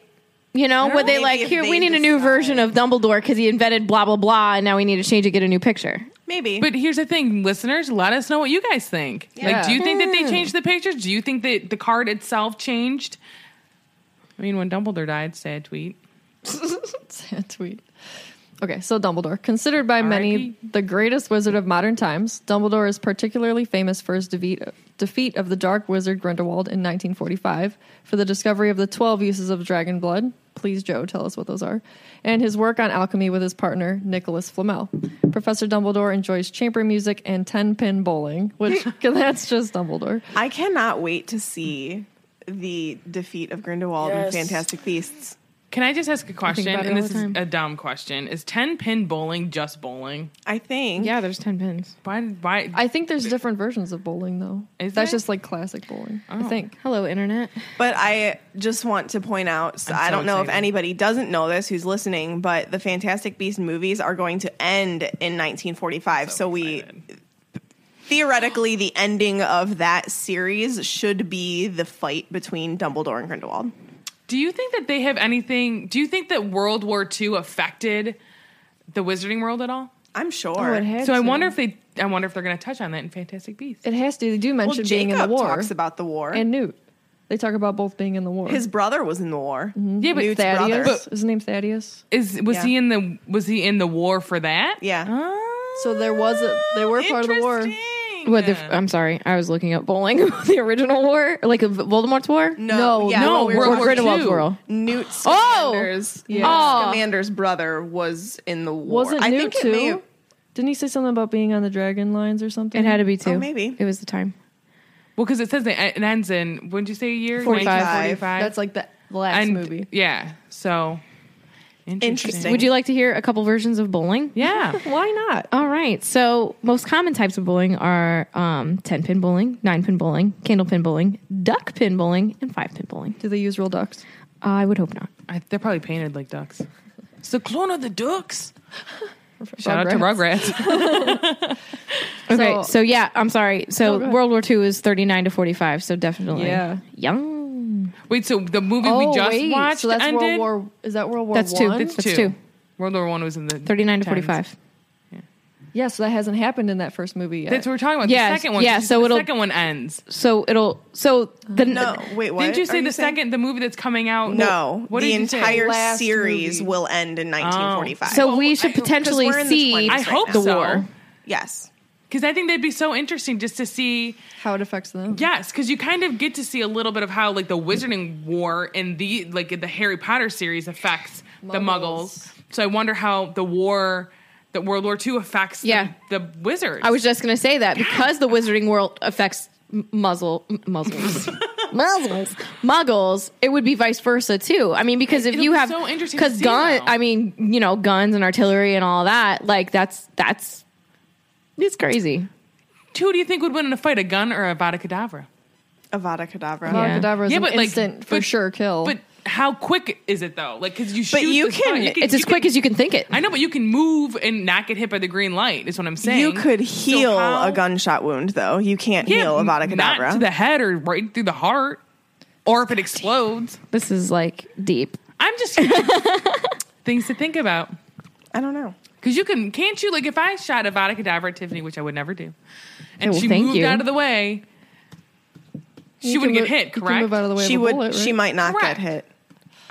[SPEAKER 4] You know, would they
[SPEAKER 5] Maybe
[SPEAKER 4] like
[SPEAKER 5] if
[SPEAKER 4] here?
[SPEAKER 5] they
[SPEAKER 4] We need a new
[SPEAKER 5] decide.
[SPEAKER 4] version of Dumbledore because he invented blah blah blah, and now we need to change it, get a new picture.
[SPEAKER 5] Maybe.
[SPEAKER 2] But here's the thing, listeners, let us know what you guys think. Like, do you think that they changed the pictures? Do you think that the card itself changed? I mean, when Dumbledore died, sad tweet.
[SPEAKER 6] Sad tweet. Okay, so Dumbledore, considered by many
[SPEAKER 2] R.I.P..
[SPEAKER 6] the greatest wizard of modern times, Dumbledore is particularly famous for his defeat defeat of the dark wizard Grindelwald in 1945 for the discovery of the 12 uses of dragon blood. Please, Joe, tell us what those are. And his work on alchemy with his partner Nicholas Flamel. Professor Dumbledore enjoys chamber music and ten pin bowling, which that's just Dumbledore.
[SPEAKER 5] I cannot wait to see the defeat of Grindelwald in Fantastic Beasts.
[SPEAKER 2] Can I just ask a question?
[SPEAKER 4] about it
[SPEAKER 2] And
[SPEAKER 4] all
[SPEAKER 2] this
[SPEAKER 4] the
[SPEAKER 2] is
[SPEAKER 4] time.
[SPEAKER 2] a dumb question. Is 10 pin bowling just bowling?
[SPEAKER 5] I think.
[SPEAKER 4] Yeah, there's ten pins.
[SPEAKER 2] Why? why
[SPEAKER 6] I think there's different versions of bowling though.
[SPEAKER 2] Is
[SPEAKER 6] that's
[SPEAKER 2] there? Oh.
[SPEAKER 6] just like classic bowling. I think.
[SPEAKER 4] Hello, internet.
[SPEAKER 5] But I just want to point out so
[SPEAKER 2] I'm
[SPEAKER 5] I
[SPEAKER 2] so
[SPEAKER 5] don't know if
[SPEAKER 2] excited.
[SPEAKER 5] anybody doesn't know this who's listening, but the Fantastic Beast movies are going to end in 1945. So, we theoretically the ending of that series should be the fight between Dumbledore and Grindelwald.
[SPEAKER 2] Do you think that they have anything? Do you think that World War II affected the Wizarding World at all?
[SPEAKER 5] I'm
[SPEAKER 6] Oh,
[SPEAKER 5] sure.
[SPEAKER 2] So I wonder if they. I wonder if they're going to touch on that in Fantastic Beasts.
[SPEAKER 6] It has to. They do mention
[SPEAKER 5] well,
[SPEAKER 6] being in the
[SPEAKER 5] Jacob
[SPEAKER 6] war
[SPEAKER 5] talks about the war.
[SPEAKER 6] and Newt. They talk about both being in the war.
[SPEAKER 5] His brother was in the war.
[SPEAKER 2] Mm-hmm. Yeah, but
[SPEAKER 5] Newt's
[SPEAKER 6] Thaddeus.
[SPEAKER 5] brother.
[SPEAKER 6] His name Thaddeus.
[SPEAKER 2] is was
[SPEAKER 5] Yeah.
[SPEAKER 2] he in the was he in the war for that? Oh.
[SPEAKER 5] Yeah.
[SPEAKER 6] So there was a they were part of the war.
[SPEAKER 2] Interesting.
[SPEAKER 4] What the, I'm sorry, I was looking up bowling, the original war, like of Voldemort's war.
[SPEAKER 5] No, yeah,
[SPEAKER 2] no,
[SPEAKER 5] we were
[SPEAKER 2] World
[SPEAKER 4] Or
[SPEAKER 5] talking-
[SPEAKER 2] War
[SPEAKER 4] Grindelwald's
[SPEAKER 2] II.
[SPEAKER 4] war.
[SPEAKER 5] Newt
[SPEAKER 4] Oh!
[SPEAKER 5] Scamander's,
[SPEAKER 6] Yeah.
[SPEAKER 5] Newt
[SPEAKER 4] Oh.
[SPEAKER 5] Scamander's brother was in the war.
[SPEAKER 6] Wasn't
[SPEAKER 5] I
[SPEAKER 6] new
[SPEAKER 5] think it
[SPEAKER 6] too.
[SPEAKER 5] may have-
[SPEAKER 6] Didn't he say something about being on the dragon lines or something?
[SPEAKER 4] It had to be two.
[SPEAKER 5] Oh, maybe.
[SPEAKER 4] it was the time.
[SPEAKER 2] Well, because it says it it ends in wouldn't you say a year?
[SPEAKER 4] 45.
[SPEAKER 2] 1945.
[SPEAKER 6] That's like the last
[SPEAKER 2] And-
[SPEAKER 6] movie.
[SPEAKER 2] Yeah. So
[SPEAKER 5] Interesting.
[SPEAKER 4] Would you like to hear a couple versions of bowling?
[SPEAKER 2] Yeah.
[SPEAKER 6] Why not?
[SPEAKER 4] All right. So most common types of bowling are um, ten pin bowling, nine pin bowling, candle pin bowling, duck pin bowling, and five pin bowling.
[SPEAKER 6] Do they use real ducks?
[SPEAKER 4] I would hope not.
[SPEAKER 2] I, they're probably painted like ducks. It's the clone of the ducks. Shout out to Rugrats.
[SPEAKER 4] Okay. So,
[SPEAKER 6] So- Oh,
[SPEAKER 4] yeah, I'm sorry. So
[SPEAKER 6] go ahead.
[SPEAKER 4] World War II is 39 to 45. So definitely
[SPEAKER 6] Yeah.
[SPEAKER 4] young.
[SPEAKER 2] Wait, so the movie we just watched
[SPEAKER 6] Oh, so that's
[SPEAKER 2] ended?
[SPEAKER 6] World War. Is that World War?
[SPEAKER 4] That's two.
[SPEAKER 6] One?
[SPEAKER 4] That's
[SPEAKER 2] Two.
[SPEAKER 4] two.
[SPEAKER 2] World War One was in the
[SPEAKER 4] 39 to
[SPEAKER 2] 10s.
[SPEAKER 4] 45.
[SPEAKER 6] Yeah, so that hasn't happened in that first movie yet.
[SPEAKER 2] That's what we're talking about.
[SPEAKER 4] Yes,
[SPEAKER 2] The second one.
[SPEAKER 4] yeah,
[SPEAKER 2] Did you
[SPEAKER 4] so
[SPEAKER 2] say the
[SPEAKER 4] it'll-
[SPEAKER 2] second one ends.
[SPEAKER 4] So it'll. So the
[SPEAKER 6] Uh,
[SPEAKER 5] No, wait, what?
[SPEAKER 2] Didn't you
[SPEAKER 5] are
[SPEAKER 2] say the
[SPEAKER 5] saying?
[SPEAKER 2] second the movie that's coming out?
[SPEAKER 5] No,
[SPEAKER 2] What
[SPEAKER 5] the
[SPEAKER 2] did you say? Oh.
[SPEAKER 5] entire
[SPEAKER 6] Last
[SPEAKER 5] series
[SPEAKER 6] movie.
[SPEAKER 5] will end in 1945.
[SPEAKER 4] So we should
[SPEAKER 5] I- 'cause
[SPEAKER 4] potentially
[SPEAKER 5] we're in the
[SPEAKER 4] see.
[SPEAKER 5] 20s
[SPEAKER 2] I
[SPEAKER 5] right
[SPEAKER 2] hope
[SPEAKER 5] now.
[SPEAKER 2] the
[SPEAKER 4] the
[SPEAKER 2] war
[SPEAKER 4] war.
[SPEAKER 5] yes,
[SPEAKER 2] because I think that'd be so interesting just to see.
[SPEAKER 6] how it affects them.
[SPEAKER 2] Yes, because you kind of get to see a little bit of how like the Wizarding War and the like the Harry Potter series affects the Muggles.
[SPEAKER 6] Muggles.
[SPEAKER 2] So I wonder how the war, the World War II affects
[SPEAKER 4] Yeah.
[SPEAKER 2] the, the wizards.
[SPEAKER 4] I was just going to say that because the wizarding world affects m- muzzle m- muzzles. Muzzles, muggles. It would be vice versa too. I mean, because if
[SPEAKER 2] It'll
[SPEAKER 4] you
[SPEAKER 2] be
[SPEAKER 4] have
[SPEAKER 2] so interesting to
[SPEAKER 4] because
[SPEAKER 2] see,
[SPEAKER 4] gun.
[SPEAKER 2] though.
[SPEAKER 4] I mean, you know, guns and artillery and all that. Like that's that's it's crazy.
[SPEAKER 2] Who do you think would win in a fight, a gun or a Vada Kedavra?
[SPEAKER 5] Avada Kedavra.
[SPEAKER 4] Yeah.
[SPEAKER 6] Yeah. Kedavra is
[SPEAKER 2] Yeah,
[SPEAKER 6] an
[SPEAKER 2] but, like,
[SPEAKER 6] instant for
[SPEAKER 2] but-
[SPEAKER 6] sure kill.
[SPEAKER 2] But how quick is it though? Like because you shoot,
[SPEAKER 5] you
[SPEAKER 2] the spot,
[SPEAKER 5] can-
[SPEAKER 2] you
[SPEAKER 4] It's as
[SPEAKER 2] you
[SPEAKER 4] quick as you can think it.
[SPEAKER 2] I know, but you can move and not get hit by the green light. Is what I'm saying.
[SPEAKER 5] You could
[SPEAKER 2] So
[SPEAKER 5] heal
[SPEAKER 2] how-
[SPEAKER 5] a gunshot wound, though. You can't
[SPEAKER 2] Yeah,
[SPEAKER 5] heal Avada
[SPEAKER 2] not to
[SPEAKER 5] Kedavra.
[SPEAKER 2] the head or right through the heart, or if it explodes.
[SPEAKER 4] This is like deep.
[SPEAKER 2] I'm just things to think about.
[SPEAKER 5] I don't know.
[SPEAKER 2] Because you can, can't you? Like, if I shot a Vada Kedavra at Tiffany, which I would never do, and
[SPEAKER 4] well,
[SPEAKER 2] she
[SPEAKER 4] thank
[SPEAKER 2] moved
[SPEAKER 4] you.
[SPEAKER 2] out of the way, she
[SPEAKER 6] You
[SPEAKER 2] wouldn't
[SPEAKER 6] can
[SPEAKER 2] get
[SPEAKER 6] mo-
[SPEAKER 2] hit,
[SPEAKER 6] You can
[SPEAKER 2] correct?
[SPEAKER 6] move out of the way
[SPEAKER 5] She
[SPEAKER 6] of a
[SPEAKER 5] would.
[SPEAKER 6] bullet, right?
[SPEAKER 5] She might not
[SPEAKER 2] Correct.
[SPEAKER 5] get hit.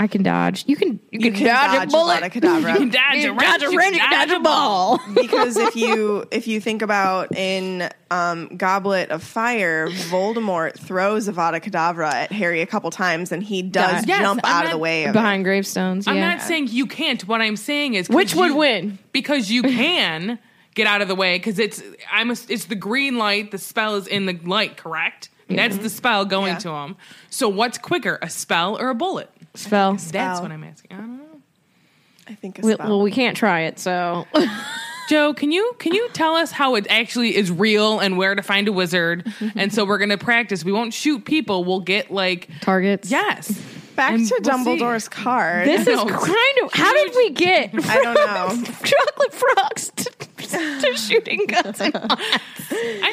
[SPEAKER 4] I can dodge. You can you,
[SPEAKER 5] You
[SPEAKER 4] can,
[SPEAKER 5] can
[SPEAKER 4] dodge,
[SPEAKER 5] dodge
[SPEAKER 4] a bullet.
[SPEAKER 5] Avada Kedavra.
[SPEAKER 2] You can dodge a wrench, you
[SPEAKER 4] wrench,
[SPEAKER 2] can dodge a ball.
[SPEAKER 5] because if you if you think about in um, Goblet of Fire, Voldemort throws Avada Kedavra at Harry a couple times, and he does
[SPEAKER 4] Does.
[SPEAKER 2] Yes,
[SPEAKER 5] jump
[SPEAKER 2] I'm
[SPEAKER 5] out
[SPEAKER 2] not-
[SPEAKER 5] of the way of it.
[SPEAKER 4] behind gravestones.
[SPEAKER 2] I'm
[SPEAKER 4] yeah.
[SPEAKER 2] not saying you can't. What I'm saying is, 'cause
[SPEAKER 4] Which would
[SPEAKER 2] you-
[SPEAKER 4] win?
[SPEAKER 2] Because you can get out of the way. Because it's I'm a, it's the green light. The spell is in the light, correct? That's the spell going
[SPEAKER 5] Yeah.
[SPEAKER 2] to him. So what's quicker, a spell or a bullet?
[SPEAKER 4] spell.
[SPEAKER 2] That's
[SPEAKER 5] Spell.
[SPEAKER 2] what I'm asking. I don't know.
[SPEAKER 5] I think a
[SPEAKER 4] We-
[SPEAKER 5] spell.
[SPEAKER 4] well, we can't try it, so
[SPEAKER 2] Joe, can you can you tell us how it actually is real and where to find a wizard? and so we're gonna practice. We won't shoot people. We'll get like
[SPEAKER 4] targets.
[SPEAKER 2] yes.
[SPEAKER 5] Back
[SPEAKER 2] and
[SPEAKER 5] to
[SPEAKER 2] we'll see.
[SPEAKER 5] Dumbledore's card.
[SPEAKER 4] This is
[SPEAKER 2] No.
[SPEAKER 4] kind of how did we get from
[SPEAKER 5] I don't know.
[SPEAKER 4] chocolate frogs to, to shooting guns?
[SPEAKER 2] I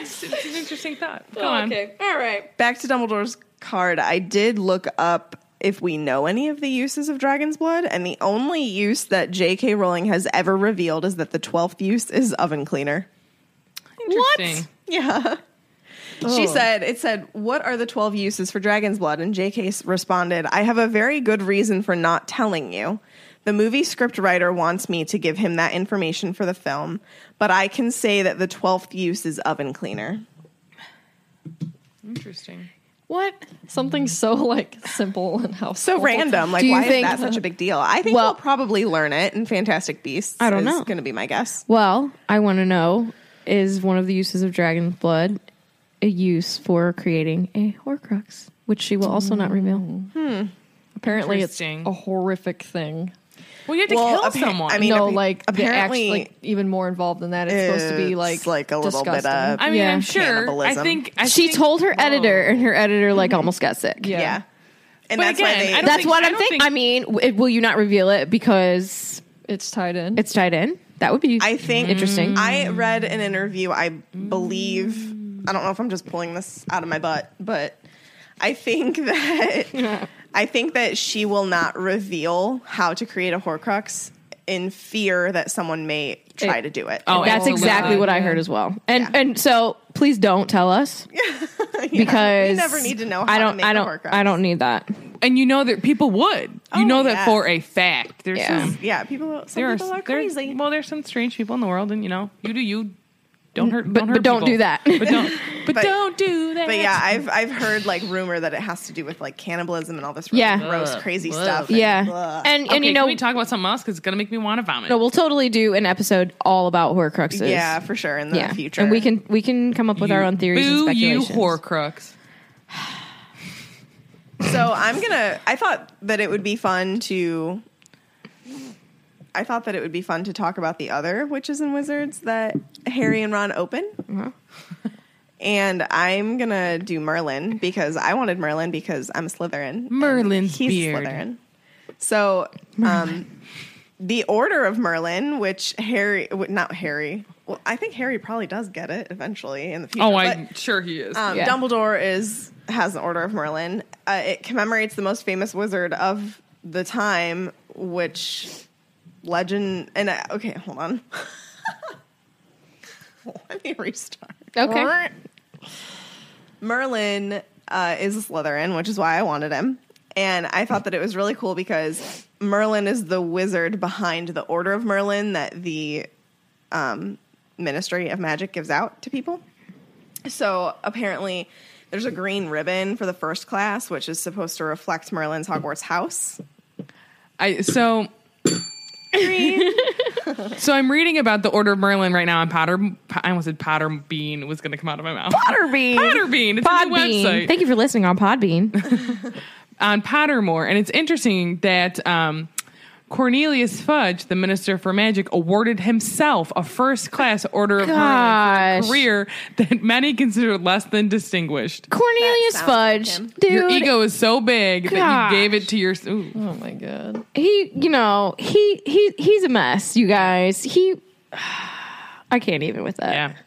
[SPEAKER 2] just, it's an interesting thought. Go on.
[SPEAKER 4] all right.
[SPEAKER 5] Back to Dumbledore's card. I did look up if we know any of the uses of dragon's blood, and the only use that J.K. Rowling has ever revealed is that the twelfth use is oven cleaner.
[SPEAKER 2] Interesting. What?
[SPEAKER 5] Yeah.
[SPEAKER 4] Oh.
[SPEAKER 5] She said, it said, what are the 12 uses for dragon's blood? And JK s- responded, I have a very good reason for not telling you. The movie script writer wants me to give him that information for the film, but I can say that the 12th use is oven cleaner.
[SPEAKER 2] Interesting.
[SPEAKER 4] What?
[SPEAKER 5] Mm.
[SPEAKER 6] something so like simple and how
[SPEAKER 5] So random. Like,
[SPEAKER 4] Do you
[SPEAKER 5] why
[SPEAKER 4] think-
[SPEAKER 5] is that such a big deal? I think
[SPEAKER 4] Well-
[SPEAKER 5] we'll probably learn it in Fantastic Beasts.
[SPEAKER 4] I don't know.
[SPEAKER 5] going to be my guess.
[SPEAKER 4] Well, I want to know is one of the uses of dragon blood a use for creating a Horcrux, which she will also not reveal. Hmm.
[SPEAKER 6] Apparently, it's
[SPEAKER 2] Interesting.
[SPEAKER 6] a horrific thing.
[SPEAKER 2] Well, you have to
[SPEAKER 5] Well,
[SPEAKER 2] kill
[SPEAKER 5] appa-
[SPEAKER 2] someone.
[SPEAKER 5] I mean,
[SPEAKER 6] no,
[SPEAKER 5] appa-
[SPEAKER 6] like
[SPEAKER 5] apparently
[SPEAKER 6] apparently, like, even more involved than that. It's supposed to be like
[SPEAKER 5] it's like a little bit
[SPEAKER 6] disgusting.
[SPEAKER 5] of-
[SPEAKER 2] I mean,
[SPEAKER 4] yeah.
[SPEAKER 2] I'm sure. I
[SPEAKER 5] Cannibalism.
[SPEAKER 2] think I
[SPEAKER 4] She
[SPEAKER 2] think-
[SPEAKER 4] told her
[SPEAKER 2] Whoa.
[SPEAKER 4] editor, and her editor like almost got sick.
[SPEAKER 5] yeah. And
[SPEAKER 2] But
[SPEAKER 5] that's
[SPEAKER 2] again,
[SPEAKER 5] why they.
[SPEAKER 2] I don't
[SPEAKER 4] That's
[SPEAKER 2] think-
[SPEAKER 4] what I'm
[SPEAKER 2] don't
[SPEAKER 4] thinking.
[SPEAKER 2] think-
[SPEAKER 4] I mean, w- it- will you not reveal it because
[SPEAKER 6] it's tied in.
[SPEAKER 4] it's tied in? That would be
[SPEAKER 5] I think
[SPEAKER 4] interesting.
[SPEAKER 5] I read an interview. I believe I don't know if I'm just pulling this out of my butt, but I think that I think that she will not reveal how to create a Horcrux in fear that someone may try to do it.
[SPEAKER 2] Oh,
[SPEAKER 4] That's
[SPEAKER 2] absolutely.
[SPEAKER 4] exactly what I heard as well. And and so please don't tell us. because
[SPEAKER 5] you never need to know. How
[SPEAKER 4] I don't.
[SPEAKER 5] To make
[SPEAKER 4] I
[SPEAKER 5] a
[SPEAKER 4] don't.
[SPEAKER 5] horcrux.
[SPEAKER 4] I don't need that.
[SPEAKER 2] and you know that people would. You
[SPEAKER 5] Oh,
[SPEAKER 2] know that
[SPEAKER 5] yeah.
[SPEAKER 2] for a fact. There's
[SPEAKER 4] Yeah.
[SPEAKER 2] some,
[SPEAKER 5] Yeah, people. Some
[SPEAKER 2] there are,
[SPEAKER 5] people
[SPEAKER 2] there-
[SPEAKER 5] are, crazy.
[SPEAKER 2] well, there's some strange people in the world, and you know, you do you. Don't hurt,
[SPEAKER 4] but-
[SPEAKER 2] don't
[SPEAKER 4] but
[SPEAKER 2] hurt
[SPEAKER 4] don't
[SPEAKER 2] people.
[SPEAKER 4] do that.
[SPEAKER 2] But don't, but,
[SPEAKER 5] But-
[SPEAKER 2] don't do that.
[SPEAKER 5] but yeah, I've I've heard like rumor that it has to do with like cannibalism and all this really
[SPEAKER 4] Yeah.
[SPEAKER 5] gross, crazy stuff. and
[SPEAKER 4] Yeah,
[SPEAKER 5] blah.
[SPEAKER 4] and and
[SPEAKER 2] Okay,
[SPEAKER 4] you know,
[SPEAKER 2] can we talk about something else? Because it's gonna make me want to vomit.
[SPEAKER 4] no, we'll totally do an episode all about horcruxes.
[SPEAKER 5] yeah, for sure in the
[SPEAKER 4] yeah,
[SPEAKER 5] future.
[SPEAKER 4] and we can we can come up with our
[SPEAKER 2] You-
[SPEAKER 4] own theories and
[SPEAKER 2] Boo, you
[SPEAKER 4] speculations.
[SPEAKER 2] horcrux.
[SPEAKER 5] So I'm gonna. I thought that it would be fun to. I thought that it would be fun to talk about the other witches and wizards that Harry and Ron open.
[SPEAKER 2] Uh-huh.
[SPEAKER 5] And I'm gonna do Merlin because I wanted Merlin because I'm a Slytherin.
[SPEAKER 2] Merlin's
[SPEAKER 5] He's
[SPEAKER 2] beard.
[SPEAKER 5] Slytherin. So, um, the Order of Merlin, which Harry, w- not Harry. Well, I think Harry probably does get it eventually in the future.
[SPEAKER 2] Oh,
[SPEAKER 5] but-
[SPEAKER 2] I'm sure he is.
[SPEAKER 5] um,
[SPEAKER 4] Yeah.
[SPEAKER 5] Dumbledore is has an Order of Merlin. Uh, it commemorates the most famous wizard of the time, which legend and uh, okay, hold on. Let me restart.
[SPEAKER 4] Okay.
[SPEAKER 5] Merlin uh, is a Slytherin, which is why I wanted him. And I thought that it was really cool because Merlin is the wizard behind the Order of Merlin that the um, Ministry of Magic gives out to people. So apparently, there's a green ribbon for the first class, which is supposed to reflect Merlin's Hogwarts house.
[SPEAKER 2] I so so I'm reading about the Order of Merlin right now on Potter. I almost said Potter Bean was going to come out of my mouth.
[SPEAKER 4] Potterbean.
[SPEAKER 2] Potterbean. It's a new website
[SPEAKER 4] Podbean. Thank you for listening on Podbean.
[SPEAKER 2] on Pottermore, and it's interesting that um, Cornelius Fudge, the Minister for Magic, awarded himself a first class Order of Merlin
[SPEAKER 4] Gosh.
[SPEAKER 2] for a career that many consider less than distinguished.
[SPEAKER 4] Cornelius
[SPEAKER 5] sounds like
[SPEAKER 4] Fudge,
[SPEAKER 5] him.
[SPEAKER 4] dude.
[SPEAKER 2] Your ego is so big that
[SPEAKER 4] Gosh.
[SPEAKER 2] you gave it to your. Ooh.
[SPEAKER 6] Oh my god.
[SPEAKER 4] he, you know, he he he's a mess. You guys, he. I can't even with that.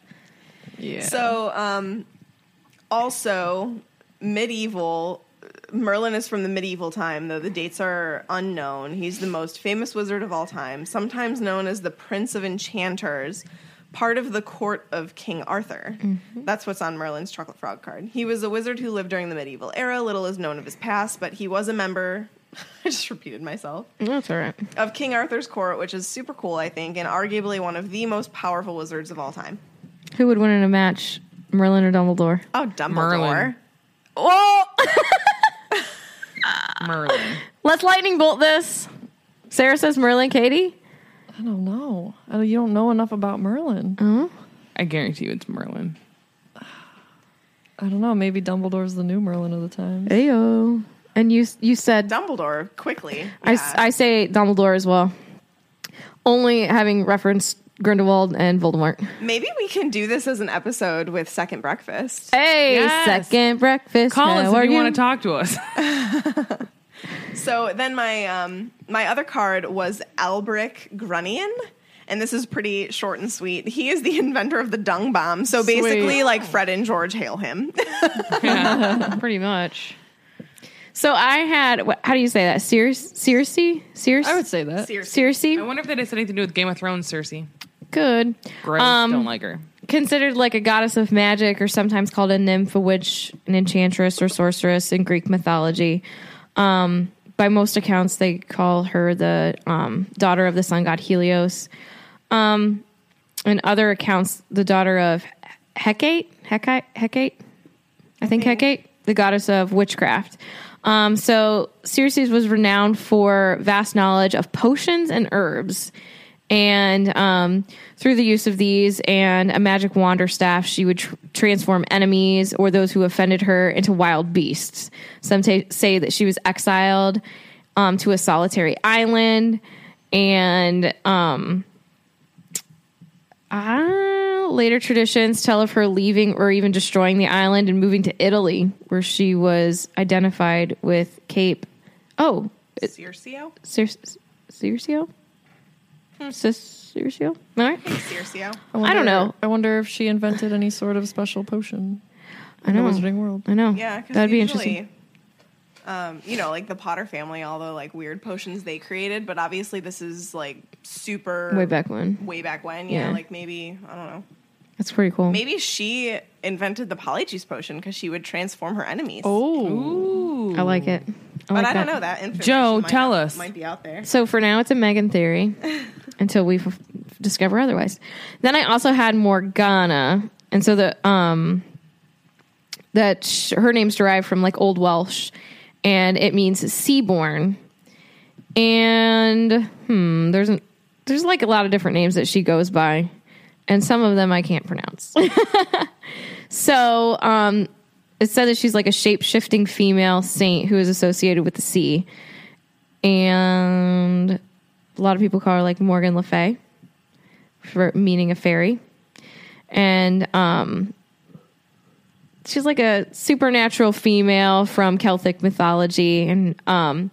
[SPEAKER 2] Yeah.
[SPEAKER 5] So, um, also medieval. Merlin is from the medieval time, though the dates are unknown. He's the most famous wizard of all time, sometimes known as the Prince of Enchanters, part of the court of King Arthur. That's what's on Merlin's chocolate frog card. He was a wizard who lived during the medieval era. Little is known of his past, but he was a member. I just repeated myself
[SPEAKER 4] That's all right.
[SPEAKER 5] of King Arthur's court, which is super cool, I think, and arguably one of the most powerful wizards of all time.
[SPEAKER 4] Who would win in a match, Merlin or Dumbledore?
[SPEAKER 5] Oh, Dumbledore.
[SPEAKER 2] Merlin.
[SPEAKER 4] Oh,
[SPEAKER 2] Merlin.
[SPEAKER 4] let's lightning bolt this. Sarah says Merlin. Katie,
[SPEAKER 6] I don't know. I don't, you don't know enough about Merlin.
[SPEAKER 5] Oh.
[SPEAKER 2] I guarantee you it's Merlin.
[SPEAKER 6] I don't know. Maybe Dumbledore's the new Merlin of the time.
[SPEAKER 4] ayo, and you you said
[SPEAKER 5] Dumbledore quickly.
[SPEAKER 4] I,
[SPEAKER 5] Yeah.
[SPEAKER 4] s- I say Dumbledore as well. Only having referenced Grindelwald and Voldemort.
[SPEAKER 5] Maybe we can do this as an episode with Second Breakfast.
[SPEAKER 4] Hey,
[SPEAKER 2] Yes.
[SPEAKER 4] second breakfast.
[SPEAKER 2] Call us
[SPEAKER 4] how are
[SPEAKER 2] if you want to talk to us.
[SPEAKER 5] So then my um, my other card was Albric Grunion. And this is pretty short and sweet. He is the inventor of the dung bomb. So basically,
[SPEAKER 4] Oh.
[SPEAKER 5] like Fred and George hail him.
[SPEAKER 4] Pretty much. So I had. wh- How do you say that? Circe, Circe, Circe.
[SPEAKER 6] I would say that.
[SPEAKER 5] Seriously.
[SPEAKER 4] Circe.
[SPEAKER 2] I wonder if that has anything to do with Game of Thrones, Cersei.
[SPEAKER 4] Good.
[SPEAKER 2] Gross.
[SPEAKER 4] Um,
[SPEAKER 2] don't like her.
[SPEAKER 4] Considered like a goddess of magic, or sometimes called a nymph, a witch, an enchantress, or sorceress in Greek mythology. Um, by most accounts, they call her the um, daughter of the sun god Helios. Um, and other accounts, the daughter of Hecate, Hecate, Hecate, I think Hecate, the goddess of witchcraft. Um, so Circe was renowned for vast knowledge of potions and herbs. And um, through the use of these and a magic wand or staff, she would tr- transform enemies or those who offended her into wild beasts. Some ta say that she was exiled um, to a solitary island. And um, Ah, later traditions tell of her leaving or even destroying the island and moving to Italy, where she was identified with Cape. Oh,
[SPEAKER 5] Circeo?
[SPEAKER 4] Circe- Circeo?
[SPEAKER 5] Hmm.
[SPEAKER 4] Cis- Circeo? All right.
[SPEAKER 5] Circeo.
[SPEAKER 4] I don't know.
[SPEAKER 6] I wonder if she invented any sort of special potion in
[SPEAKER 4] know.
[SPEAKER 6] the Wizarding World.
[SPEAKER 4] I know.
[SPEAKER 5] Yeah, 'cause
[SPEAKER 4] that'd be
[SPEAKER 5] usually,
[SPEAKER 4] interesting.
[SPEAKER 5] Um, you know, like the Potter family, all the like weird potions they created, but obviously this is like super
[SPEAKER 4] Way back when.
[SPEAKER 5] way back when.
[SPEAKER 4] Yeah.
[SPEAKER 5] yeah like maybe I don't know.
[SPEAKER 4] That's pretty cool.
[SPEAKER 5] Maybe she invented the polyjuice potion because she would transform her enemies.
[SPEAKER 4] Oh
[SPEAKER 2] Ooh.
[SPEAKER 4] I like it. I
[SPEAKER 5] but
[SPEAKER 4] like
[SPEAKER 5] I don't
[SPEAKER 4] that.
[SPEAKER 5] know that. Information
[SPEAKER 2] Joe,
[SPEAKER 5] might
[SPEAKER 2] tell
[SPEAKER 5] not-
[SPEAKER 2] us.
[SPEAKER 5] Might be out there.
[SPEAKER 4] So for now, it's a Megan theory until we f- discover otherwise. Then I also had Morgana, and so the um that sh- her name's derived from like Old Welsh, and it means seaborn. And hmm, there's an, there's like a lot of different names that she goes by, and some of them I can't pronounce. so um, it said that she's like a shape shifting female saint who is associated with the sea and a lot of people call her like Morgan Le Fay for meaning a fairy. And um, she's like a supernatural female from Celtic mythology, and um,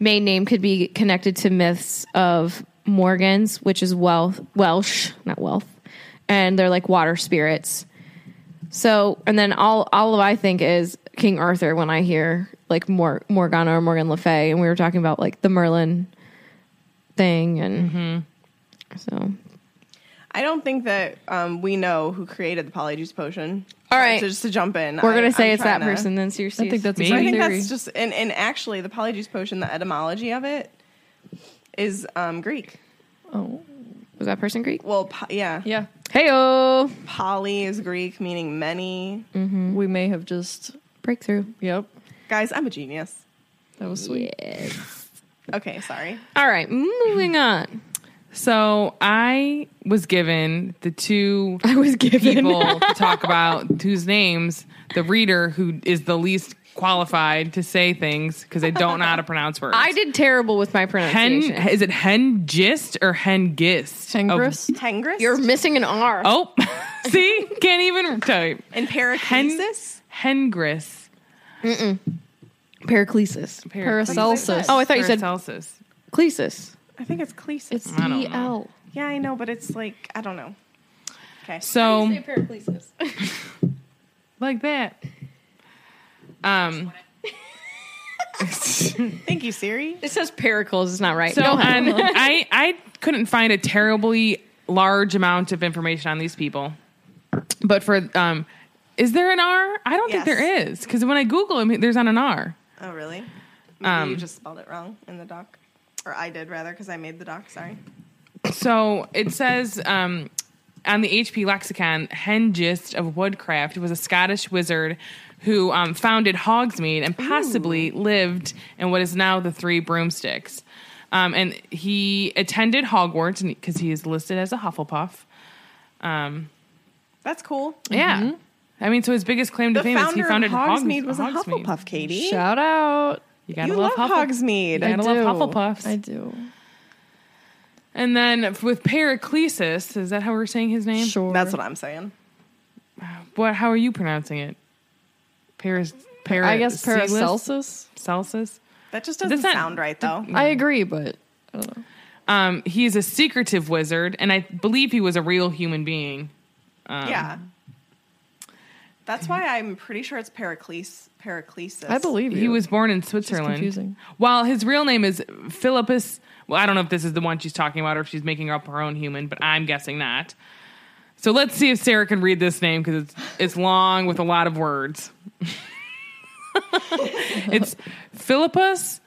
[SPEAKER 4] main name could be connected to myths of Morgans, which is wealth, Welsh, not wealth, and they're like water spirits. So, and then all all I think is King Arthur when I hear like Mor- Morgana or Morgan Le Fay, and we were talking about like the Merlin thing, and so
[SPEAKER 5] I don't think that um, we know who created the polyjuice potion.
[SPEAKER 4] All
[SPEAKER 5] So
[SPEAKER 4] right.
[SPEAKER 5] just to jump in,
[SPEAKER 4] we're
[SPEAKER 5] I-
[SPEAKER 4] gonna say
[SPEAKER 5] I'm
[SPEAKER 4] it's that
[SPEAKER 5] trying to-
[SPEAKER 4] person. Then seriously,
[SPEAKER 6] I think that's
[SPEAKER 2] Me?
[SPEAKER 6] a
[SPEAKER 5] I
[SPEAKER 6] great
[SPEAKER 5] think
[SPEAKER 6] theory.
[SPEAKER 5] that's just and, and actually the polyjuice potion. The etymology of it is um, Greek.
[SPEAKER 4] was that person Greek.
[SPEAKER 5] Well, po- yeah.
[SPEAKER 6] Oh. yeah,
[SPEAKER 4] Hey oh,
[SPEAKER 5] poly is Greek, meaning many.
[SPEAKER 4] Mm.
[SPEAKER 6] we may have just.
[SPEAKER 4] breakthrough.
[SPEAKER 6] Yep,
[SPEAKER 5] Guys, I'm a genius.
[SPEAKER 6] that was sweet.
[SPEAKER 5] Okay, sorry.
[SPEAKER 4] All right, moving on.
[SPEAKER 2] So I was given the two
[SPEAKER 4] I was given.
[SPEAKER 2] people to talk about whose names the reader who is the least qualified to say things because they don't know how to pronounce words.
[SPEAKER 4] I did terrible with my
[SPEAKER 2] Hen
[SPEAKER 4] pronunciation.
[SPEAKER 2] is it Hen Gist or Hen Gist?
[SPEAKER 5] Oh.
[SPEAKER 6] Tengris.
[SPEAKER 5] Tengris?
[SPEAKER 4] You're missing an R.
[SPEAKER 2] Oh, see, can't even type.
[SPEAKER 5] and Periclesis?
[SPEAKER 2] Hengris.
[SPEAKER 4] Paraclesis.
[SPEAKER 6] Paracelsus.
[SPEAKER 4] Oh, I thought you said
[SPEAKER 2] Paracelsus.
[SPEAKER 4] Clesis.
[SPEAKER 5] I think it's Clesis.
[SPEAKER 4] It's
[SPEAKER 2] I don't
[SPEAKER 4] D L.
[SPEAKER 5] yeah, I know, but it's like, I don't know. Okay.
[SPEAKER 2] So
[SPEAKER 4] Um, Paraclesis.
[SPEAKER 2] like that. Um.
[SPEAKER 5] Thank you, Siri.
[SPEAKER 4] It says Pericles. It's not right.
[SPEAKER 2] So
[SPEAKER 4] Go ahead.
[SPEAKER 2] um, I I couldn't find a terribly large amount of information on these people, but for um, is there an R? I don't think
[SPEAKER 5] Yes.
[SPEAKER 2] there is because when I Google them, there's not an R.
[SPEAKER 5] Oh, really? Maybe you just spelled it wrong in the doc. Or I did, rather, because I made the doc. Sorry.
[SPEAKER 2] So it says um, on the HP lexicon, Hengist of Woodcraft was a Scottish wizard who um, founded Hogsmeade and possibly lived in what is now the Three Broomsticks. Um, and he attended Hogwarts because he is listed as a Hufflepuff. Um,
[SPEAKER 5] That's cool.
[SPEAKER 2] Yeah. I mean, so his biggest claim to
[SPEAKER 5] Mm-hmm. The
[SPEAKER 2] fame is he
[SPEAKER 5] founder
[SPEAKER 2] founded
[SPEAKER 5] of Hogsmeade
[SPEAKER 2] Hogs-
[SPEAKER 5] was
[SPEAKER 2] Hogsmeade.
[SPEAKER 5] a Hufflepuff, Katie.
[SPEAKER 6] Shout out.
[SPEAKER 2] You gotta
[SPEAKER 5] you
[SPEAKER 2] love,
[SPEAKER 5] love,
[SPEAKER 2] Hufflepuff.
[SPEAKER 5] Hogsmeade.
[SPEAKER 2] Yeah. I love Hufflepuffs.
[SPEAKER 6] I do.
[SPEAKER 2] And then f- with Periclesis, is that how we're saying his name?
[SPEAKER 6] Sure.
[SPEAKER 5] That's what I'm saying.
[SPEAKER 2] What? How are you pronouncing it? Paris. Paris.
[SPEAKER 6] I guess Paracelsus.
[SPEAKER 2] Celsius.
[SPEAKER 5] That just doesn't
[SPEAKER 2] That's not-
[SPEAKER 5] sound right, though.
[SPEAKER 6] I agree, but I don't know.
[SPEAKER 2] Um, he is a secretive wizard, and I believe he was a real human being.
[SPEAKER 5] yeah. That's why I'm pretty sure it's Pericles. Periclesis.
[SPEAKER 6] I believe you.
[SPEAKER 2] He was born in Switzerland.
[SPEAKER 6] confusing.
[SPEAKER 2] While his real name is Philippus. Well, I don't know if this is the one she's talking about or if she's making up her own human, but I'm guessing not. So let's see if Sarah can read this name because it's it's long with a lot of words. it's Philippus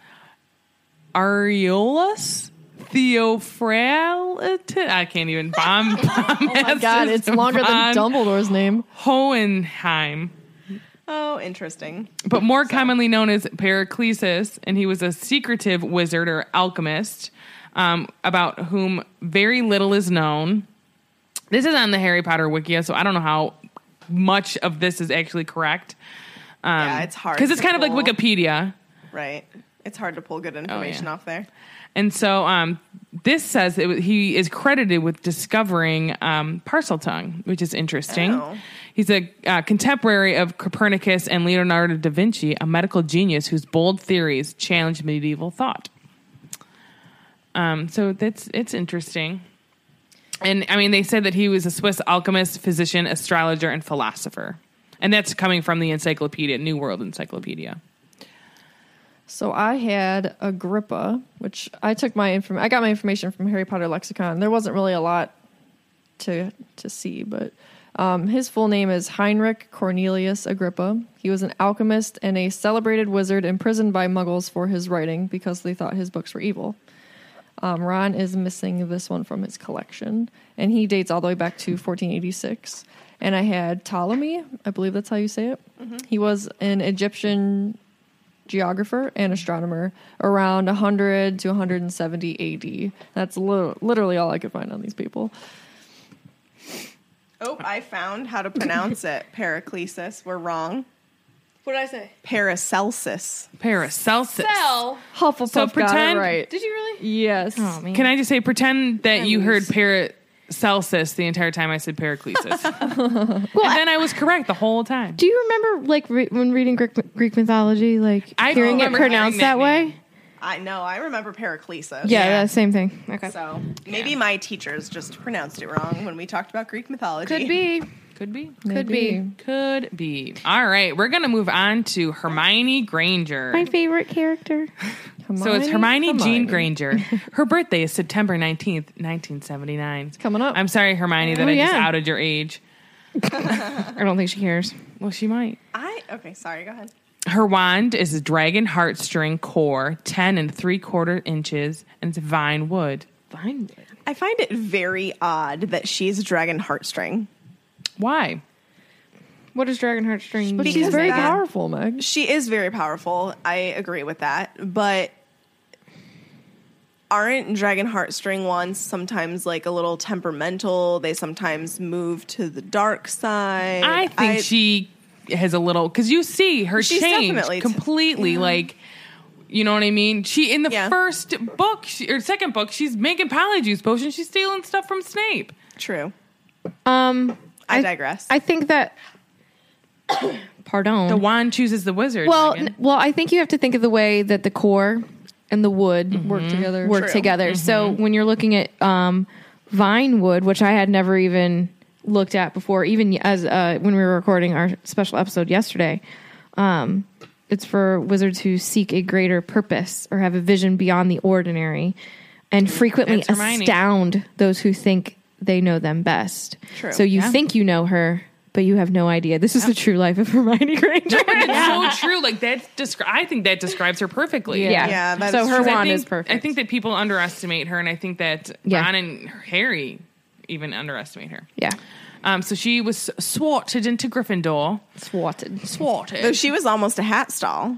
[SPEAKER 2] Ariolus Theophralitus. I can't even bomb. oh my
[SPEAKER 6] God, it's longer than Dumbledore's name.
[SPEAKER 2] Hohenheim
[SPEAKER 5] Oh, interesting.
[SPEAKER 2] but more commonly known as Periclesis, and he was a secretive wizard or alchemist um, about whom very little is known. This is on the Harry Potter Wikia, so I don't know how much of this is actually correct. Um,
[SPEAKER 5] Yeah, it's hard
[SPEAKER 2] because it's
[SPEAKER 5] to
[SPEAKER 2] kind of like
[SPEAKER 5] pull.
[SPEAKER 2] Wikipedia.
[SPEAKER 5] Right. It's hard to pull good information
[SPEAKER 2] yeah.
[SPEAKER 5] off there.
[SPEAKER 2] And so um, this says it, wa- he is credited with discovering um, parcel tongue, which is interesting.
[SPEAKER 5] Oh.
[SPEAKER 2] He's a uh, contemporary of Copernicus and Leonardo da Vinci, a medical genius whose bold theories challenged medieval thought. Um, so that's it's interesting. And I mean, they said that he was a Swiss alchemist, physician, astrologer, and philosopher. And that's coming from the encyclopedia, New World Encyclopedia.
[SPEAKER 6] So I had Agrippa, which I took my inform. I got my information from Harry Potter lexicon. There wasn't really a lot to to see, but Um, his full name is Heinrich Cornelius Agrippa. He was an alchemist and a celebrated wizard imprisoned by muggles for his writing because they thought his books were evil. Um, Ron is missing this one from his collection, and he dates all the way back to 1486. And I had Ptolemy, I believe that's how you say it. He was an Egyptian geographer and astronomer around 100 to 170 AD. That's li- literally all I could find on these people.
[SPEAKER 5] Oh, I found how to pronounce it. Paraclesis. We're wrong.
[SPEAKER 8] What did I say?
[SPEAKER 5] Paracelsus.
[SPEAKER 2] Paracelsus.
[SPEAKER 8] Bell.
[SPEAKER 6] Hufflepuff
[SPEAKER 2] So
[SPEAKER 6] got
[SPEAKER 2] pretend-
[SPEAKER 6] it right.
[SPEAKER 8] Did you really?
[SPEAKER 6] Yes.
[SPEAKER 4] Oh, man.
[SPEAKER 2] Can I just say, pretend that you heard Paracelsus the entire time I said Paraclesis. and then I was correct the whole time.
[SPEAKER 4] Do you remember, like, re- when reading Greek, Greek mythology, like
[SPEAKER 2] I
[SPEAKER 4] hearing it
[SPEAKER 2] remember hearing
[SPEAKER 4] pronounced
[SPEAKER 2] that
[SPEAKER 4] that, way?
[SPEAKER 5] I know. I remember
[SPEAKER 4] Yeah,
[SPEAKER 5] Paraclesis.
[SPEAKER 2] Yeah.
[SPEAKER 4] that same thing. Okay,
[SPEAKER 5] So maybe my teachers just pronounced it wrong when we talked about Greek mythology.
[SPEAKER 4] could be,
[SPEAKER 2] Could be.
[SPEAKER 4] could be.
[SPEAKER 2] Could be. All right, we're going to move on to Hermione Granger.
[SPEAKER 4] My favorite character.
[SPEAKER 2] So it's Hermione, Jean
[SPEAKER 6] Hermione.
[SPEAKER 2] Granger. Her birthday is September 19th, 1979. It's
[SPEAKER 6] coming up.
[SPEAKER 2] I'm sorry, Hermione, that
[SPEAKER 4] Oh,
[SPEAKER 2] I just
[SPEAKER 4] yeah.
[SPEAKER 2] outed your age.
[SPEAKER 4] I don't think she cares.
[SPEAKER 2] Well, she might.
[SPEAKER 5] I okay. Sorry. Go ahead.
[SPEAKER 2] Her wand is a dragon heartstring core, 10 and three quarter inches, and it's vine wood.
[SPEAKER 4] Fine.
[SPEAKER 5] I find it very odd that she's dragon heartstring.
[SPEAKER 2] Why?
[SPEAKER 4] What is dragon heartstring?
[SPEAKER 6] But
[SPEAKER 4] mean?
[SPEAKER 6] she's
[SPEAKER 5] Because
[SPEAKER 6] very
[SPEAKER 5] that-
[SPEAKER 6] powerful, Meg.
[SPEAKER 5] She is very powerful. I agree with that, but aren't dragon heartstring wands sometimes like a little temperamental? They sometimes move to the dark side.
[SPEAKER 2] I think she has a little because you see her
[SPEAKER 5] She's definitely
[SPEAKER 2] change
[SPEAKER 5] t-
[SPEAKER 2] completely. Like, you know what I mean? She in the
[SPEAKER 5] Yeah.
[SPEAKER 2] first book she, or second book, she's making polyjuice potions. She's stealing stuff from Snape.
[SPEAKER 5] true.
[SPEAKER 4] Um,
[SPEAKER 5] I, digress.
[SPEAKER 4] I think that. Pardon.
[SPEAKER 2] The wand chooses the wizard.
[SPEAKER 4] well,
[SPEAKER 2] Megan.
[SPEAKER 4] n- well, I think you have to think of the way that the core and the wood work
[SPEAKER 6] Work together.
[SPEAKER 4] work
[SPEAKER 5] True.
[SPEAKER 4] together. So
[SPEAKER 2] Mm-hmm.
[SPEAKER 4] when you're looking at um, vine wood, which I had never even looked at before, even as uh, when we were recording our special episode yesterday, um, it's for wizards who seek a greater purpose or have a vision beyond the ordinary, and frequently
[SPEAKER 2] That's Hermione.
[SPEAKER 4] astound those who think they know them best.
[SPEAKER 5] True.
[SPEAKER 4] So you
[SPEAKER 2] Yeah.
[SPEAKER 4] think you know her. But you have no idea. This is the true life of Hermione Granger.
[SPEAKER 2] But it's so true. Like that. Descri- I think that describes her perfectly.
[SPEAKER 4] Yeah.
[SPEAKER 5] Yeah, that
[SPEAKER 4] so
[SPEAKER 5] is
[SPEAKER 4] her
[SPEAKER 5] true.
[SPEAKER 2] I
[SPEAKER 4] wand
[SPEAKER 2] think-
[SPEAKER 4] is perfect.
[SPEAKER 2] I think that people underestimate her, and I think that
[SPEAKER 4] Yeah.
[SPEAKER 2] Ron and Harry even underestimate her.
[SPEAKER 4] yeah.
[SPEAKER 2] Um, so she was swatted into Gryffindor.
[SPEAKER 4] Swatted.
[SPEAKER 2] Swatted.
[SPEAKER 5] Though Oh, she was almost a hat stall.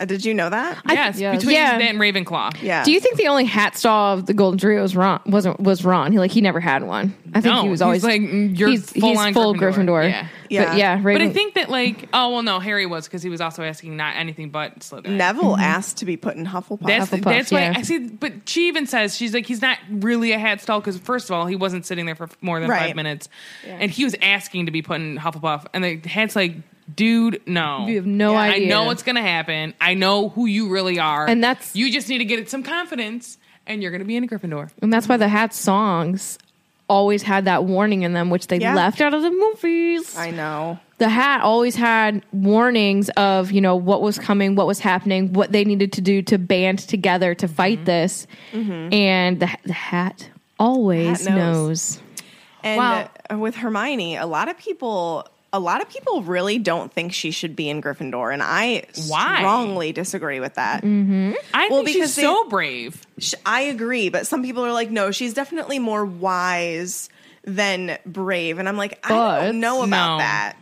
[SPEAKER 5] Uh, Did you know that?
[SPEAKER 2] Yes,
[SPEAKER 6] yes.
[SPEAKER 2] between
[SPEAKER 4] Yeah.
[SPEAKER 2] that and Ravenclaw.
[SPEAKER 5] yeah.
[SPEAKER 4] Do you think the only hat stall of the Golden Trio was Ron? Wasn't was Ron? He like he never had one. I think
[SPEAKER 2] No,
[SPEAKER 4] he
[SPEAKER 2] he's
[SPEAKER 4] was always
[SPEAKER 2] like, mm, you're
[SPEAKER 4] he's,
[SPEAKER 2] full
[SPEAKER 4] he's
[SPEAKER 2] on
[SPEAKER 4] full
[SPEAKER 2] Gryffindor.
[SPEAKER 4] Gryffindor.
[SPEAKER 2] Yeah.
[SPEAKER 4] but
[SPEAKER 5] Yeah.
[SPEAKER 4] yeah.
[SPEAKER 2] But I
[SPEAKER 4] Raven-
[SPEAKER 2] think that like, oh well, no, Harry was because he was also asking not anything but Slytherin.
[SPEAKER 5] Neville asked to be put in Hufflepuff?
[SPEAKER 2] That's
[SPEAKER 4] Hufflepuff,
[SPEAKER 2] that's why
[SPEAKER 4] yeah.
[SPEAKER 2] I see. But she even says she's like he's not really a hat stall because first of all he wasn't sitting there for more than five
[SPEAKER 5] Right.
[SPEAKER 2] minutes, and he was asking to be put in Hufflepuff, and the hat's like, dude, no,
[SPEAKER 4] You have no
[SPEAKER 2] I
[SPEAKER 4] idea.
[SPEAKER 2] know what's gonna happen. I know who you really are,
[SPEAKER 4] And that's-
[SPEAKER 2] you just need to get some confidence, and you're gonna be in a Gryffindor.
[SPEAKER 4] and that's why the hat songs always had that warning in them, which they
[SPEAKER 5] Yeah.
[SPEAKER 4] left out of the movies.
[SPEAKER 5] I know.
[SPEAKER 4] the hat always had warnings of you know what was coming what was happening what they needed to do to band together to fight
[SPEAKER 2] Mm-hmm.
[SPEAKER 4] this and the, Mm-hmm. the hat always
[SPEAKER 5] Hat
[SPEAKER 4] knows.
[SPEAKER 5] knows. And uh, with Hermione, a lot of people a lot of people really don't think she should be in Gryffindor, and I
[SPEAKER 2] Why? Mm.
[SPEAKER 5] strongly disagree with that.
[SPEAKER 2] I
[SPEAKER 5] Well,
[SPEAKER 2] think
[SPEAKER 5] because
[SPEAKER 2] she's
[SPEAKER 5] they-
[SPEAKER 2] so brave.
[SPEAKER 5] Sh- I agree, but some people are like, no, she's definitely more wise than brave, and I'm like, I
[SPEAKER 6] But-
[SPEAKER 5] don't know about
[SPEAKER 2] No.
[SPEAKER 5] that.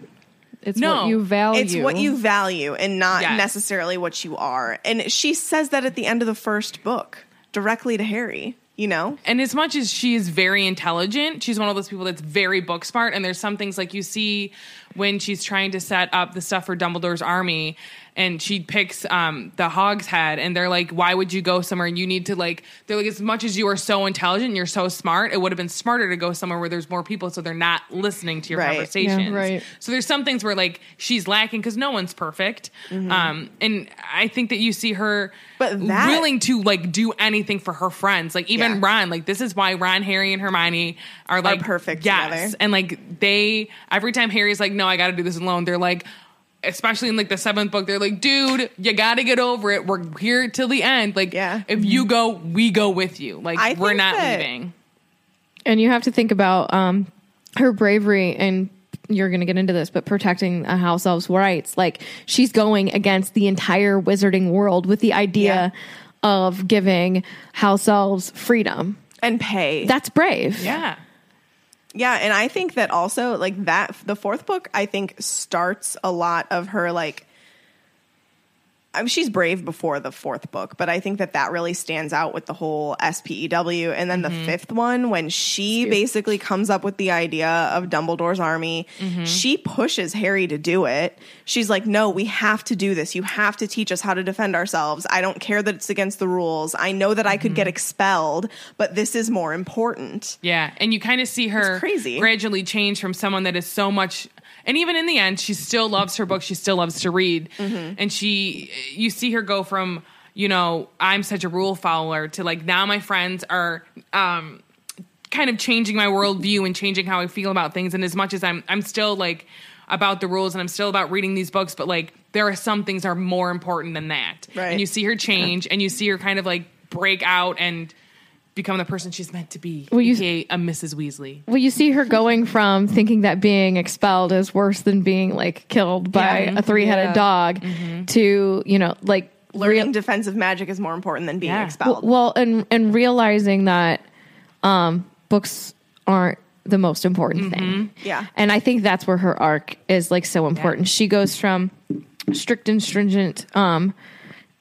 [SPEAKER 6] It's
[SPEAKER 2] No.
[SPEAKER 6] what you value.
[SPEAKER 5] It's what you value, and not
[SPEAKER 2] Yes.
[SPEAKER 5] necessarily what you are. And she says that at the end of the first book, directly to Harry. You know,
[SPEAKER 2] And as much as she is very intelligent, she's one of those people that's very book smart. And there's some things like you see when she's trying to set up the stuff for Dumbledore's army, and she picks um, the Hog's Head, and they're like, "Why would you go somewhere? You need to like." They're like, "As much as you are so intelligent, you're so smart. It would have been smarter to go somewhere where there's more people, so they're not listening to your
[SPEAKER 5] Right.
[SPEAKER 2] conversations."
[SPEAKER 6] Yeah, right.
[SPEAKER 2] So there's some things where like she's lacking because no one's perfect, um, and I think that you see her
[SPEAKER 5] Mm-hmm. But that-
[SPEAKER 2] willing to like do anything for her friends. Like even
[SPEAKER 5] Yeah.
[SPEAKER 2] Ron, like this is why Ron, Harry, and Hermione are like
[SPEAKER 5] perfect
[SPEAKER 2] Yes,
[SPEAKER 5] together.
[SPEAKER 2] and like they every time Harry's like, no, I got to do this alone. They're like. Especially in like the seventh book, they're like, "Dude, you got to get over it. We're here till the end. Like,
[SPEAKER 5] Yeah. Mm-hmm.
[SPEAKER 2] if you go, we go with you. Like,
[SPEAKER 5] I
[SPEAKER 2] we're
[SPEAKER 5] think
[SPEAKER 2] not
[SPEAKER 5] that-
[SPEAKER 2] leaving."
[SPEAKER 4] and you have to think about um her bravery and you're going to get into this, but protecting a house elf's rights. Like she's going against the entire wizarding world with the idea of giving house elves freedom.
[SPEAKER 5] and pay.
[SPEAKER 4] That's brave.
[SPEAKER 2] Yeah.
[SPEAKER 5] Yeah, and I think that also like that the fourth book I think starts a lot of her like I mean, she's brave before the fourth book, but I think that that really stands out with the whole SPEW. And then the fifth one, when she basically comes up with the idea of Dumbledore's army, she pushes Harry to do it. She's like, No, we have to do this. You have to teach us how to defend ourselves. I don't care that it's against the rules. I know that I could get expelled, but this is more important.
[SPEAKER 2] Yeah, and you kind of see her
[SPEAKER 5] It's crazy.
[SPEAKER 2] gradually change from someone that is so much and even in the end she still loves her book, she still loves to read.
[SPEAKER 5] Mm-hmm.
[SPEAKER 2] And she you see her go from, you know, I'm such a rule follower to like now my friends are um kind of changing my worldview and changing how I feel about things. And as much as I'm, I'm still like about the rules and I'm still about reading these books, but like there are some things are more important than that.
[SPEAKER 5] Right.
[SPEAKER 2] And you see her change, and you see her kind of like break out and become the person she's meant to be. Well,
[SPEAKER 4] you-
[SPEAKER 2] a Mrs. Weasley.
[SPEAKER 4] Well, you see her going from thinking that being expelled is worse than being like killed by a three headed
[SPEAKER 6] Yeah. Mm-hmm.
[SPEAKER 4] dog to, you know, like
[SPEAKER 5] learning
[SPEAKER 4] real-
[SPEAKER 5] defensive magic is more important than being
[SPEAKER 2] Yeah.
[SPEAKER 5] expelled.
[SPEAKER 4] Well, and and realizing that um, books aren't the most important thing.
[SPEAKER 5] Yeah.
[SPEAKER 4] and I think that's where her arc is like so important. She goes from strict and stringent, um,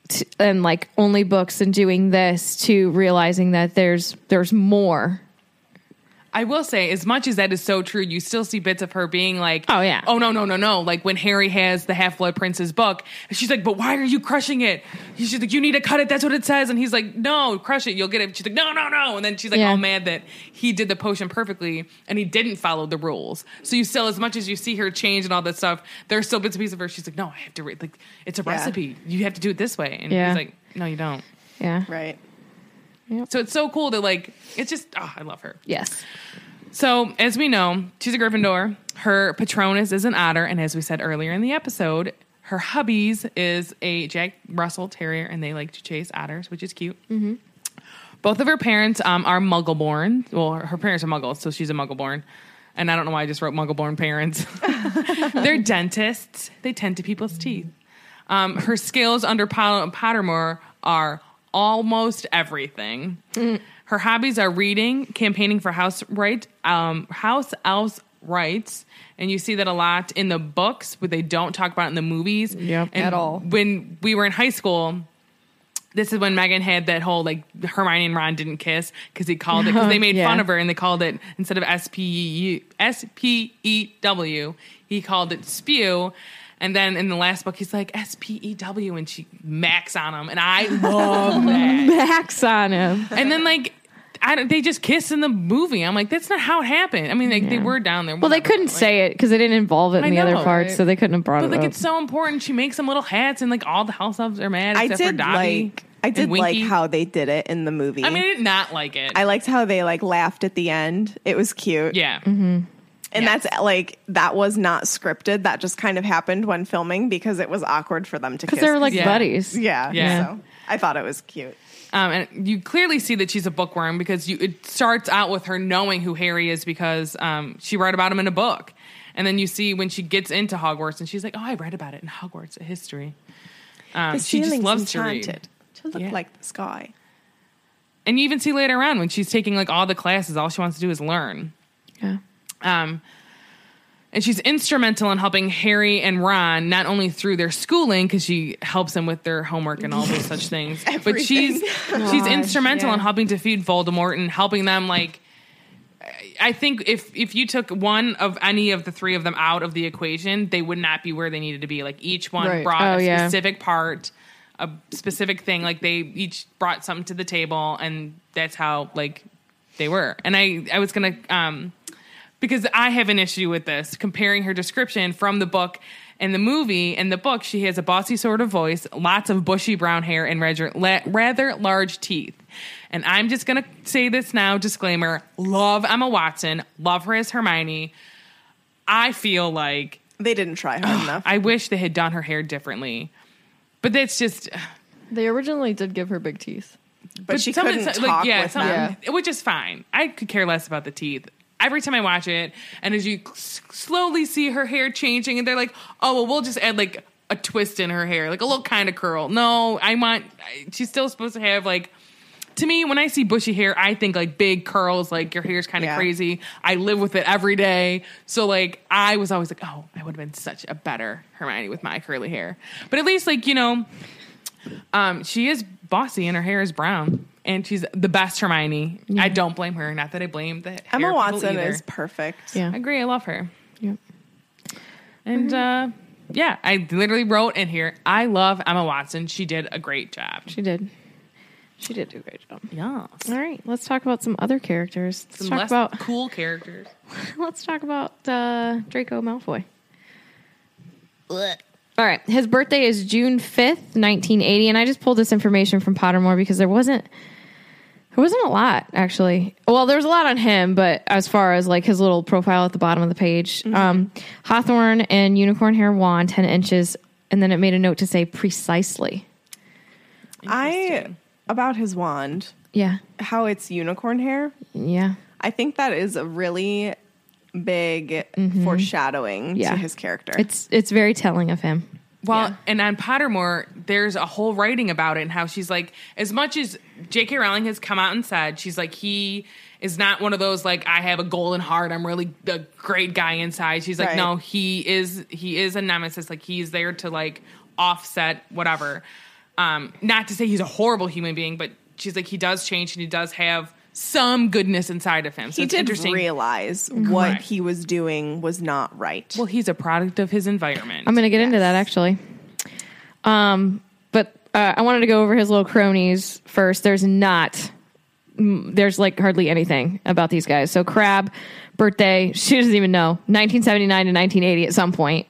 [SPEAKER 4] t and like only books and doing this to realizing that there's there's more.
[SPEAKER 2] I will say, as much as that is so true, you still see bits of her being like,
[SPEAKER 4] Oh, yeah.
[SPEAKER 2] oh no, no, no, no." Like when Harry has the Half Blood Prince's book, and she's like, "But why are you crushing it?" She's like, "You need to cut it. That's what it says." And he's like, "No, crush it. You'll get it." She's like, "No, no, no." And then she's like,
[SPEAKER 4] Yeah.
[SPEAKER 2] all mad that he did the potion perfectly and he didn't follow the rules." So you still, as much as you see her change and all that stuff, there's still bits and pieces of her. She's like, "No, I have to read. Like it's a recipe. You have to do it this way." And
[SPEAKER 4] Yeah.
[SPEAKER 2] he's like, "No, you don't."
[SPEAKER 4] Yeah.
[SPEAKER 5] Right.
[SPEAKER 2] So it's so cool that like it's just oh, I love her.
[SPEAKER 4] Yes.
[SPEAKER 2] So, as we know, she's a Gryffindor. Her Patronus is an otter, and as we said earlier in the episode, her hubby's is a Jack Russell Terrier, and they like to chase otters, which is cute. Mm-hmm. Both of her parents um, are Muggle-born. Well, her parents are Muggles, so she's a Muggle-born. And I don't know why I just wrote Muggle-born parents. They're dentists. They tend to people's teeth. Um, her skills under Pol- Pottermore are almost everything. Her hobbies are reading, campaigning for house right, um, house elves rights, and you see that a lot in the books, but they don't talk about it in the movies
[SPEAKER 6] Yep.
[SPEAKER 2] And
[SPEAKER 6] At all.
[SPEAKER 2] When we were in high school, this is when Megan had that whole like Hermione and Ron didn't kiss because he called it because they made
[SPEAKER 4] Yeah.
[SPEAKER 2] fun of her and they called it instead of S P E S P E W, he called it spew. And then in the last book, he's like S P E W, and she max on him, and I love that.
[SPEAKER 4] Max on him.
[SPEAKER 2] and then like. I don't, they just kiss in the movie. I'm like, that's not how it happened. I mean, like, they were down there.
[SPEAKER 4] Well, they couldn't say it because they didn't involve it in
[SPEAKER 2] I
[SPEAKER 4] the
[SPEAKER 2] know,
[SPEAKER 4] other part,
[SPEAKER 2] right?
[SPEAKER 4] so they couldn't have brought
[SPEAKER 2] But
[SPEAKER 4] it
[SPEAKER 2] like,
[SPEAKER 4] up.
[SPEAKER 2] it's so important. She makes them little hats, and like all the house elves are mad.
[SPEAKER 5] I
[SPEAKER 2] Except for
[SPEAKER 5] did
[SPEAKER 2] Dobby
[SPEAKER 5] like I
[SPEAKER 2] and
[SPEAKER 5] did like
[SPEAKER 2] Winky.
[SPEAKER 5] how they did it in the movie.
[SPEAKER 2] I mean, I did not like it.
[SPEAKER 5] I liked how they like laughed at the end. It was cute.
[SPEAKER 2] yeah.
[SPEAKER 5] And that's like that was not scripted. That just kind of happened when filming because it was awkward for them to kiss.
[SPEAKER 4] because they were like
[SPEAKER 2] Yeah.
[SPEAKER 4] buddies.
[SPEAKER 5] yeah,
[SPEAKER 2] Yeah.
[SPEAKER 5] So I thought it was cute.
[SPEAKER 2] Um, and you clearly see that she's a bookworm because you, it starts out with her knowing who Harry is because um, she read about him in a book. And then you see when she gets into Hogwarts and she's like, oh, I read about it in Hogwarts history. Um,
[SPEAKER 5] His
[SPEAKER 2] she just
[SPEAKER 5] ceiling's
[SPEAKER 2] loves to read.
[SPEAKER 5] enchanted to look
[SPEAKER 2] Yeah.
[SPEAKER 5] like the sky.
[SPEAKER 2] And you even see later on when she's taking like all the classes, all she wants to do is learn.
[SPEAKER 4] Yeah.
[SPEAKER 2] Um, and she's instrumental in helping Harry and Ron not only through their schooling because she helps them with their homework and all those such things, but she's she's instrumental in helping defeat Voldemort and helping them like. I- I think if if you took one of any of the three of them out of the equation, they would not be where they needed to be. Like each one
[SPEAKER 6] Right.
[SPEAKER 2] brought
[SPEAKER 4] Oh,
[SPEAKER 2] a
[SPEAKER 4] yeah.
[SPEAKER 2] specific part, a specific thing. Like they each brought something to the table, and that's how like they were. And I I was gonna um because I have an issue with this comparing her description from the book and the movie. In the book, she has a bossy sort of voice, lots of bushy brown hair, and rather, la- rather large teeth. And I'm just going to say this now disclaimer love Emma Watson, love her as Hermione. I feel like
[SPEAKER 5] They didn't try hard enough.
[SPEAKER 2] I wish they had done her hair differently. But that's just,
[SPEAKER 6] They originally did give her big teeth.
[SPEAKER 5] but, she
[SPEAKER 2] some of
[SPEAKER 5] couldn't
[SPEAKER 2] the-
[SPEAKER 5] talk
[SPEAKER 2] like, yeah,
[SPEAKER 5] with
[SPEAKER 2] some-
[SPEAKER 5] them.
[SPEAKER 6] Yeah.
[SPEAKER 2] which is fine. I could care less about the teeth. every time I watch it. And as you s- slowly see her hair changing, and they're like, oh, well, we'll just add like a twist in her hair, like a little kind of curl. No, I want, I- she's still supposed to have like, to me, when I see bushy hair, I think like big curls, like your hair's kind of
[SPEAKER 5] Yeah.
[SPEAKER 2] crazy. I live with it every day. So like I was always like, oh, I would have been such a better Hermione with my curly hair. But at least like, you know, um, she is bossy and her hair is brown. And she's the best Hermione. I don't blame her. Not that I blame the hair
[SPEAKER 5] Emma
[SPEAKER 2] people
[SPEAKER 5] Watson
[SPEAKER 2] either.
[SPEAKER 5] is perfect.
[SPEAKER 4] Yeah.
[SPEAKER 2] I agree. I love her.
[SPEAKER 4] Yep.
[SPEAKER 2] And uh, yeah, I literally wrote in here. I love Emma Watson. She did a great job.
[SPEAKER 4] She did. She did do a great job.
[SPEAKER 2] Yeah,
[SPEAKER 4] All right, let's talk about some other characters. Let's
[SPEAKER 2] some
[SPEAKER 4] talk
[SPEAKER 2] less
[SPEAKER 4] about
[SPEAKER 2] cool characters.
[SPEAKER 4] let's talk about uh, Draco Malfoy. All right, his birthday is June fifth, nineteen eighty, and I just pulled this information from Pottermore because there wasn't there wasn't a lot actually. Well, there was a lot on him, but as far as like his little profile at the bottom of the page,
[SPEAKER 2] Mm-hmm.
[SPEAKER 4] um, Hawthorne and unicorn hair wand, ten inches, and then it made a note to say precisely.
[SPEAKER 5] I about his wand,
[SPEAKER 4] Yeah,
[SPEAKER 5] how it's unicorn hair.
[SPEAKER 4] yeah,
[SPEAKER 5] I think that is a really big foreshadowing
[SPEAKER 4] Mm-hmm. Yeah.
[SPEAKER 5] to his character.
[SPEAKER 4] it's it's very telling of him.
[SPEAKER 2] Well, and on Pottermore, there's a whole writing about it and how she's like, as much as J.K. Rowling has come out and said, she's like, he is not one of those like I have a golden heart. I'm really the great guy inside. She's like,
[SPEAKER 5] Right.
[SPEAKER 2] no, he is he is a nemesis. Like he's there to like offset whatever. Um, not to say he's a horrible human being, but she's like he does change and he does have some goodness inside of him. So
[SPEAKER 5] he
[SPEAKER 2] it's
[SPEAKER 5] did
[SPEAKER 2] interesting.
[SPEAKER 5] realize what
[SPEAKER 2] Correct.
[SPEAKER 5] he was doing was not right.
[SPEAKER 2] well, he's a product of his environment.
[SPEAKER 4] I'm going to get into that actually. Um, but uh, I wanted to go over his little cronies first. There's not, mm, there's like hardly anything about these guys. So Crab, birthday, she doesn't even know. 1979 to 1980 at some point.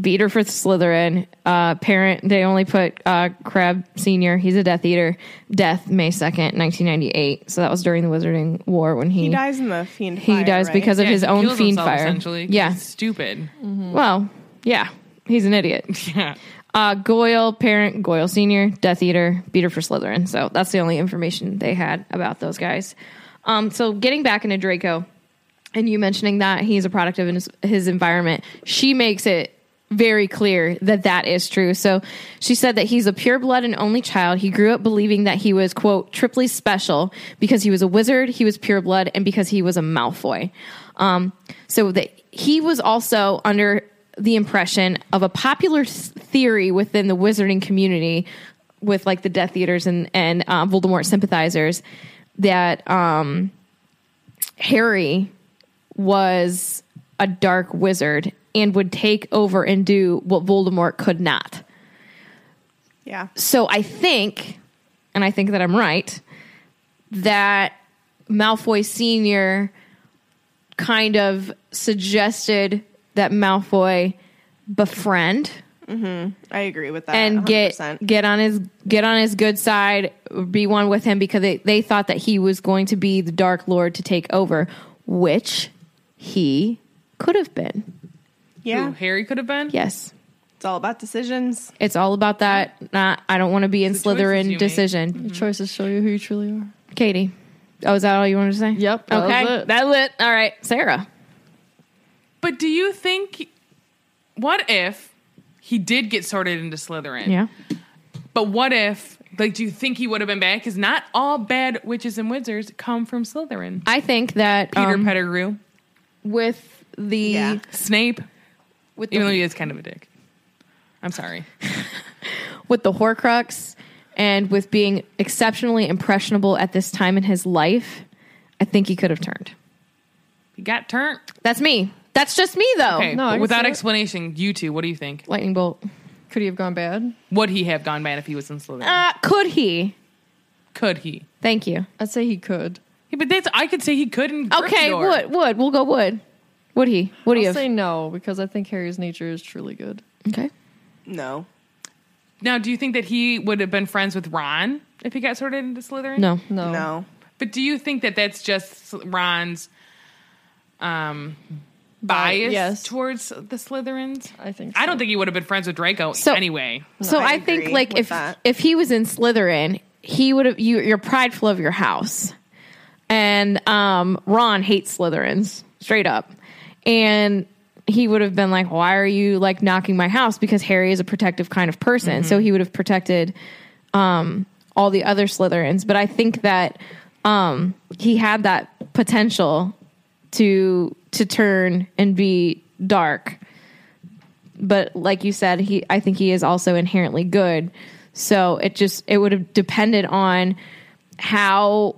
[SPEAKER 4] Beater for Slytherin. Uh, parent, they only put uh, Crab Senior. He's a Death Eater. Death May 2nd, 1998. So that was during the Wizarding War when he.
[SPEAKER 5] he dies in the fiend.
[SPEAKER 4] he
[SPEAKER 5] fire,
[SPEAKER 4] dies
[SPEAKER 5] right?
[SPEAKER 4] because of
[SPEAKER 2] Yeah,
[SPEAKER 4] his
[SPEAKER 2] he
[SPEAKER 4] own
[SPEAKER 2] kills
[SPEAKER 4] fiend
[SPEAKER 2] himself,
[SPEAKER 4] fire.
[SPEAKER 2] Essentially, 'cause
[SPEAKER 4] Yeah.
[SPEAKER 2] he's stupid.
[SPEAKER 4] Well, yeah. He's an idiot.
[SPEAKER 2] Yeah.
[SPEAKER 4] Uh, Goyle, parent, Goyle Sr., Death Eater, Beater for Slytherin. So that's the only information they had about those guys. Um, so getting back into Draco, and you mentioning that he's a product of his, his environment, she makes it very clear that that is true. So she said that he's a pure blood and only child. He grew up believing that he was, quote, triply special because he was a wizard, he was pure blood, and because he was a Malfoy. Um, so that he was also under the impression of a popular s- theory within the wizarding community with like the Death Eaters and, and uh, Voldemort sympathizers that um, Harry was a dark wizard and would take over and do what Voldemort could not.
[SPEAKER 5] Yeah.
[SPEAKER 4] So I think, and I think that I'm right, that Malfoy Sr. kind of suggested that Malfoy befriend
[SPEAKER 5] I agree with that.
[SPEAKER 4] and get
[SPEAKER 5] 100%.
[SPEAKER 4] get on his get on his good side, be one with him because they, they thought that he was going to be the Dark Lord to take over, which he could have been.
[SPEAKER 5] yeah.
[SPEAKER 2] Who Harry could have been.
[SPEAKER 4] Yes.
[SPEAKER 5] It's all about decisions.
[SPEAKER 4] It's all about that. Not I don't want to be in
[SPEAKER 2] the choices you
[SPEAKER 4] Slytherin
[SPEAKER 2] make.
[SPEAKER 4] decision.
[SPEAKER 6] Your choices show you who you truly are.
[SPEAKER 4] Katie. Oh, is that all you wanted to say?
[SPEAKER 6] Yep, that
[SPEAKER 4] Okay.
[SPEAKER 6] was it.
[SPEAKER 4] That lit. All right. Sarah.
[SPEAKER 2] But do you think what if he did get sorted into Slytherin? But what if like do you think he would have been bad? Because not all bad witches and wizards come from Slytherin.
[SPEAKER 4] I think that
[SPEAKER 2] Peter
[SPEAKER 4] um,
[SPEAKER 2] Pettigrew,
[SPEAKER 4] with the
[SPEAKER 5] Yeah.
[SPEAKER 2] Snape,
[SPEAKER 4] with
[SPEAKER 2] even though
[SPEAKER 4] the,
[SPEAKER 2] he is kind of a dick. I'm sorry.
[SPEAKER 4] with the Horcrux and with being exceptionally impressionable at this time in his life, I think he could have turned.
[SPEAKER 2] He got turned.
[SPEAKER 4] That's me. That's just me though.
[SPEAKER 2] Okay,
[SPEAKER 6] no, I
[SPEAKER 2] but
[SPEAKER 6] can
[SPEAKER 2] without
[SPEAKER 6] see it.
[SPEAKER 2] explanation, you two, what do you think?
[SPEAKER 4] Lightning bolt.
[SPEAKER 6] Could he have gone bad?
[SPEAKER 2] Would he have gone bad if he was in Slytherin?
[SPEAKER 4] Uh, could he?
[SPEAKER 2] could he?
[SPEAKER 4] Thank you.
[SPEAKER 6] I'd say he could.
[SPEAKER 2] Yeah, but that's I could say he couldn't.
[SPEAKER 4] Okay. Wood. Wood. We'll go wood. Would he? Would he have?
[SPEAKER 6] I'll say no because I think Harry's nature is truly good.
[SPEAKER 4] okay.
[SPEAKER 5] No.
[SPEAKER 2] Now, do you think that he would have been friends with Ron if he got sorted into Slytherin?
[SPEAKER 4] No.
[SPEAKER 6] No,
[SPEAKER 5] No.
[SPEAKER 2] But do you think that that's just Ron's um, bias
[SPEAKER 6] yes.
[SPEAKER 2] towards the Slytherins?
[SPEAKER 6] I think. So.
[SPEAKER 2] I don't think he would have been friends with Draco
[SPEAKER 4] So-
[SPEAKER 2] anyway.
[SPEAKER 4] So
[SPEAKER 5] I
[SPEAKER 4] I, think
[SPEAKER 5] agree
[SPEAKER 4] like
[SPEAKER 5] with
[SPEAKER 4] if
[SPEAKER 5] that.
[SPEAKER 4] if he was in Slytherin, he would have you you're prideful of your house. And um, Ron hates Slytherins straight up, and he would have been like, "Why are you like knocking my house?" Because Harry is a protective kind of person, so
[SPEAKER 5] Mm-hmm.
[SPEAKER 4] he would have protected um, all the other Slytherins. But I think that um, he had that potential to to turn and be dark but like you said he i think he is also inherently good so it just it would have depended on how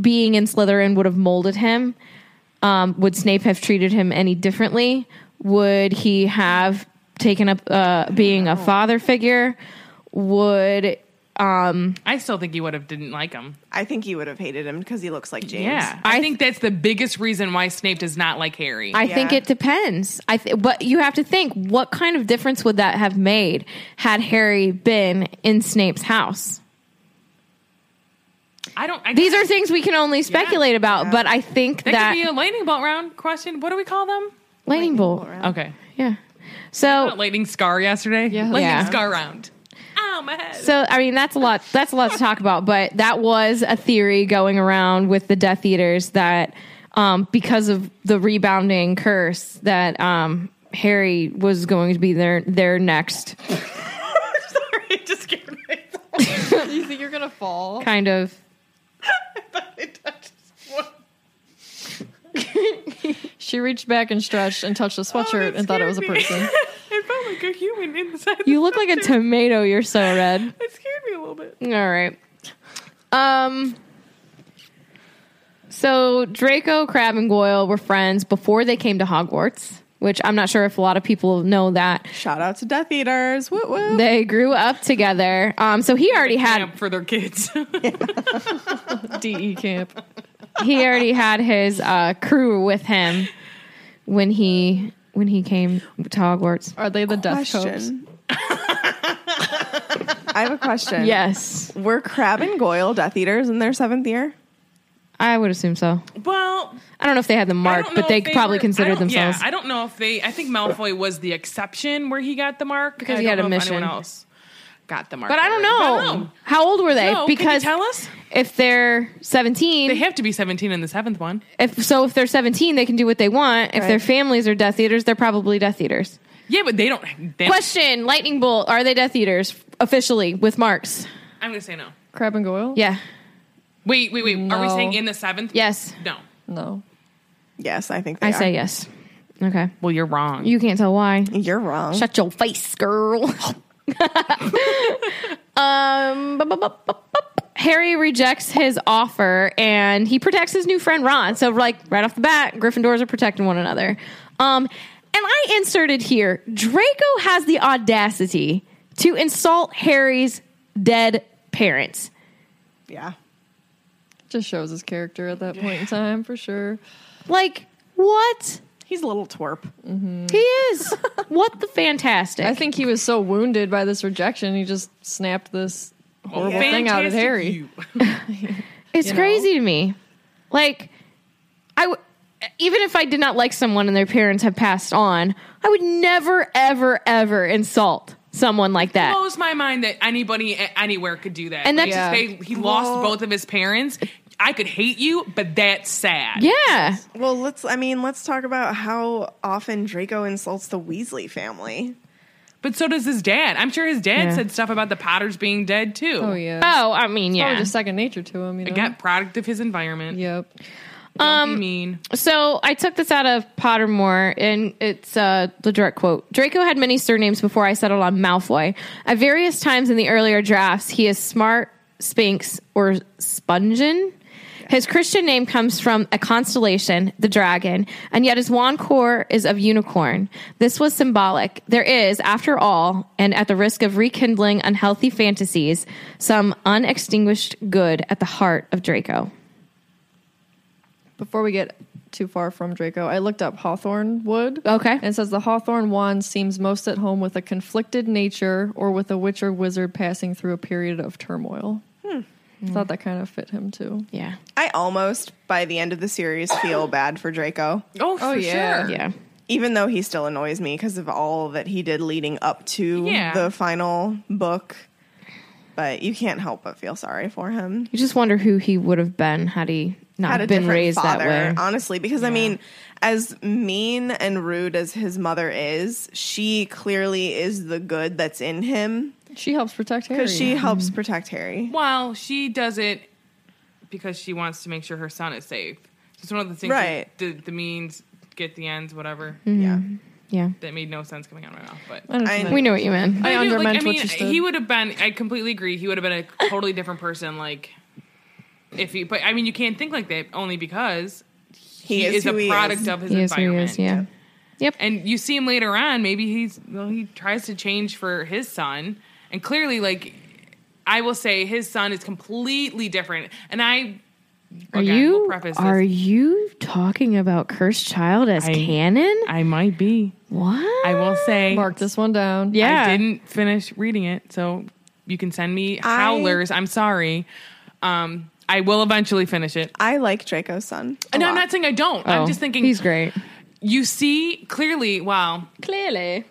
[SPEAKER 4] being in slytherin would have molded him um, would snape have treated him any differently would he have taken up uh, being a father figure would
[SPEAKER 2] I still think he would have didn't like him.
[SPEAKER 5] I think he would have hated him because he looks like James.
[SPEAKER 2] Yeah, I,
[SPEAKER 4] I
[SPEAKER 2] think that's the biggest reason why Snape does not like Harry.
[SPEAKER 4] I
[SPEAKER 5] Yeah.
[SPEAKER 4] think it depends. I th- but you have to think what kind of difference would that have made had Harry been in Snape's house?
[SPEAKER 2] I don't. I,
[SPEAKER 4] These are things we can only speculate about, but I think
[SPEAKER 2] That,
[SPEAKER 4] that,
[SPEAKER 2] could be a lightning bolt round question. What do we call them?
[SPEAKER 4] lightning bolt.
[SPEAKER 2] Okay,
[SPEAKER 4] Yeah. So
[SPEAKER 2] lightning scar yesterday. Yeah, lightning
[SPEAKER 4] Yeah.
[SPEAKER 2] scar round. Ow, my head.
[SPEAKER 4] so I mean that's a lot that's a lot to talk about, but that was a theory going around with the Death Eaters that um, because of the rebounding curse that um, Harry was going to be their their next
[SPEAKER 5] Sorry, it just scared me.
[SPEAKER 6] You think you're gonna fall?
[SPEAKER 4] kind of
[SPEAKER 5] It touched one.
[SPEAKER 6] She reached back and stretched and touched a sweatshirt
[SPEAKER 2] that
[SPEAKER 6] and thought it was a
[SPEAKER 2] scared me.
[SPEAKER 6] person.
[SPEAKER 2] it felt like a human inside.
[SPEAKER 4] You look like a tomato, you're so red.
[SPEAKER 2] It scared me a little bit.
[SPEAKER 4] All right. Um. So Draco, Crab, and Goyle were friends before they came to Hogwarts, which I'm not sure if a lot of people know that
[SPEAKER 5] Shout out to Death Eaters. Woo woo.
[SPEAKER 4] they grew up together. Um. So he already had
[SPEAKER 2] Camp for their kids.
[SPEAKER 6] De E camp.
[SPEAKER 4] he already had his uh, crew with him when he when he came to Hogwarts.
[SPEAKER 6] Are they the death coats?
[SPEAKER 5] question. I have a question.
[SPEAKER 4] Yes,
[SPEAKER 5] Were Crab and Goyle Death Eaters in their seventh year?
[SPEAKER 4] I would assume so.
[SPEAKER 2] well,
[SPEAKER 4] I don't know if they had the
[SPEAKER 2] I
[SPEAKER 4] mark,
[SPEAKER 2] don't know
[SPEAKER 4] but they,
[SPEAKER 2] if
[SPEAKER 4] probably
[SPEAKER 2] were- I
[SPEAKER 4] considered
[SPEAKER 2] don't-
[SPEAKER 4] themselves.
[SPEAKER 2] Yeah, I don't know if they. I think Malfoy was the exception where he got the mark
[SPEAKER 4] Because
[SPEAKER 2] I
[SPEAKER 4] he
[SPEAKER 2] don't
[SPEAKER 4] had a
[SPEAKER 2] know if
[SPEAKER 4] mission.
[SPEAKER 2] Anyone else got the mark?
[SPEAKER 4] but I don't
[SPEAKER 2] there.
[SPEAKER 4] know. how old were they
[SPEAKER 2] No,
[SPEAKER 4] because
[SPEAKER 2] can you tell us
[SPEAKER 4] if they're 17
[SPEAKER 2] they have to be seventeen in the seventh one.
[SPEAKER 4] if so if they're 17 they can do what they want if
[SPEAKER 5] Right.
[SPEAKER 4] their families are death eaters they're probably death eaters
[SPEAKER 2] Yeah, but they don't. They don't
[SPEAKER 4] question lightning bolt are they death eaters officially with marks
[SPEAKER 2] I'm gonna say no.
[SPEAKER 6] Crab and Goyle?
[SPEAKER 4] yeah
[SPEAKER 2] Wait, wait, wait. Are we
[SPEAKER 6] No.
[SPEAKER 2] saying in the seventh?
[SPEAKER 4] yes
[SPEAKER 2] No.
[SPEAKER 6] No.
[SPEAKER 5] Yes, I think they
[SPEAKER 4] i
[SPEAKER 5] are.
[SPEAKER 4] say yes okay
[SPEAKER 2] Well, you're wrong.
[SPEAKER 4] you can't tell why
[SPEAKER 5] You're wrong.
[SPEAKER 4] shut your face girl um bu- bu- bu- bu- bu- harry rejects his offer and he protects his new friend ron so like right off the bat gryffindors are protecting one another um and i inserted here draco has the audacity to insult harry's dead parents
[SPEAKER 5] yeah.
[SPEAKER 6] Just shows his character at that point in time for sure.
[SPEAKER 4] like what
[SPEAKER 5] He's a little twerp.
[SPEAKER 4] he is what the fantastic
[SPEAKER 6] I think he was so wounded by this rejection, he just snapped this horrible thing out at
[SPEAKER 2] Fantastic
[SPEAKER 6] Harry.
[SPEAKER 2] you.
[SPEAKER 4] It's
[SPEAKER 6] you know?
[SPEAKER 4] crazy to me. Like, I w- even if I did not like someone and their parents have passed on, I would never, ever, ever insult someone like that.
[SPEAKER 2] blows my mind that anybody a- anywhere could do that.
[SPEAKER 4] And
[SPEAKER 2] Like,
[SPEAKER 4] that's-
[SPEAKER 2] just- they, he lost both of his parents. I could hate you, but that's sad.
[SPEAKER 4] yeah,
[SPEAKER 5] Well, let's. I mean, let's talk about how often Draco insults the Weasley family.
[SPEAKER 2] But so does his dad. I'm sure his dad
[SPEAKER 4] Yeah.
[SPEAKER 2] said stuff about the Potters being dead too.
[SPEAKER 6] Oh yeah.
[SPEAKER 4] Oh, I mean,
[SPEAKER 6] Probably
[SPEAKER 4] yeah.
[SPEAKER 6] just second nature to him, you know.
[SPEAKER 2] Again, product of his environment. Um, oh,
[SPEAKER 6] Yep.
[SPEAKER 2] Don't be mean.
[SPEAKER 4] So I took this out of Pottermore, and it's uh, the direct quote Draco had many surnames before I settled on Malfoy. At various times in the earlier drafts, he is Smart, Sphinx, or Spungen. His Christian name comes from a constellation, the dragon, and yet his wand core is of unicorn. This was symbolic. There is, after all, and at the risk of rekindling unhealthy fantasies, some unextinguished good at the heart of Draco.
[SPEAKER 6] Before we get too far from Draco, I looked up hawthorn wood.
[SPEAKER 4] Okay.
[SPEAKER 6] And it says the hawthorn wand seems most at home with a conflicted nature or with a witch or wizard passing through a period of turmoil.
[SPEAKER 5] Hmm.
[SPEAKER 6] I thought that kind of fit him too.
[SPEAKER 4] Yeah.
[SPEAKER 5] I almost, by the end of the series, feel bad for Draco,
[SPEAKER 2] Oh, for
[SPEAKER 6] yeah.
[SPEAKER 2] sure.
[SPEAKER 4] Yeah.
[SPEAKER 5] even though he still annoys me because of all that he did leading up to
[SPEAKER 2] Yeah.
[SPEAKER 5] the final book. But you can't help but feel sorry for him.
[SPEAKER 4] You just wonder who he would have been had he
[SPEAKER 5] had
[SPEAKER 4] not
[SPEAKER 5] a
[SPEAKER 4] been
[SPEAKER 5] different
[SPEAKER 4] raised
[SPEAKER 5] father, Uh,
[SPEAKER 4] that way.
[SPEAKER 5] honestly, because I mean, as mean and rude as his mother is, she clearly is the good that's in him
[SPEAKER 6] She helps protect Harry.
[SPEAKER 5] because she helps protect Harry.
[SPEAKER 2] Well, she does it because she wants to make sure her son is safe. It's one of the things
[SPEAKER 5] Right. Hmm.
[SPEAKER 2] that the, the means get the ends, whatever.
[SPEAKER 4] Mm-hmm.
[SPEAKER 5] Yeah.
[SPEAKER 4] Yeah.
[SPEAKER 2] That made no sense coming out of my mouth, but
[SPEAKER 6] I don't
[SPEAKER 5] I-
[SPEAKER 6] know.
[SPEAKER 4] We know what you meant.
[SPEAKER 2] I, do,
[SPEAKER 6] under
[SPEAKER 2] like,
[SPEAKER 6] meant
[SPEAKER 2] I
[SPEAKER 6] what
[SPEAKER 2] mean,
[SPEAKER 6] you said.
[SPEAKER 2] he would have been. I completely agree. He would have been a totally different person. Like, if he, but I mean, you can't think like that only because
[SPEAKER 5] He,
[SPEAKER 2] he,
[SPEAKER 5] is,
[SPEAKER 2] is,
[SPEAKER 5] who
[SPEAKER 2] a
[SPEAKER 5] he
[SPEAKER 2] product
[SPEAKER 5] is.
[SPEAKER 2] of his
[SPEAKER 4] He is who he
[SPEAKER 2] environment.
[SPEAKER 4] is. Yeah.
[SPEAKER 2] And you see him later on. Maybe he's well. He tries to change for his son, and clearly, like, I will say, his son is completely different. And I.
[SPEAKER 4] Are
[SPEAKER 2] again,
[SPEAKER 4] you
[SPEAKER 2] we'll preface this.
[SPEAKER 4] are you talking about cursed child as canon?
[SPEAKER 2] I might be.
[SPEAKER 4] what?
[SPEAKER 2] I will say.
[SPEAKER 6] mark this one down.
[SPEAKER 4] Yeah.
[SPEAKER 2] I didn't finish reading it, so you can send me
[SPEAKER 5] I-
[SPEAKER 2] howlers. I'm sorry. Um, I will eventually finish it.
[SPEAKER 5] I like Draco's son. a
[SPEAKER 2] No, I'm
[SPEAKER 5] lot.
[SPEAKER 2] not saying I don't. I'm
[SPEAKER 4] Oh,
[SPEAKER 2] just thinking
[SPEAKER 4] he's great.
[SPEAKER 2] you see clearly, wow,
[SPEAKER 4] Clearly,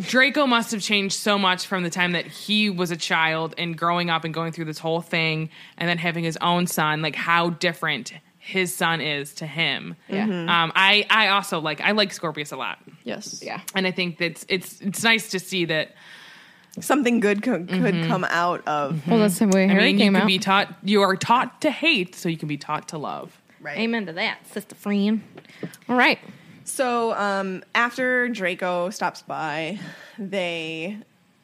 [SPEAKER 2] Draco must have changed so much from the time that he was a child and growing up and going through this whole thing and then having his own son, like how different his son is to him.
[SPEAKER 4] Yeah.
[SPEAKER 2] Um, I, I also like I like Scorpius a lot.
[SPEAKER 6] Yes.
[SPEAKER 4] Yeah.
[SPEAKER 2] And I think that's it's it's nice to see that
[SPEAKER 5] Something good co- could
[SPEAKER 4] Mm-hmm.
[SPEAKER 5] come out of.
[SPEAKER 4] Well, that's the way
[SPEAKER 2] I
[SPEAKER 4] Harry
[SPEAKER 2] mean, you
[SPEAKER 4] came
[SPEAKER 2] can
[SPEAKER 4] out.
[SPEAKER 2] be taught. You are taught to hate, so you can be taught to love.
[SPEAKER 5] Right.
[SPEAKER 4] Amen to that, sister friend. All right.
[SPEAKER 5] So um, after Draco stops by, they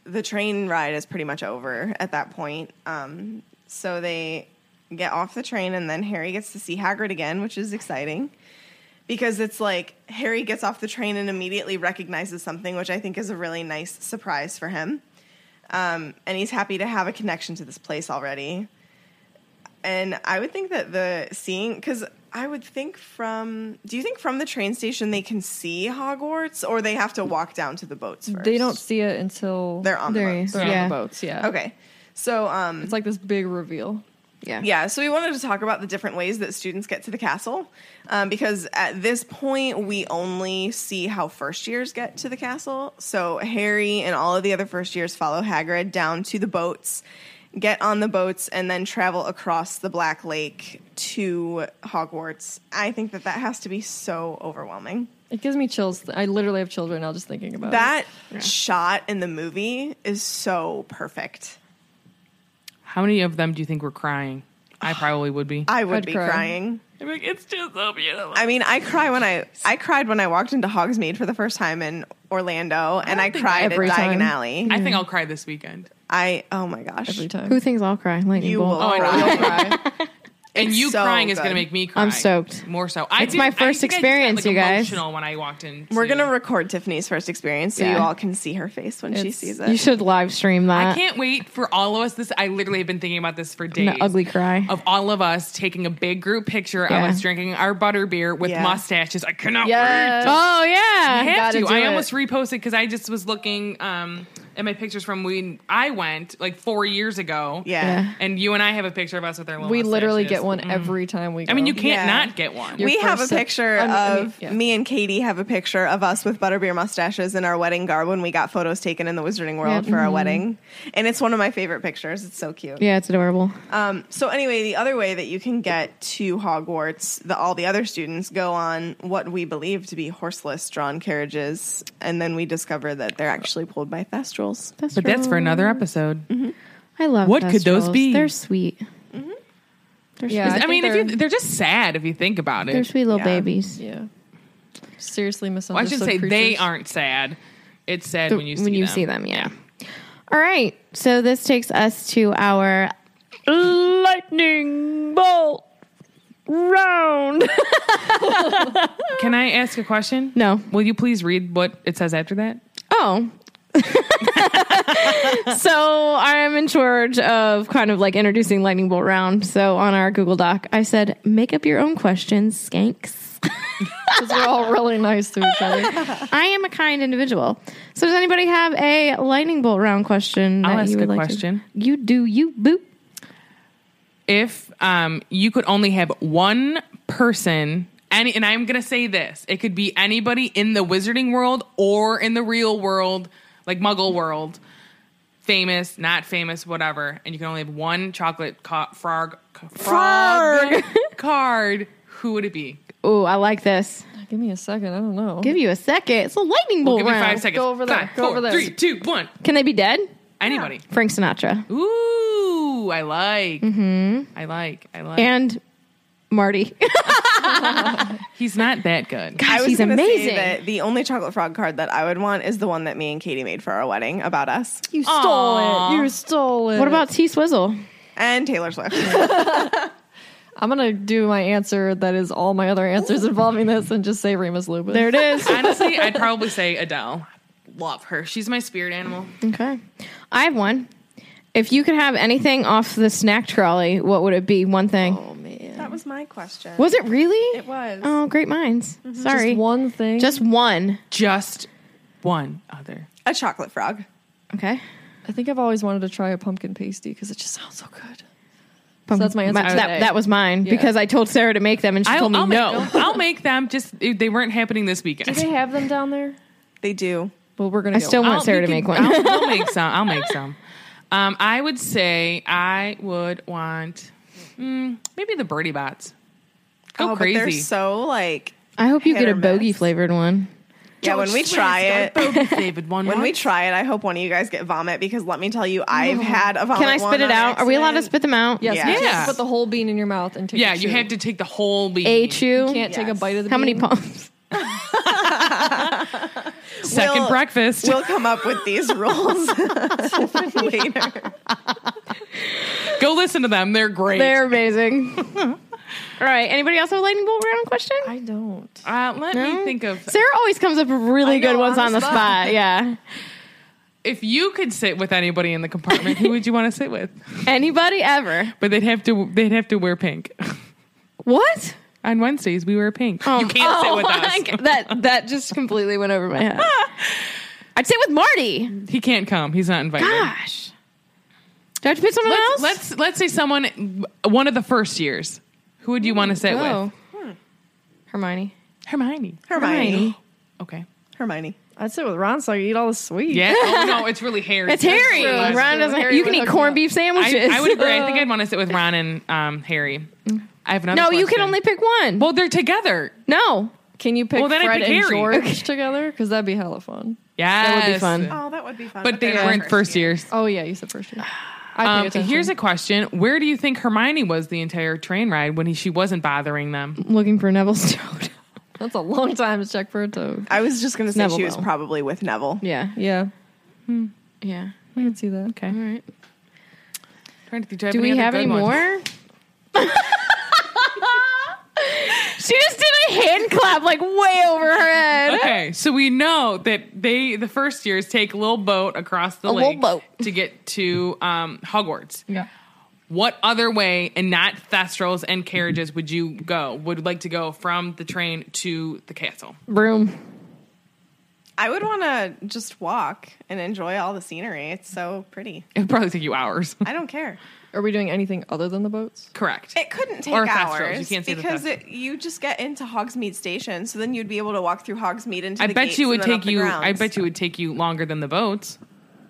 [SPEAKER 5] the train ride is pretty much over at that point. Um, so they get off the train, and then Harry gets to see Hagrid again, which is exciting because it's like Harry gets off the train and immediately recognizes something, which I think is a really nice surprise for him. Um, and he's happy to have a connection to this place already. And I would think that the seeing, because I would think from, do you think from the train station they can see Hogwarts or they have to walk down to the boats first?
[SPEAKER 6] They don't see it until
[SPEAKER 5] They're on
[SPEAKER 4] There
[SPEAKER 5] the
[SPEAKER 4] he
[SPEAKER 5] boats.
[SPEAKER 4] is.
[SPEAKER 6] they're
[SPEAKER 4] Yeah.
[SPEAKER 6] on the boats. Yeah.
[SPEAKER 5] Okay. So, um,
[SPEAKER 6] It's like this big reveal.
[SPEAKER 5] yeah, so we wanted to talk about the different ways that students get to the castle um, because at this point we only see how first years get to the castle. So Harry and all of the other first years follow Hagrid down to the boats, get on the boats, and then travel across the Black Lake to Hogwarts. I think that that has to be so overwhelming.
[SPEAKER 6] It gives me chills. I literally have chills right now just thinking about it.
[SPEAKER 5] That shot in the movie is so perfect.
[SPEAKER 2] How many of them do you think were crying? I probably would be.
[SPEAKER 5] I would
[SPEAKER 6] I'd
[SPEAKER 5] be
[SPEAKER 6] cry.
[SPEAKER 5] crying.
[SPEAKER 2] I'm like, it's just so beautiful.
[SPEAKER 5] I mean, I cry when I I cried when I walked into Hogsmeade for the first time in Orlando, and I, cried
[SPEAKER 6] every
[SPEAKER 5] at Diagon
[SPEAKER 6] time.
[SPEAKER 5] Alley.
[SPEAKER 2] I think I'll cry this weekend.
[SPEAKER 5] I oh my gosh,
[SPEAKER 6] every time. Oh,
[SPEAKER 4] Who thinks I'll cry? Lightning
[SPEAKER 5] you
[SPEAKER 4] bolt.
[SPEAKER 5] will
[SPEAKER 2] I know.
[SPEAKER 5] cry.
[SPEAKER 2] And
[SPEAKER 5] It's
[SPEAKER 2] you
[SPEAKER 5] so
[SPEAKER 2] crying is going to
[SPEAKER 5] good.
[SPEAKER 2] make me cry.
[SPEAKER 4] I'm stoked.
[SPEAKER 2] More so. I
[SPEAKER 4] It's my first
[SPEAKER 2] think just
[SPEAKER 4] experience,
[SPEAKER 2] got,
[SPEAKER 4] you
[SPEAKER 2] like,
[SPEAKER 4] guys.
[SPEAKER 2] Emotional when I walked in.
[SPEAKER 5] We're gonna record Tiffany's first experience so you
[SPEAKER 4] Yeah.
[SPEAKER 5] all can see her face when she
[SPEAKER 6] It's-
[SPEAKER 5] sees
[SPEAKER 4] You
[SPEAKER 5] it.
[SPEAKER 4] should live stream
[SPEAKER 2] I
[SPEAKER 4] that.
[SPEAKER 2] can't wait for all of us. This I literally have been thinking about this for days.
[SPEAKER 4] An ugly cry.
[SPEAKER 2] Of all of us taking a big group picture
[SPEAKER 4] Yeah.
[SPEAKER 2] of us drinking our butter beer with
[SPEAKER 5] Yeah.
[SPEAKER 2] mustaches. I cannot wait
[SPEAKER 6] Yes.
[SPEAKER 4] Oh yeah.
[SPEAKER 2] I have
[SPEAKER 6] gotta
[SPEAKER 2] to.
[SPEAKER 6] do
[SPEAKER 2] I
[SPEAKER 6] it.
[SPEAKER 2] almost reposted because I just was looking um, at my pictures from when I went like four years ago.
[SPEAKER 5] yeah.
[SPEAKER 4] Yeah.
[SPEAKER 2] And you and I have a picture of us with our little
[SPEAKER 6] we literally
[SPEAKER 2] mustaches.
[SPEAKER 6] get one every time we go.
[SPEAKER 2] I mean, you can't
[SPEAKER 5] Yeah.
[SPEAKER 2] not get one.
[SPEAKER 6] Your
[SPEAKER 5] we have a
[SPEAKER 6] first sip-
[SPEAKER 5] picture
[SPEAKER 6] I mean- I mean,
[SPEAKER 5] of
[SPEAKER 6] yeah.
[SPEAKER 5] me and Katie have a picture of us with butterbeer mustaches in our wedding garb when we got photos taken in the Wizarding World
[SPEAKER 4] Yeah.
[SPEAKER 5] for our
[SPEAKER 6] Mm-hmm.
[SPEAKER 5] wedding, and it's one of my favorite pictures. It's so cute.
[SPEAKER 4] Yeah, it's adorable.
[SPEAKER 5] Um, so anyway, the other way that you can get to Hogwarts, the, all the other students go on what we believe to be horseless drawn carriages, and then we discover that they're actually pulled by thestrals.
[SPEAKER 2] But that's for another episode.
[SPEAKER 4] I love.
[SPEAKER 2] What could those
[SPEAKER 4] Thestrals.
[SPEAKER 2] be?
[SPEAKER 4] They're sweet.
[SPEAKER 6] yeah,
[SPEAKER 2] I,
[SPEAKER 6] think
[SPEAKER 2] mean, if you,
[SPEAKER 6] they're-
[SPEAKER 2] they're just sad if you think about
[SPEAKER 4] They're
[SPEAKER 2] it.
[SPEAKER 4] sweet little
[SPEAKER 5] Yeah.
[SPEAKER 4] babies.
[SPEAKER 6] yeah, seriously
[SPEAKER 2] Well, I
[SPEAKER 6] misunderstood.
[SPEAKER 2] should say they
[SPEAKER 6] creatures.
[SPEAKER 2] aren't sad. It's sad
[SPEAKER 4] The-
[SPEAKER 2] when you see them.
[SPEAKER 4] yeah. All right. So this takes us to our lightning bolt round.
[SPEAKER 2] Can I ask a question?
[SPEAKER 4] No.
[SPEAKER 2] Will you please read what it says after that?
[SPEAKER 4] Oh. so I'm in charge of kind of like introducing lightning bolt round. So on our Google Doc, I said, "Make up your own questions, skanks."
[SPEAKER 6] 'Cause we're all really nice to each other.
[SPEAKER 4] I am a kind individual. So does anybody have a lightning bolt round question?
[SPEAKER 2] I'll
[SPEAKER 4] that
[SPEAKER 2] ask
[SPEAKER 4] you would
[SPEAKER 2] a
[SPEAKER 4] like to-
[SPEAKER 2] question.
[SPEAKER 4] You do you boop.
[SPEAKER 2] if um, you could only have one person any and i'm gonna say this it could be anybody in the wizarding world or in the real world like muggle world famous not famous whatever and you can only have one chocolate co- frog co- frog, card, who would it be?
[SPEAKER 4] Ooh, I like this.
[SPEAKER 6] Give me a second. I don't know.
[SPEAKER 4] Give you a second. It's a lightning bolt
[SPEAKER 2] Give me
[SPEAKER 4] round.
[SPEAKER 2] five seconds.
[SPEAKER 6] Go over there.
[SPEAKER 2] Five,
[SPEAKER 6] Go over
[SPEAKER 2] four,
[SPEAKER 6] there.
[SPEAKER 2] three, two, one.
[SPEAKER 4] Can they be dead?
[SPEAKER 2] Anybody.
[SPEAKER 4] Frank Sinatra
[SPEAKER 2] Ooh, I like. I like. I like.
[SPEAKER 4] and Marty.
[SPEAKER 2] He's not that good.
[SPEAKER 4] Gosh,
[SPEAKER 5] I was
[SPEAKER 4] he's
[SPEAKER 5] gonna
[SPEAKER 4] Ah, amazing.
[SPEAKER 5] Say that the only chocolate frog card that I would want is the one that me and Katie made for our wedding about us
[SPEAKER 6] You stole it. You stole it.
[SPEAKER 4] what about T Swizzle?
[SPEAKER 5] and Taylor Swift.
[SPEAKER 4] Oh,
[SPEAKER 6] I'm gonna do my answer that is all my other answers involving this and just say Remus Lupus.
[SPEAKER 4] There it is.
[SPEAKER 2] Honestly, I'd probably say Adele. Love her. She's my spirit animal.
[SPEAKER 4] okay. I have one. If you could have anything off the snack trolley, what would it be? One thing.
[SPEAKER 5] that was my question.
[SPEAKER 4] Was it really?
[SPEAKER 5] It was.
[SPEAKER 4] Oh, great minds. Sorry.
[SPEAKER 6] Just one thing.
[SPEAKER 4] Just one.
[SPEAKER 2] Just one other.
[SPEAKER 5] A chocolate frog.
[SPEAKER 4] Okay.
[SPEAKER 6] I think I've always wanted to try a pumpkin pasty because it just sounds so good. so that's my answer.
[SPEAKER 4] that,
[SPEAKER 6] today.
[SPEAKER 4] that was mine because I told Sarah to make them and she told me
[SPEAKER 2] I'll
[SPEAKER 4] no.
[SPEAKER 2] Make them. I'll make them. Just they weren't happening this
[SPEAKER 6] Do
[SPEAKER 2] weekend.
[SPEAKER 6] they have them down there?
[SPEAKER 5] They do.
[SPEAKER 6] Well, we're gonna.
[SPEAKER 4] I
[SPEAKER 6] go.
[SPEAKER 4] still want
[SPEAKER 2] I'll-
[SPEAKER 4] Sarah to
[SPEAKER 2] we can-
[SPEAKER 4] make one.
[SPEAKER 2] I'll, I'll make some. I'll make some. Um, I would say I would want mm, maybe the birdie bots. Go
[SPEAKER 5] oh, but
[SPEAKER 2] crazy.
[SPEAKER 5] they're so like.
[SPEAKER 4] I hope you
[SPEAKER 5] Hit
[SPEAKER 4] get a
[SPEAKER 5] or
[SPEAKER 4] bogey
[SPEAKER 5] miss.
[SPEAKER 4] flavored one.
[SPEAKER 5] Yeah, when we try it.
[SPEAKER 2] David one
[SPEAKER 5] When we
[SPEAKER 2] once.
[SPEAKER 5] try it, I hope one of you guys get vomit because let me tell you, I've had a vomit.
[SPEAKER 4] Can I spit
[SPEAKER 5] one
[SPEAKER 4] it
[SPEAKER 5] on
[SPEAKER 4] out? Are we allowed to
[SPEAKER 5] accident.
[SPEAKER 4] spit them out?
[SPEAKER 6] Yes.
[SPEAKER 5] Yeah.
[SPEAKER 6] You can't
[SPEAKER 2] Yeah.
[SPEAKER 6] put the whole bean in your mouth and take.
[SPEAKER 2] Yeah,
[SPEAKER 6] a
[SPEAKER 2] you
[SPEAKER 6] chew.
[SPEAKER 2] have to take the whole bean.
[SPEAKER 4] A chew.
[SPEAKER 6] You can't take a
[SPEAKER 5] Yes.
[SPEAKER 6] bite of the.
[SPEAKER 4] How many
[SPEAKER 6] bean.
[SPEAKER 4] pumps?
[SPEAKER 2] Second
[SPEAKER 5] We'll-
[SPEAKER 2] breakfast.
[SPEAKER 5] We'll come up with these rules later.
[SPEAKER 2] Go listen to them. They're great.
[SPEAKER 4] They're amazing. All right. Anybody else have a lightning bolt round question?
[SPEAKER 6] I don't.
[SPEAKER 2] uh, let me think of
[SPEAKER 4] Sarah always comes up with really
[SPEAKER 2] I know,
[SPEAKER 4] good ones
[SPEAKER 2] on
[SPEAKER 4] on
[SPEAKER 2] the
[SPEAKER 4] the spot. Yeah.
[SPEAKER 2] if you could sit with anybody in the compartment, who would you want to sit with?
[SPEAKER 4] Anybody ever?
[SPEAKER 2] But they'd have to they'd have to wear pink.
[SPEAKER 4] What?
[SPEAKER 2] On Wednesdays we wear pink. you can't sit
[SPEAKER 4] Oh,
[SPEAKER 2] with us.
[SPEAKER 4] my God. That that just completely went over my head. I'd sit with Marty.
[SPEAKER 2] He can't come. He's not invited.
[SPEAKER 4] Gosh. Do I have to pick someone
[SPEAKER 2] Let's,
[SPEAKER 4] else?
[SPEAKER 2] let's let's say someone one of the first years. Who would you want to sit with?
[SPEAKER 4] go. Hmm. Hermione.
[SPEAKER 2] Hermione.
[SPEAKER 5] Hermione.
[SPEAKER 2] Okay.
[SPEAKER 5] Hermione.
[SPEAKER 6] I'd sit with Ron so I could eat all the sweets.
[SPEAKER 2] Yeah. Oh no, it's really Harry.
[SPEAKER 4] It's Harry.
[SPEAKER 2] true.
[SPEAKER 4] Ron doesn't.
[SPEAKER 6] Harry
[SPEAKER 4] you can
[SPEAKER 6] would
[SPEAKER 4] eat
[SPEAKER 6] hook
[SPEAKER 4] corned
[SPEAKER 6] me
[SPEAKER 4] beef
[SPEAKER 2] I,
[SPEAKER 4] sandwiches.
[SPEAKER 2] I would agree. I think I'd want to sit with Ron and um, Harry. I have another.
[SPEAKER 4] no, you can
[SPEAKER 2] question.
[SPEAKER 4] only pick one.
[SPEAKER 2] Well, they're together.
[SPEAKER 4] no.
[SPEAKER 6] Can you pick
[SPEAKER 2] Well, then I
[SPEAKER 6] Fred
[SPEAKER 2] pick
[SPEAKER 6] and
[SPEAKER 2] Harry.
[SPEAKER 6] George together? Because that'd be hella fun.
[SPEAKER 2] Yeah,
[SPEAKER 4] would be fun.
[SPEAKER 5] Oh, that would be fun.
[SPEAKER 2] But they
[SPEAKER 5] they're
[SPEAKER 2] weren't first years.
[SPEAKER 6] Oh yeah, you said first year. I
[SPEAKER 2] Um,
[SPEAKER 6] think
[SPEAKER 2] here's a question: Where do you think Hermione was the entire train ride when he, she wasn't bothering them?
[SPEAKER 4] Looking for Neville's toad.
[SPEAKER 6] that's a long time to check for a toad.
[SPEAKER 5] I was just going to say
[SPEAKER 4] Neville,
[SPEAKER 5] she was
[SPEAKER 4] though.
[SPEAKER 5] probably with Neville.
[SPEAKER 4] Yeah.
[SPEAKER 6] Yeah,
[SPEAKER 4] Yeah.
[SPEAKER 6] I can see that.
[SPEAKER 2] Okay,
[SPEAKER 4] All right.
[SPEAKER 2] trying to think, do, I
[SPEAKER 4] Do we
[SPEAKER 2] other
[SPEAKER 4] have any
[SPEAKER 2] good ones?
[SPEAKER 4] more? she just did a hand clap like way over her head.
[SPEAKER 2] Okay, so we know that they the first years take a little boat across the
[SPEAKER 4] A little
[SPEAKER 2] lake
[SPEAKER 4] boat.
[SPEAKER 2] to get to um, Hogwarts.
[SPEAKER 6] Yeah.
[SPEAKER 2] What other way and not thestrals and carriages would you go? Would like to go from the train to the castle?
[SPEAKER 4] Broom.
[SPEAKER 5] I would want to just walk and enjoy all the scenery. It's so pretty.
[SPEAKER 2] It would probably take you hours.
[SPEAKER 5] I don't care.
[SPEAKER 6] Are we doing anything other than the boats?
[SPEAKER 2] Correct.
[SPEAKER 5] It couldn't take
[SPEAKER 2] Or Thestrals. You
[SPEAKER 5] hours
[SPEAKER 2] can't say the
[SPEAKER 5] because
[SPEAKER 2] Thestrals.
[SPEAKER 5] it, you just get into Hogsmeade Station, so then you'd be able to walk through Hogsmeade into
[SPEAKER 2] I
[SPEAKER 5] the
[SPEAKER 2] bet
[SPEAKER 5] gates
[SPEAKER 2] you would
[SPEAKER 5] and then up
[SPEAKER 2] take
[SPEAKER 5] the
[SPEAKER 2] you.
[SPEAKER 5] grounds.
[SPEAKER 2] I bet you would take you longer than the boats.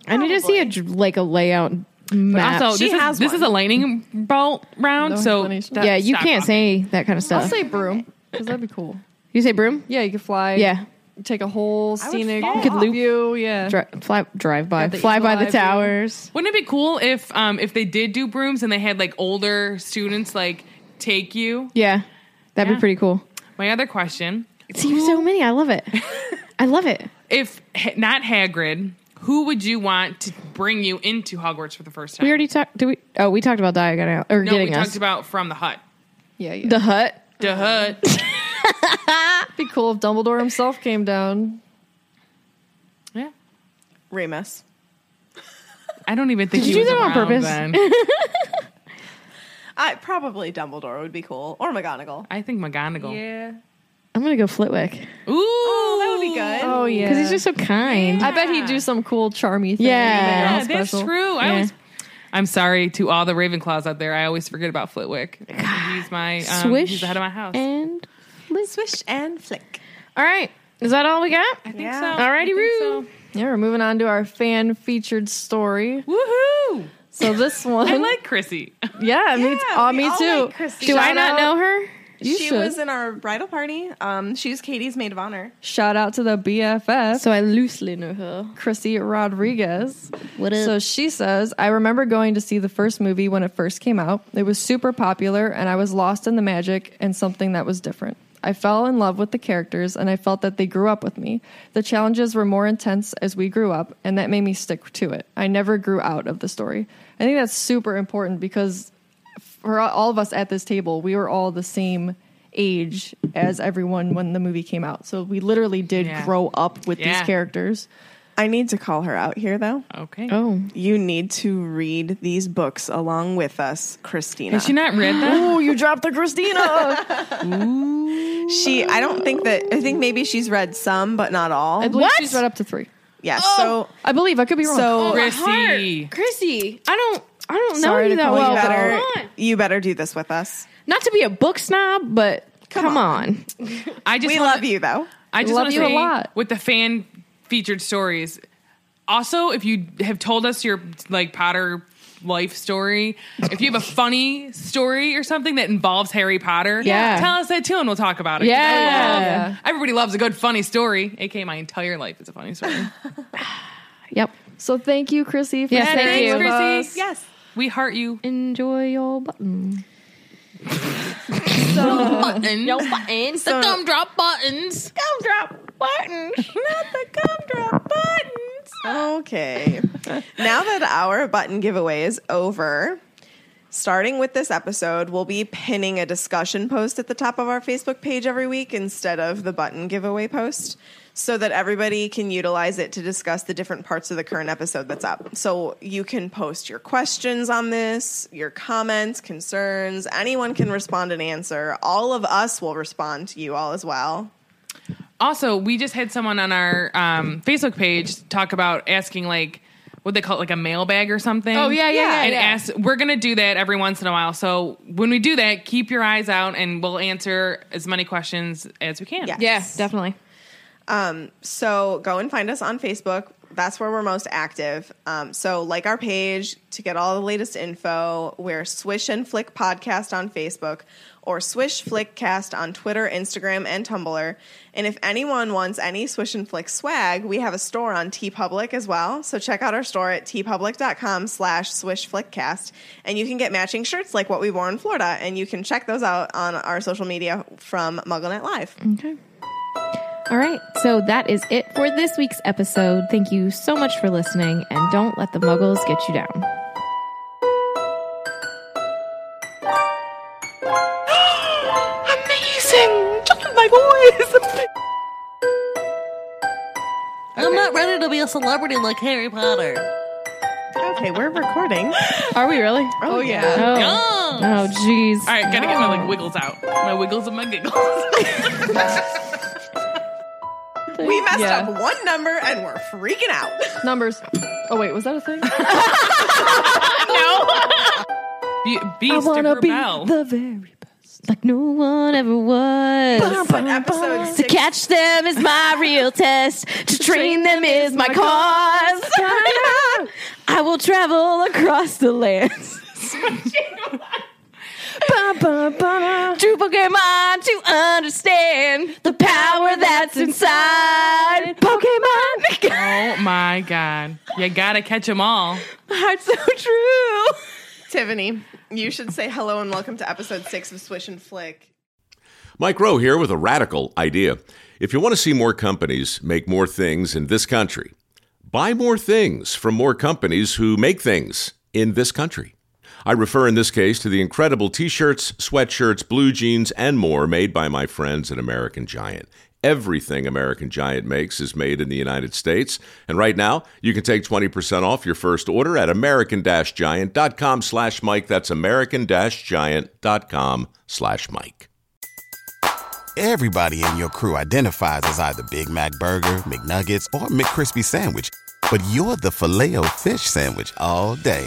[SPEAKER 4] I need to see a dr- like a layout map.
[SPEAKER 2] Also,
[SPEAKER 5] She
[SPEAKER 2] this,
[SPEAKER 5] has
[SPEAKER 2] is, this
[SPEAKER 5] one.
[SPEAKER 2] is a lightning bolt round,
[SPEAKER 6] No
[SPEAKER 2] so
[SPEAKER 6] explanation.
[SPEAKER 2] that-
[SPEAKER 4] yeah, you
[SPEAKER 2] stop
[SPEAKER 4] can't
[SPEAKER 2] off.
[SPEAKER 4] say that kind of
[SPEAKER 6] I'll
[SPEAKER 4] stuff.
[SPEAKER 6] say broom because that'd be cool.
[SPEAKER 4] you say broom?
[SPEAKER 6] Yeah, you could fly.
[SPEAKER 4] Yeah.
[SPEAKER 6] take a whole scenic
[SPEAKER 5] fall You could off. loop.
[SPEAKER 6] view. Yeah,
[SPEAKER 4] Dri- fly, drive by,
[SPEAKER 6] Got the
[SPEAKER 4] fly
[SPEAKER 6] eagle
[SPEAKER 4] by
[SPEAKER 6] eye
[SPEAKER 4] the
[SPEAKER 6] view.
[SPEAKER 4] towers.
[SPEAKER 2] Wouldn't it be cool if um if they did do brooms and they had like older students like take you?
[SPEAKER 4] Yeah, that'd
[SPEAKER 2] Yeah.
[SPEAKER 4] be pretty cool.
[SPEAKER 2] My other question:
[SPEAKER 4] See, so many. I love it. I love it.
[SPEAKER 2] If Ha- not Hagrid, who would you want to bring you into Hogwarts for the first time?
[SPEAKER 4] We already talked. Did we? Oh, we talked about Diagon Alley or
[SPEAKER 2] no,
[SPEAKER 4] getting
[SPEAKER 2] we
[SPEAKER 4] us
[SPEAKER 2] talked about from the hut.
[SPEAKER 6] yeah, yeah.
[SPEAKER 4] the hut.
[SPEAKER 2] The hut.
[SPEAKER 6] It'd be cool if Dumbledore himself came down.
[SPEAKER 2] yeah,
[SPEAKER 5] Remus.
[SPEAKER 2] I don't even think
[SPEAKER 4] Did
[SPEAKER 2] he
[SPEAKER 4] you do that
[SPEAKER 2] was
[SPEAKER 4] on
[SPEAKER 2] around
[SPEAKER 4] purpose?
[SPEAKER 2] then.
[SPEAKER 5] I Uh, probably Dumbledore would be cool or McGonagall.
[SPEAKER 2] I think
[SPEAKER 4] Oh.
[SPEAKER 2] McGonagall.
[SPEAKER 6] Yeah.
[SPEAKER 4] I'm gonna go Flitwick
[SPEAKER 2] Ooh, oh,
[SPEAKER 5] That would be good.
[SPEAKER 6] Oh yeah.
[SPEAKER 4] because he's just so kind.
[SPEAKER 6] I bet he'd do some cool charmy thing.
[SPEAKER 4] Yeah.
[SPEAKER 6] All
[SPEAKER 2] Yeah, that's
[SPEAKER 6] special.
[SPEAKER 2] true. I
[SPEAKER 4] Yeah.
[SPEAKER 2] always, I'm sorry to all the Ravenclaws out there. I always forget about Flitwick. He's my um,
[SPEAKER 4] Swish
[SPEAKER 2] He's the head of my house.
[SPEAKER 4] And
[SPEAKER 5] Swish and flick.
[SPEAKER 4] all right, is that all we got?
[SPEAKER 2] I think
[SPEAKER 5] Yeah.
[SPEAKER 2] so.
[SPEAKER 4] Alrighty,
[SPEAKER 2] I think
[SPEAKER 4] Roo.
[SPEAKER 6] Yeah, we're moving on to our fan featured story.
[SPEAKER 2] so. Woohoo!
[SPEAKER 6] So this one,
[SPEAKER 2] I like Chrissy.
[SPEAKER 6] yeah, me,
[SPEAKER 5] Yeah,
[SPEAKER 6] oh,
[SPEAKER 5] we
[SPEAKER 6] me
[SPEAKER 5] all
[SPEAKER 6] too.
[SPEAKER 5] like Chrissy.
[SPEAKER 4] Do I
[SPEAKER 5] Shout
[SPEAKER 4] not
[SPEAKER 5] out-
[SPEAKER 4] know her?
[SPEAKER 6] You
[SPEAKER 5] she
[SPEAKER 6] should.
[SPEAKER 5] was in our bridal party. Um, she's Katie's maid of honor.
[SPEAKER 6] Shout out to the BFF.
[SPEAKER 4] So I loosely know her.
[SPEAKER 6] Chrissy Rodriguez.
[SPEAKER 4] What up?
[SPEAKER 6] So she says, I remember going to see the first movie when it first came out. It was super popular, and I was lost in the magic and something that was different. I fell in love with the characters, and I felt that they grew up with me. The challenges were more intense as we grew up, and that made me stick to it. I never grew out of the story. I think that's super important because for all of us at this table, we were all the same age as everyone when the movie came out. So we literally did
[SPEAKER 2] Yeah.
[SPEAKER 6] grow up with
[SPEAKER 2] Yeah.
[SPEAKER 6] these characters.
[SPEAKER 5] I need to call her out here, though.
[SPEAKER 2] Okay.
[SPEAKER 4] Oh,
[SPEAKER 5] You need to read these books along with us, Christina.
[SPEAKER 2] Has she not read them?
[SPEAKER 6] Oh, you dropped the Christina.
[SPEAKER 5] She, I don't think that. I think maybe she's read some, but not all.
[SPEAKER 6] I believe
[SPEAKER 4] What? Oh,
[SPEAKER 6] she's read up to three.
[SPEAKER 5] yeah.
[SPEAKER 6] I believe I could be
[SPEAKER 5] So,
[SPEAKER 6] wrong.
[SPEAKER 5] so
[SPEAKER 2] Chrissy.
[SPEAKER 4] Chrissy, I don't, I don't know
[SPEAKER 6] Sorry to
[SPEAKER 4] you that
[SPEAKER 6] call you
[SPEAKER 4] well.
[SPEAKER 5] you better,
[SPEAKER 4] Come on.
[SPEAKER 5] you better do this with us.
[SPEAKER 4] Not to be a book snob, but come, on.
[SPEAKER 2] I just
[SPEAKER 5] We
[SPEAKER 2] wanna-
[SPEAKER 5] love you, though.
[SPEAKER 2] I just
[SPEAKER 6] Love
[SPEAKER 2] want to
[SPEAKER 6] you a
[SPEAKER 2] say
[SPEAKER 6] lot.
[SPEAKER 2] with the fan featured stories. Also, if you have told us your like Potter life story, if you have a funny story or something that involves Harry Potter,
[SPEAKER 4] Yeah.
[SPEAKER 2] tell us that too, and we'll talk about it. 'Cause
[SPEAKER 4] Yeah.
[SPEAKER 2] I love- everybody loves a good funny story. AK, my entire life is a funny story.
[SPEAKER 4] Yep.
[SPEAKER 6] So thank you, Chrissy. For
[SPEAKER 4] Yes,
[SPEAKER 6] sharing
[SPEAKER 4] thank you.
[SPEAKER 6] with
[SPEAKER 2] Chrissy.
[SPEAKER 6] us.
[SPEAKER 5] Yes.
[SPEAKER 2] We heart you.
[SPEAKER 4] Enjoy your button.
[SPEAKER 2] Button.
[SPEAKER 4] Your buttons.
[SPEAKER 5] So-
[SPEAKER 4] drop buttons.
[SPEAKER 5] Gumdrop buttons, not the gumdrop buttons. Okay. now that our button giveaway is over, starting with this episode, we'll be pinning a discussion post at the top of our Facebook page every week instead of the button giveaway post so that everybody can utilize it to discuss the different parts of the current episode that's up. So you can post your questions on this, your comments, concerns. Anyone can respond and answer. All of us will respond to you all as well.
[SPEAKER 2] Also, we just had someone on our um, Facebook page talk about asking like what they call it, like a mailbag or something.
[SPEAKER 4] Oh, yeah, yeah, yeah,
[SPEAKER 2] And
[SPEAKER 4] yeah.
[SPEAKER 2] ask we're gonna do that every once in a while. So when we do that, keep your eyes out and we'll answer as many questions as we can.
[SPEAKER 5] Yeah.
[SPEAKER 4] Yeah, definitely.
[SPEAKER 5] So go and find us on Facebook. That's where we're most active. Um, so like our page to get all the latest info. We're Swish and Flick Podcast on Facebook or Swish Flickcast on Twitter, Instagram, and Tumblr. And if anyone wants any Swish and Flick swag, we have a store on TeePublic as well. So check out our store at tpublic.com slash Swish Flickcast. And you can get matching shirts like what we wore in Florida. And you can check those out on our social media from MuggleNet Live.
[SPEAKER 1] All right, so that is it for this week's episode. Thank you so much for listening, and don't let the muggles get you down.
[SPEAKER 7] I'm not ready to be a celebrity like Harry Potter.
[SPEAKER 5] Okay, we're recording.
[SPEAKER 4] Are we really?
[SPEAKER 5] Oh, yeah.
[SPEAKER 4] Oh,
[SPEAKER 7] Oh.
[SPEAKER 4] oh, jeez.
[SPEAKER 2] All right, gotta get my like wiggles out. My wiggles and my giggles.
[SPEAKER 5] We messed
[SPEAKER 6] Yeah.
[SPEAKER 5] up one number and we're freaking out.
[SPEAKER 6] Numbers. Oh wait, was that a thing?
[SPEAKER 2] Be- Beast of Rebel.
[SPEAKER 6] very best.
[SPEAKER 4] Like no one ever was.
[SPEAKER 5] But episode
[SPEAKER 4] To
[SPEAKER 5] six,
[SPEAKER 4] catch them is my real test. To train them is my cause. I will travel across the lands. Ba, ba, ba. True Pokemon to understand the power that's inside. Pokemon,
[SPEAKER 2] oh my god. You gotta catch them all.
[SPEAKER 4] heart's so true.
[SPEAKER 5] Tiffany, you should say hello and welcome to episode six of Swish and Flick.
[SPEAKER 9] Mike Rowe here with a radical idea. If you want to see more companies make more things in this country, buy more things from more companies who make things in this country. I refer in this case to the incredible t shirts, sweatshirts, blue jeans, and more made by my friends at American Giant. Everything American Giant makes is made in the United States, and right now you can take 20% off your first order at american-giant.com slash Mike. That's american-giant.com slash Mike.
[SPEAKER 10] Everybody in your crew identifies as either Big Mac Burger, McNuggets, or McCrispy Sandwich. But you're the filet fish Sandwich all day.